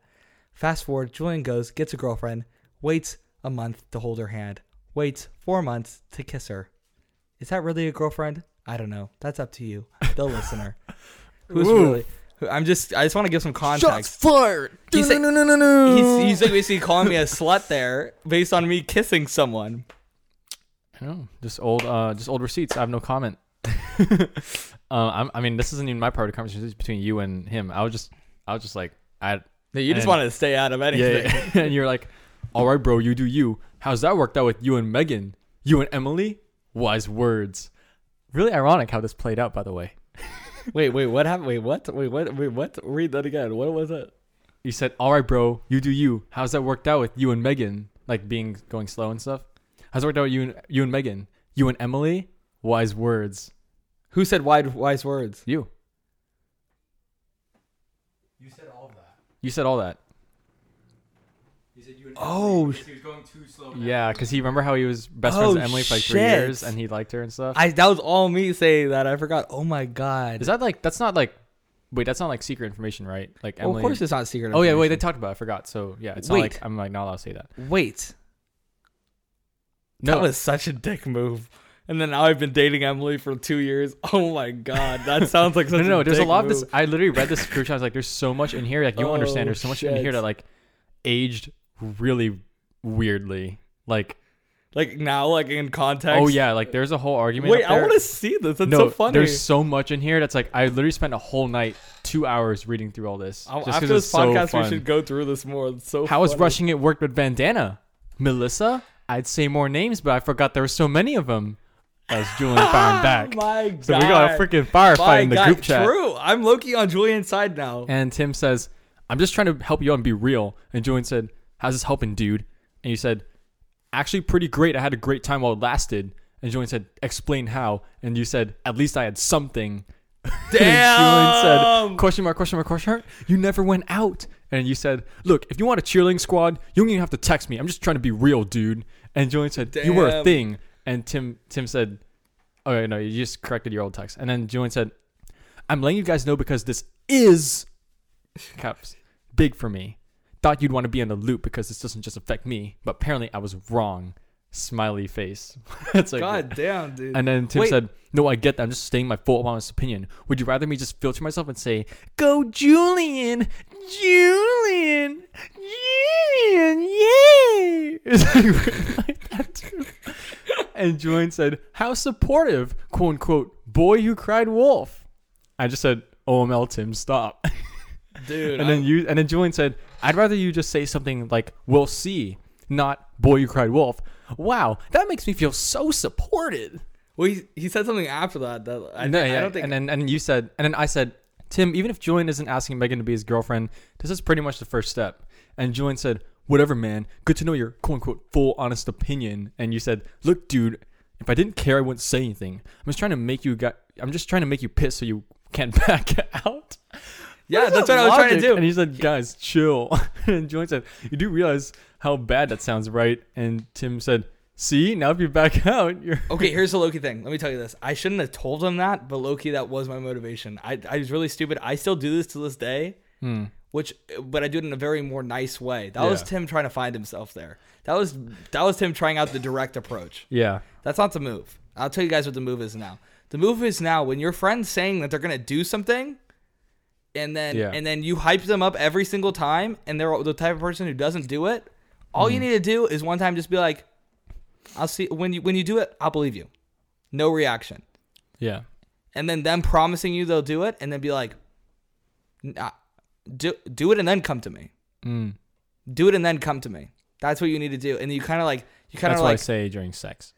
Speaker 4: Fast forward, Julian goes, gets a girlfriend, waits a month to hold her hand, waits four months to kiss her. Is that really a girlfriend? I don't know. That's up to you, the listener. Who's
Speaker 2: Ooh.
Speaker 4: really? who- I'm just. I just want to give some context.
Speaker 2: fired.
Speaker 4: He said-
Speaker 2: Du-nu-nu-nu-nu.
Speaker 4: He's, he's like basically calling me a slut there, based on me kissing someone.
Speaker 2: I know. Just old, uh, just old receipts. I have no comment. uh, I'm, I mean, this isn't even my part of the conversation. This is between you and him. I was just, I was just like, I,
Speaker 4: No, you just
Speaker 2: And-
Speaker 4: wanted to stay out of
Speaker 2: yeah,
Speaker 4: anything.
Speaker 2: yeah. and you're like, all right, bro, you do you. How's that worked out with you and Megan? You and Emily? Wise words. Really ironic how this played out, by the way.
Speaker 1: Wait, wait, what happened? Wait, what? Wait, what? Wait, what? Read that again. What was it?
Speaker 2: You said, all right, bro, you do you. How's that worked out with you and Megan? Like being going slow and stuff. How's it worked out with you and you and Megan? You and Emily? Wise words.
Speaker 1: Who said wide, wise words?
Speaker 2: You.
Speaker 7: You said all of that.
Speaker 2: You said all that.
Speaker 7: You said you. And
Speaker 4: Oh,
Speaker 7: He was going too slow.
Speaker 2: Yeah, because he remember how he was best friends
Speaker 4: Oh,
Speaker 2: with Emily for like three
Speaker 4: shit.
Speaker 2: years, and he liked her and stuff.
Speaker 4: I that was all me saying that. I forgot. Oh my god.
Speaker 2: Is that like that's not like, wait, that's not like secret information, right? Like
Speaker 4: Well,
Speaker 2: Emily.
Speaker 4: of course, it's not secret.
Speaker 2: oh yeah, wait, they
Speaker 4: information.
Speaker 2: talked about. it. I forgot. So yeah, it's not like
Speaker 4: Wait.
Speaker 2: I'm like not allowed to say that.
Speaker 4: wait.
Speaker 2: No,
Speaker 4: That was such a dick move. And then now I've been dating Emily for two years. Oh my god, that sounds like
Speaker 2: no,
Speaker 4: such
Speaker 2: no, no.
Speaker 4: a
Speaker 2: There's a
Speaker 4: dick
Speaker 2: lot of
Speaker 4: move.
Speaker 2: this. I literally read this screenshot. I was like, there's so much in here. Like you don't understand.
Speaker 1: Oh,
Speaker 2: There's so much in
Speaker 1: shit.
Speaker 2: here that like aged really weirdly. Like
Speaker 4: Like now, like in context.
Speaker 2: oh yeah, like there's a whole argument.
Speaker 4: Wait,
Speaker 2: up there.
Speaker 4: I want to see this. That's
Speaker 2: no,
Speaker 4: so funny.
Speaker 2: there's so much in here that's like I literally spent a whole night, two hours reading through all this.
Speaker 4: I-
Speaker 2: just 'cause
Speaker 4: Oh, After
Speaker 2: it's
Speaker 4: this
Speaker 2: so
Speaker 4: podcast,
Speaker 2: fun.
Speaker 4: we should go through this more. It's so
Speaker 2: How has
Speaker 4: funny.
Speaker 2: rushing it worked with Bandana? Melissa? I'd say more names, but I forgot there were so many of them. As Julian firing back.
Speaker 4: My God.
Speaker 2: so we got a freaking firefight in the group chat.
Speaker 4: True. I'm Loki on Julian's side now.
Speaker 2: And Tim says, I'm just trying to help you out and be real. And Julian said, How's this helping, dude? And you said, Actually, pretty great. I had a great time while it lasted. And Julian said, Explain how. And you said, At least I had something. and Julian said,
Speaker 4: Damn.
Speaker 2: Question mark, question mark, question mark. You never went out. And you said, Look, if you want a cheerleading squad, you don't even have to text me. I'm just trying to be real, dude. And Julian said, You were a
Speaker 4: Damn.
Speaker 2: thing. And Tim Tim said, Okay, no, you just corrected your old text. And then Julian said, I'm letting you guys know because this is caps big for me. Thought you'd want to be in the loop because this doesn't just affect me, but apparently I was wrong. Smiley face. it's like
Speaker 4: God damn, dude.
Speaker 2: And then Tim
Speaker 4: Wait.
Speaker 2: said, "No, I get that. I'm just stating my full honest opinion. Would you rather me just filter myself and say, "Go Julian, Julian, Julian, yay!" It's like, like that too. And Julian said, "How supportive, quote unquote, boy who cried wolf." I just said, "OML, Tim, stop."
Speaker 4: Dude,
Speaker 2: and then you and then Julian said, "I'd rather you just say something like we'll see, not boy you cried wolf." Wow, that makes me feel so supported.
Speaker 4: well, he, he said something after that that I,
Speaker 2: No,
Speaker 4: I
Speaker 2: yeah,
Speaker 4: don't think.
Speaker 2: And then and you said, and then I said, Tim, even if Julian isn't asking Megan to be his girlfriend, this is pretty much the first step. And Julian said, "Whatever, man. Good to know your quote unquote full honest opinion." And you said, "Look, dude, if I didn't care, I wouldn't say anything. I'm just trying to make you got. I'm just trying to make you piss so you can't back out."
Speaker 4: yeah,
Speaker 2: Is
Speaker 4: that's
Speaker 2: that
Speaker 4: what I was trying
Speaker 2: logic?
Speaker 4: to do.
Speaker 2: And he said, "Guys, chill." and Julian said, "You do realize how bad that sounds, right?" And Tim said, "See, now if you back out, you're."
Speaker 4: Okay, here's the Loki thing. Let me tell you this. I shouldn't have told him that, but Loki, that was my motivation. I, I was really stupid. I still do this to this day, which, but I do it in a very more nice way. That was
Speaker 2: Yeah.
Speaker 4: Tim trying to find himself there. That was that was Tim trying out the direct approach.
Speaker 2: Yeah.
Speaker 4: That's not the move. I'll tell you guys what the move is now. The move is now when your friend's saying that they're gonna do something, and then
Speaker 2: Yeah.
Speaker 4: and then you hype them up every single time, and they're the type of person who doesn't do it. All
Speaker 2: Mm-hmm.
Speaker 4: you need to do is one time just be like, "I'll see when you when you do it, I'll believe you." No reaction,
Speaker 2: Yeah.
Speaker 4: and then them promising you they'll do it, and then be like, nah, "Do do it and then come to me.
Speaker 2: Mm.
Speaker 4: Do it and then come to me." That's what you need to do, and you kind of like you kind of
Speaker 2: That's what I
Speaker 4: like
Speaker 2: say during sex.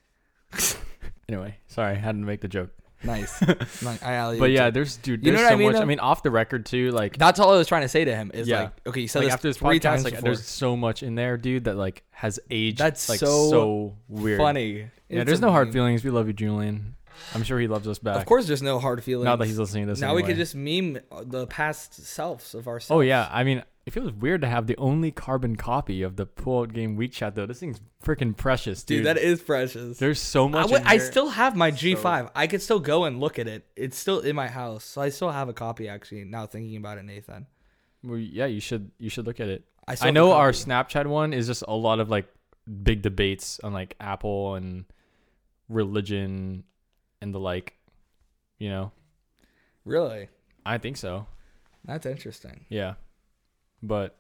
Speaker 2: anyway, sorry, I had to make the joke.
Speaker 4: nice. Like, I alley-ooped
Speaker 2: But
Speaker 4: it.
Speaker 2: yeah, there's dude,
Speaker 4: You
Speaker 2: there's
Speaker 4: know what
Speaker 2: so
Speaker 4: I mean,
Speaker 2: much. I
Speaker 4: though?
Speaker 2: mean, off the record too, like
Speaker 4: That's all I was trying to say to him is
Speaker 2: yeah.
Speaker 4: like, okay, you said
Speaker 2: like
Speaker 4: this
Speaker 2: after this
Speaker 4: three
Speaker 2: podcast,
Speaker 4: times
Speaker 2: like
Speaker 4: before.
Speaker 2: there's so much in there, dude, that like has aged.
Speaker 4: That's
Speaker 2: like
Speaker 4: so
Speaker 2: weird.
Speaker 4: funny.
Speaker 2: Yeah,
Speaker 4: It's
Speaker 2: there's no hard
Speaker 4: amazing.
Speaker 2: feelings. We love you, Julian. I'm sure he loves us back.
Speaker 4: Of course, there's no hard feelings.
Speaker 2: Now that he's listening to this.
Speaker 4: now we
Speaker 2: anyway.
Speaker 4: can just meme the past selves of ourselves.
Speaker 2: Oh yeah, I mean, it feels weird to have the only carbon copy of the pullout game week chat though. This thing's freaking precious, dude.
Speaker 4: dude, that is precious.
Speaker 2: there's so
Speaker 4: I
Speaker 2: much.
Speaker 4: would-
Speaker 2: in
Speaker 4: I
Speaker 2: here.
Speaker 4: still have my G5. I could still go and look at it. It's still in my house, so I still have a copy. Actually, now thinking about it, Nathan.
Speaker 2: Well, yeah, you should you should look at it.
Speaker 4: I
Speaker 2: I,
Speaker 4: saw the
Speaker 2: know our
Speaker 4: copy.
Speaker 2: Snapchat one is just a lot of like big debates on like Apple and religion and the like. You know,
Speaker 4: Really,
Speaker 2: I think so.
Speaker 4: that's interesting.
Speaker 2: Yeah, but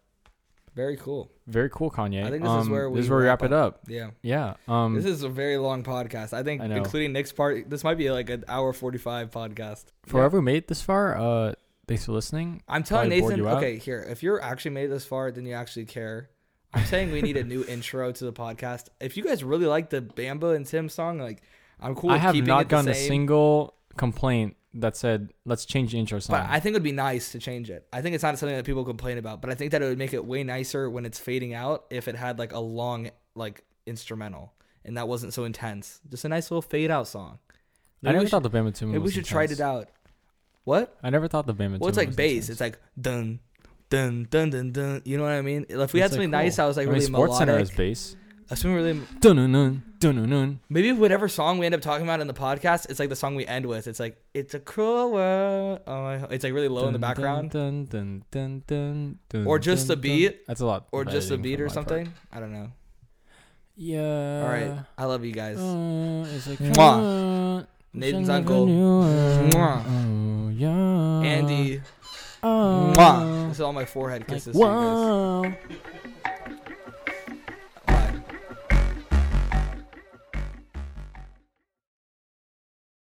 Speaker 4: Very cool.
Speaker 2: very cool, Kanye.
Speaker 4: I think this is
Speaker 2: Um,
Speaker 4: where we
Speaker 2: this is where we wrap, it up.
Speaker 4: Yeah,
Speaker 2: Yeah. Um.
Speaker 4: this is a very long podcast. I think,
Speaker 2: I know.
Speaker 4: including Nick's part, this might be like an hour forty-five podcast.
Speaker 2: for whoever made this far, uh, thanks for listening.
Speaker 4: I'm telling
Speaker 2: Probably bored
Speaker 4: Nathan,
Speaker 2: you out.
Speaker 4: okay, here, if you're actually made it this far, then you actually care. I'm saying we need a new intro to the podcast. If you guys really like the Bamba and Tim song, like I'm cool.
Speaker 2: I
Speaker 4: with
Speaker 2: have
Speaker 4: keeping
Speaker 2: not
Speaker 4: it the
Speaker 2: gotten a
Speaker 4: same,
Speaker 2: single complaint that said let's change the intro song.
Speaker 4: But I think it would be nice to change it. I think it's not something that people complain about, but I think that it would make it way nicer when it's fading out if it had like a long like instrumental and that wasn't so intense. Just a nice little fade out song.
Speaker 2: I never
Speaker 4: we
Speaker 2: thought the Bama tune.
Speaker 4: Maybe we
Speaker 2: was
Speaker 4: should try
Speaker 2: intense.
Speaker 4: it out. What?
Speaker 2: I never thought the Bama.
Speaker 4: Well, it's like bass. It's like dun, dun, dun, dun, dun. You know what I mean? If we had something nice, I was like
Speaker 2: I mean,
Speaker 4: really
Speaker 2: Sports Center
Speaker 4: melodic.
Speaker 2: is bass.
Speaker 4: Assuming really,
Speaker 2: Dun dun dun dun dun.
Speaker 4: maybe whatever song we end up talking about in the podcast, it's like the song we end with. It's like it's a cruel world. Oh, my, it's like really low in the background,
Speaker 2: Dun, dun, dun, dun, dun,
Speaker 4: Or just
Speaker 2: dun,
Speaker 4: the
Speaker 2: dun.
Speaker 4: beat,
Speaker 2: That's a lot.
Speaker 4: or
Speaker 2: of
Speaker 4: just a
Speaker 2: editing
Speaker 4: beat
Speaker 2: for
Speaker 4: or
Speaker 2: my part.
Speaker 4: something. I don't know.
Speaker 2: Yeah.
Speaker 4: All right, I love you guys.
Speaker 2: Uh, it's like
Speaker 4: Mwah.
Speaker 2: uh,
Speaker 4: Nathan's
Speaker 2: something I
Speaker 4: uncle,
Speaker 2: knew, uh,
Speaker 4: Mwah.
Speaker 2: Oh yeah.
Speaker 4: Andy.
Speaker 2: Uh,
Speaker 4: Mwah. This is all my forehead kisses. to you guys.
Speaker 2: Wow.